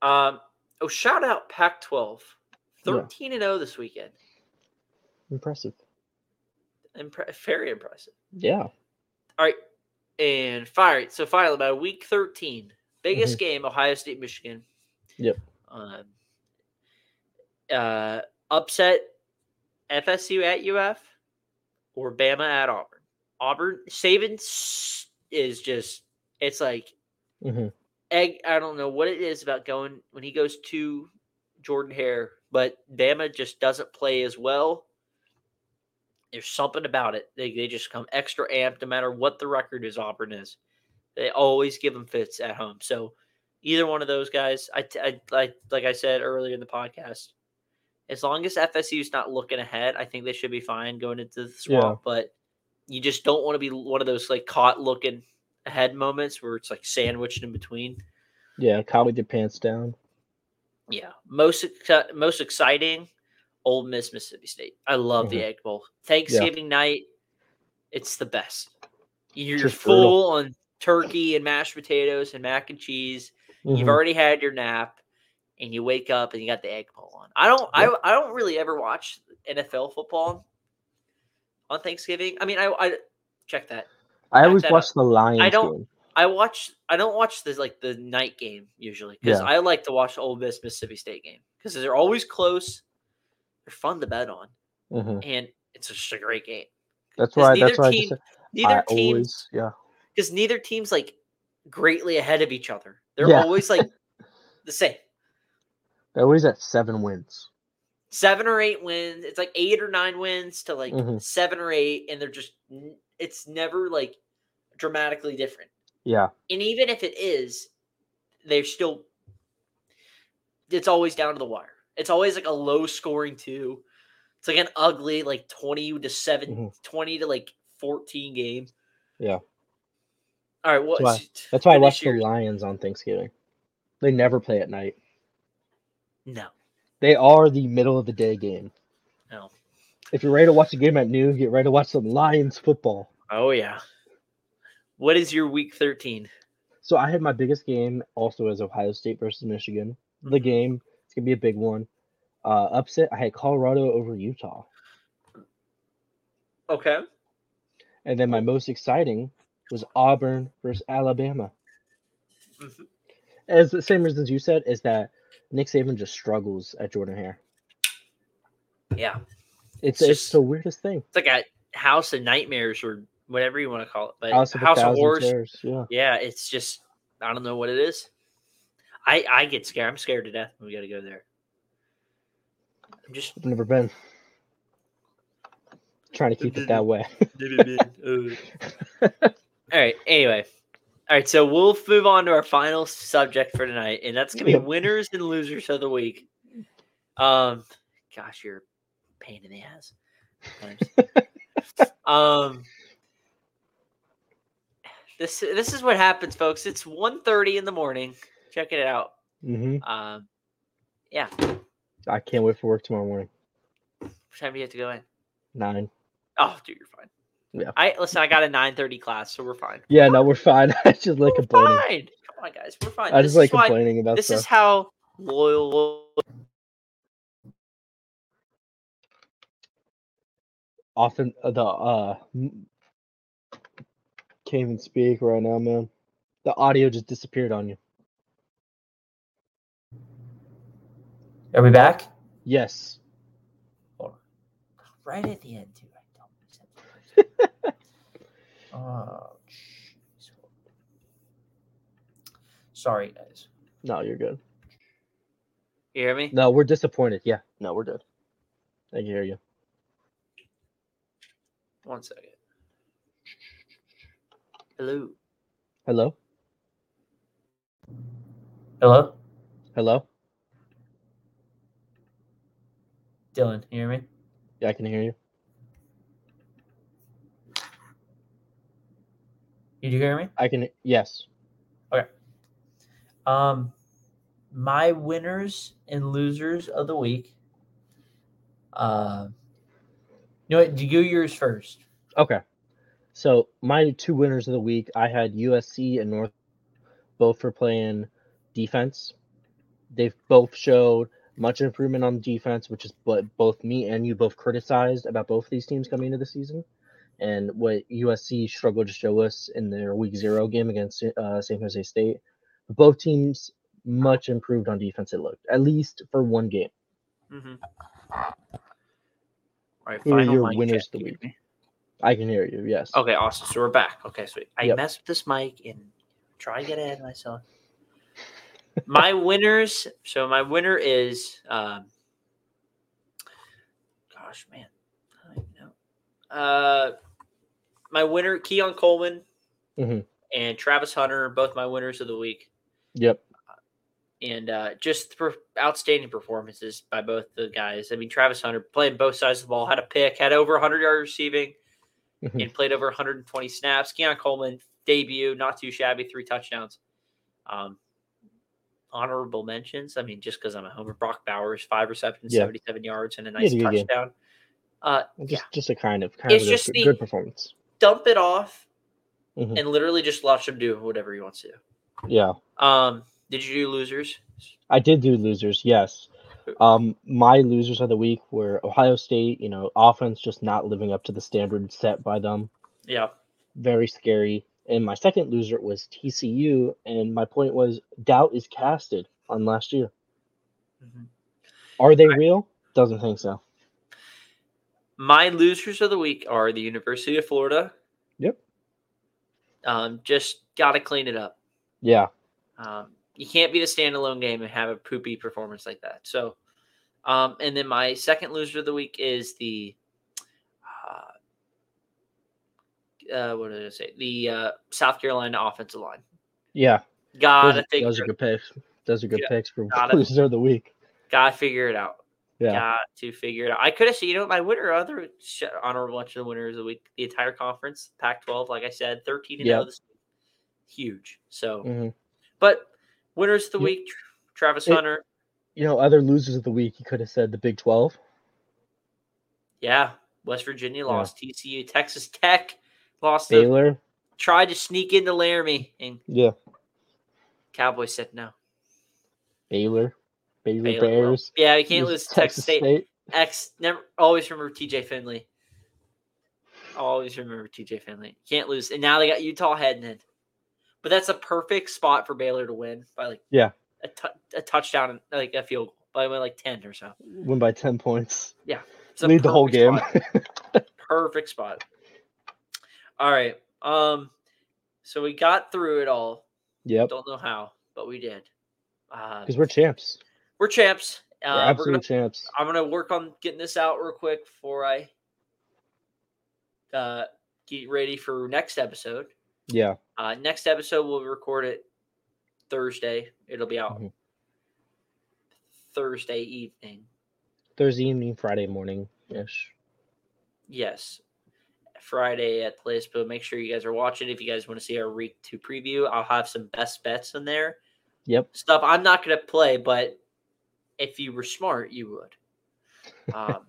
[SPEAKER 3] Um, oh, shout out Pac 12.
[SPEAKER 4] Yeah.
[SPEAKER 3] 13 and 0 this weekend.
[SPEAKER 4] Impressive.
[SPEAKER 3] Impre- very impressive.
[SPEAKER 4] Yeah.
[SPEAKER 3] All right. And fire it. So finally, by week 13, biggest game, Ohio State, Michigan.
[SPEAKER 4] Yep.
[SPEAKER 3] Um, uh, upset FSU at UF or Bama at Auburn. Auburn, Saban s- is just, it's like
[SPEAKER 4] hmm
[SPEAKER 3] egg. I don't know what it is about going when he goes to Jordan Hare, but Bama just doesn't play as well. There's something about it. They, they just come extra amped no matter what the record is. Auburn is. They always give them fits at home. So either one of those guys, I, t- I like like I said earlier in the podcast, as long as FSU's not looking ahead, I think they should be fine going into the swamp. But you just don't want to be one of those like caught looking ahead moments where it's like sandwiched in between.
[SPEAKER 4] Yeah. Caught with your pants down.
[SPEAKER 3] Yeah, most exci- most exciting, Old Miss Mississippi State. I love
[SPEAKER 4] Mm-hmm.
[SPEAKER 3] the Egg Bowl. Thanksgiving night, it's the best. You're
[SPEAKER 4] Just
[SPEAKER 3] full
[SPEAKER 4] brutal.
[SPEAKER 3] on turkey and mashed potatoes and mac and cheese.
[SPEAKER 4] Mhm.
[SPEAKER 3] You've already had your nap, and you wake up and you got the Egg Bowl on. I don't, I, I don't really ever watch NFL football on Thanksgiving. I mean, I, I check that.
[SPEAKER 4] I
[SPEAKER 3] back
[SPEAKER 4] always
[SPEAKER 3] that
[SPEAKER 4] watch the Lions.
[SPEAKER 3] I don't-
[SPEAKER 4] game.
[SPEAKER 3] I watch. I don't watch the like the night game usually because
[SPEAKER 4] Yeah.
[SPEAKER 3] I like to watch the Ole Miss Mississippi State game because they're always close. They're fun to bet on,
[SPEAKER 4] Mhm.
[SPEAKER 3] and it's just a great game.
[SPEAKER 4] That's
[SPEAKER 3] 'Cause
[SPEAKER 4] why.
[SPEAKER 3] neither
[SPEAKER 4] That's why. I,
[SPEAKER 3] team-
[SPEAKER 4] just, I
[SPEAKER 3] Neither team,
[SPEAKER 4] always. Yeah.
[SPEAKER 3] because neither team's like greatly ahead of each other. They're
[SPEAKER 4] Yeah.
[SPEAKER 3] always like the same,
[SPEAKER 4] They're always at seven wins.
[SPEAKER 3] seven or eight wins. It's like eight or nine wins to like
[SPEAKER 4] Mhm.
[SPEAKER 3] seven or eight, and they're just. n- It's never like dramatically different.
[SPEAKER 4] Yeah.
[SPEAKER 3] and even if it is, they're still. It's always down to the wire. It's always like a low scoring two. It's like an ugly like twenty to 7
[SPEAKER 4] Mhm.
[SPEAKER 3] 20 to like fourteen game.
[SPEAKER 4] Yeah.
[SPEAKER 3] All right. What?
[SPEAKER 4] why- That's why I
[SPEAKER 3] for this
[SPEAKER 4] watch the
[SPEAKER 3] year's-
[SPEAKER 4] Lions on Thanksgiving. They never play at night.
[SPEAKER 3] No,
[SPEAKER 4] They are the middle of the day game.
[SPEAKER 3] no.
[SPEAKER 4] If you're ready to watch a game at noon, get ready to watch some Lions football.
[SPEAKER 3] Oh yeah. What is your week thirteen?
[SPEAKER 4] So I had my biggest game also as Ohio State versus Michigan. The
[SPEAKER 3] Mhm.
[SPEAKER 4] game it's gonna be a big one. Uh, upset. I had Colorado over Utah,
[SPEAKER 3] Okay.
[SPEAKER 4] and then my most exciting was Auburn versus Alabama.
[SPEAKER 3] Mhm.
[SPEAKER 4] As the same reasons you said is that Nick Saban just struggles at Jordan Hare.
[SPEAKER 3] Yeah.
[SPEAKER 4] It's
[SPEAKER 3] It's
[SPEAKER 4] it's,
[SPEAKER 3] just-
[SPEAKER 4] the weirdest thing.
[SPEAKER 3] It's like a house of nightmares or whatever you want to call it, but
[SPEAKER 4] House of, a thousand
[SPEAKER 3] horrors.
[SPEAKER 4] Terrors, Yeah.
[SPEAKER 3] Yeah, it's just I don't know what it is. I I get scared. I'm scared to death when we got to go there. I'm just
[SPEAKER 4] I've never been. Trying to keep it that way.
[SPEAKER 3] Mm-hmm. all right. Anyway, all right. So we'll move on to our final subject for tonight, and that's gonna be
[SPEAKER 4] Yep.
[SPEAKER 3] winners and losers of the week. Um, gosh, you're a pain in the ass. sometimes. um, this this is what happens, folks. It's 1.30 in the morning. Check it out.
[SPEAKER 4] hmm
[SPEAKER 3] Um,
[SPEAKER 4] I can't wait for work tomorrow morning.
[SPEAKER 3] what time do you have to go in?
[SPEAKER 4] Nine.
[SPEAKER 3] Oh, dude, you're fine.
[SPEAKER 4] Yeah.
[SPEAKER 3] I listen. I got a 9:30 class, so we're fine.
[SPEAKER 4] Yeah, no, we're fine. I just like
[SPEAKER 3] we're
[SPEAKER 4] complaining.
[SPEAKER 3] fine. Come on, guys, we're fine.
[SPEAKER 4] I
[SPEAKER 3] this
[SPEAKER 4] just like
[SPEAKER 3] is why.
[SPEAKER 4] complaining about
[SPEAKER 3] This
[SPEAKER 4] stuff.
[SPEAKER 3] is how loyal.
[SPEAKER 4] Often uh, the uh m- can't even speak right now, man. The audio just disappeared on you.
[SPEAKER 3] Are we back?
[SPEAKER 4] Yes.
[SPEAKER 3] Right at the end, too. I don't understand. oh, jeez. Sorry, guys.
[SPEAKER 4] No, you're good.
[SPEAKER 3] You hear me?
[SPEAKER 4] No, we're disappointed. Yeah. No, we're good. I can hear you.
[SPEAKER 3] One second. Hello.
[SPEAKER 4] Hello?
[SPEAKER 3] Hello?
[SPEAKER 4] Hello?
[SPEAKER 3] Dylan, you hear me?
[SPEAKER 4] Yeah, I can hear you.
[SPEAKER 3] You do hear me?
[SPEAKER 4] I can yes.
[SPEAKER 3] Um, my winners and losers of the week. Uh, you know what? Do yours first.
[SPEAKER 4] Okay. So my two winners of the week, I had USC and North both for playing defense. They've both showed much improvement on defense, which is what both me and you both criticized about both of these teams coming into the season. And what USC struggled to show us in their week zero game against uh, San Jose State. Both teams much improved on defense, it looked, at least for one game.
[SPEAKER 3] Mm-hmm. All right,
[SPEAKER 4] Who are
[SPEAKER 3] final
[SPEAKER 4] your
[SPEAKER 3] mic
[SPEAKER 4] winners
[SPEAKER 3] check.
[SPEAKER 4] of the
[SPEAKER 3] You hear
[SPEAKER 4] week?
[SPEAKER 3] me?
[SPEAKER 4] I can hear you, yes.
[SPEAKER 3] Okay, awesome. So we're back. Okay, sweet. I
[SPEAKER 4] Yep.
[SPEAKER 3] messed with this mic and try to get ahead of myself. my winners. So my winner is, um, gosh, man, I don't even know. Uh, my winner, Keon Coleman,
[SPEAKER 4] Mhm.
[SPEAKER 3] and Travis Hunter, are both my winners of the week,
[SPEAKER 4] Yep.
[SPEAKER 3] and uh, just for outstanding performances by both the guys. I mean, Travis Hunter playing both sides of the ball, had a pick, had over 100 yard receiving
[SPEAKER 4] Mhm.
[SPEAKER 3] and played over 120 snaps. Keon Coleman debut, not too shabby, three touchdowns. Um, honorable mentions. I mean, just because I'm a homer, Brock Bowers, five receptions,
[SPEAKER 4] Yeah.
[SPEAKER 3] 77 yards, and a nice
[SPEAKER 4] had a good game.
[SPEAKER 3] touchdown. Uh,
[SPEAKER 4] Just
[SPEAKER 3] yeah,
[SPEAKER 4] just a kind of kind
[SPEAKER 3] It's
[SPEAKER 4] of a
[SPEAKER 3] just
[SPEAKER 4] good,
[SPEAKER 3] the-
[SPEAKER 4] good performance.
[SPEAKER 3] dump it off
[SPEAKER 4] Mhm.
[SPEAKER 3] and literally just watch him do whatever he wants to. do.
[SPEAKER 4] Yeah.
[SPEAKER 3] Um, did you do losers?
[SPEAKER 4] I did do losers, yes. Um, my losers of the week were Ohio State. You know, offense just not living up to the standard set by them.
[SPEAKER 3] Yeah,
[SPEAKER 4] Very scary. And my second loser was TCU, and my point was doubt is casted on last year.
[SPEAKER 3] Mhm.
[SPEAKER 4] Are they real? Doesn't think so.
[SPEAKER 3] my losers of the week are the University of Florida.
[SPEAKER 4] Yep.
[SPEAKER 3] Um, just gotta clean it up.
[SPEAKER 4] Yeah,
[SPEAKER 3] Um, you can't be the standalone game and have a poopy performance like that. So, um, and then my second loser of the week is the, uh, uh, what did I say? The uh, South Carolina offensive line.
[SPEAKER 4] yeah.
[SPEAKER 3] God,
[SPEAKER 4] Those,
[SPEAKER 3] I
[SPEAKER 4] are-
[SPEAKER 3] think
[SPEAKER 4] those are good picks. Those are good
[SPEAKER 3] Yeah,
[SPEAKER 4] picks for
[SPEAKER 3] gotta-
[SPEAKER 4] losers of the week.
[SPEAKER 3] got to figure it out.
[SPEAKER 4] Yeah,
[SPEAKER 3] Got to figure it out. I could have seen, you know, my winner, other sh- honorable mention of winners of the week, the entire conference, Pac-12. Like I said, thirteen and
[SPEAKER 4] Yeah.
[SPEAKER 3] zero this week, huge. So,
[SPEAKER 4] hmm
[SPEAKER 3] but winners of the
[SPEAKER 4] Yeah.
[SPEAKER 3] week, Travis
[SPEAKER 4] It-
[SPEAKER 3] Hunter.
[SPEAKER 4] you know, other losers of the week. You could have said the Big Twelve.
[SPEAKER 3] Yeah, West Virginia
[SPEAKER 4] Yeah.
[SPEAKER 3] lost. TCU, Texas Tech lost. to-
[SPEAKER 4] Baylor.
[SPEAKER 3] tried to sneak into Laramie, and
[SPEAKER 4] Yeah,
[SPEAKER 3] Cowboys said no.
[SPEAKER 4] Baylor. Baylor,
[SPEAKER 3] Baylor, well,
[SPEAKER 4] Bears.
[SPEAKER 3] Yeah, you can't
[SPEAKER 4] Lose
[SPEAKER 3] lose to Texas State. Ex, never, always remember T.J. Finley. Always remember T.J. Finley. Can't lose, and now they got Utah heading in. But that's a perfect spot for Baylor to win by like
[SPEAKER 4] Yeah.
[SPEAKER 3] a, tou- a touchdown, and like a field goal by like ten or so.
[SPEAKER 4] Win by ten points.
[SPEAKER 3] It's a
[SPEAKER 4] Lead the whole
[SPEAKER 3] perfect
[SPEAKER 4] game.
[SPEAKER 3] spot. perfect spot. All right. Um. So we got through it all.
[SPEAKER 4] yep.
[SPEAKER 3] Don't know how, but we did. Uh,
[SPEAKER 4] Because we're champs.
[SPEAKER 3] we're champs.
[SPEAKER 4] we're
[SPEAKER 3] Uh, we're
[SPEAKER 4] absolute
[SPEAKER 3] gonna,
[SPEAKER 4] champs.
[SPEAKER 3] I'm gonna work on getting this out real quick before I uh, get ready for next episode.
[SPEAKER 4] Yeah.
[SPEAKER 3] Uh, next episode we'll record it Thursday. It'll be out
[SPEAKER 4] Mhm.
[SPEAKER 3] Thursday evening.
[SPEAKER 4] Thursday evening, Friday morning ish.
[SPEAKER 3] Yes. Friday at the latest, but make sure you guys are watching. If you guys want to see our week two preview, I'll have some best bets in there.
[SPEAKER 4] Yep.
[SPEAKER 3] Stuff I'm not going to play, but if you were smart, you would. Um,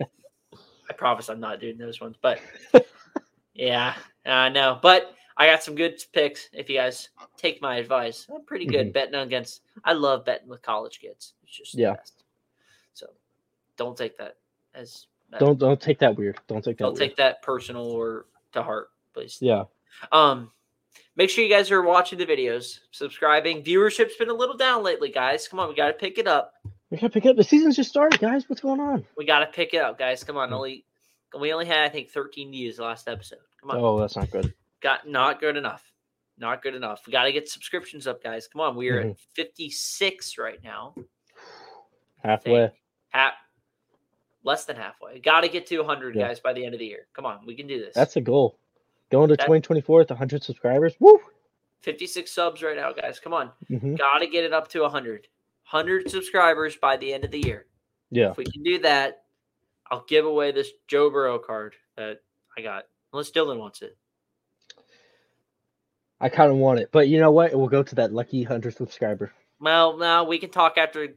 [SPEAKER 3] I promise I'm not doing those ones, but yeah, I know. But I got some good picks if you guys take my advice. I'm pretty good betting against, I love betting with college kids. It's just
[SPEAKER 4] Mhm. Yeah.
[SPEAKER 3] the best. So don't take that as
[SPEAKER 4] Don't don't take that weird. Don't take that
[SPEAKER 3] don't
[SPEAKER 4] weird.
[SPEAKER 3] take that personal or to heart, please.
[SPEAKER 4] yeah.
[SPEAKER 3] Um, make sure you guys are watching the videos, subscribing. Viewership's been a little down lately, guys. Come on, we gotta pick it up.
[SPEAKER 4] We gotta pick up the season's just started, guys. What's going on?
[SPEAKER 3] We gotta pick it up, guys. Come on,
[SPEAKER 4] Mm.
[SPEAKER 3] only we only had I think 13 views last episode. Come on,
[SPEAKER 4] Oh, that's not good.
[SPEAKER 3] got not good enough. Not good enough. We gotta get subscriptions up, guys. Come on, we are
[SPEAKER 4] Mm-hmm.
[SPEAKER 3] at 56 right now.
[SPEAKER 4] Halfway.
[SPEAKER 3] Hat. Less than halfway. Got to get to 100 yeah. guys by the end of the year. Come on, we can do this.
[SPEAKER 4] That's the goal. Going to that, 2024 with 100 subscribers. Woo!
[SPEAKER 3] 56 subs right now, guys. Come on. Mm-hmm. Got to get it up to 100. 100 subscribers by the end of the year.
[SPEAKER 4] Yeah.
[SPEAKER 3] If we can do that, I'll give away this Joe Burrow card that I got. Unless Dylan wants it.
[SPEAKER 4] I kind of want it, but you know what? It will go to that lucky 100 subscriber.
[SPEAKER 3] Well, now we can talk after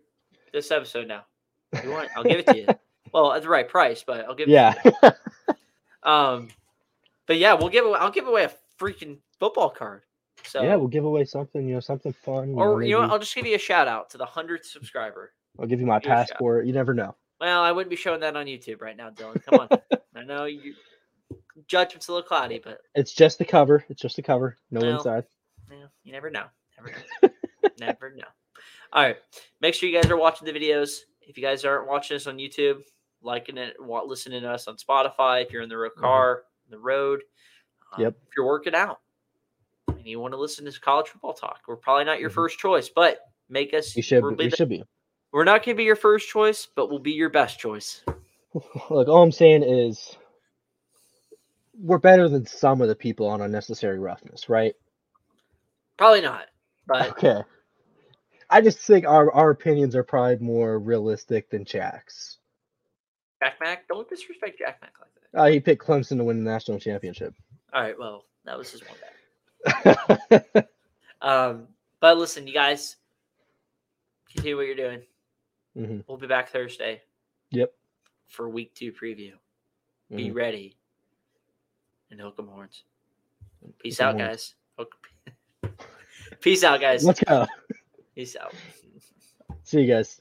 [SPEAKER 3] this episode now. If you want it, I'll give it to you. Well, at the right price, but I'll give it
[SPEAKER 4] yeah.
[SPEAKER 3] um, but yeah, we'll give away, I'll give away a freaking football card. So
[SPEAKER 4] yeah, we'll give away something, you know, something fun.
[SPEAKER 3] Or maybe. you know, what, I'll just give you a shout out to the hundredth subscriber.
[SPEAKER 4] I'll give you my give passport. You never know.
[SPEAKER 3] Well, I wouldn't be showing that on YouTube right now, Dylan. Come on. I know you judgment's a little cloudy, but
[SPEAKER 4] it's just the cover. It's just the cover. No well, inside.
[SPEAKER 3] Yeah, you never know. Never know. never know. All right. Make sure you guys are watching the videos. If you guys aren't watching us on YouTube, liking it, listening to us on Spotify. If you're in the car, mm-hmm. the road.
[SPEAKER 4] Um, yep.
[SPEAKER 3] If you're working out and you want to listen to college football talk, we're probably not your mm-hmm. first choice, but make us.
[SPEAKER 4] You should. We'll be, you should be.
[SPEAKER 3] We're not going to be your first choice, but we'll be your best choice.
[SPEAKER 4] Look, all I'm saying is we're better than some of the people on unnecessary roughness, right?
[SPEAKER 3] Probably not. But
[SPEAKER 4] okay, I just think our our opinions are probably more realistic than Jack's.
[SPEAKER 3] Jack Mac, don't disrespect Jack Mac like
[SPEAKER 4] that. Uh, he picked Clemson to win the national championship.
[SPEAKER 3] All right, well, that was his one
[SPEAKER 4] Mm-hmm.
[SPEAKER 3] bad. um, but listen, you guys, continue what you're doing.
[SPEAKER 4] Mm-hmm.
[SPEAKER 3] We'll be back Thursday.
[SPEAKER 4] Yep.
[SPEAKER 3] For week two preview. Mm-hmm. Be ready and hook 'em horns. Peace out, guys. Peace out, guys.
[SPEAKER 4] Let's go.
[SPEAKER 3] Peace out.
[SPEAKER 4] See you guys.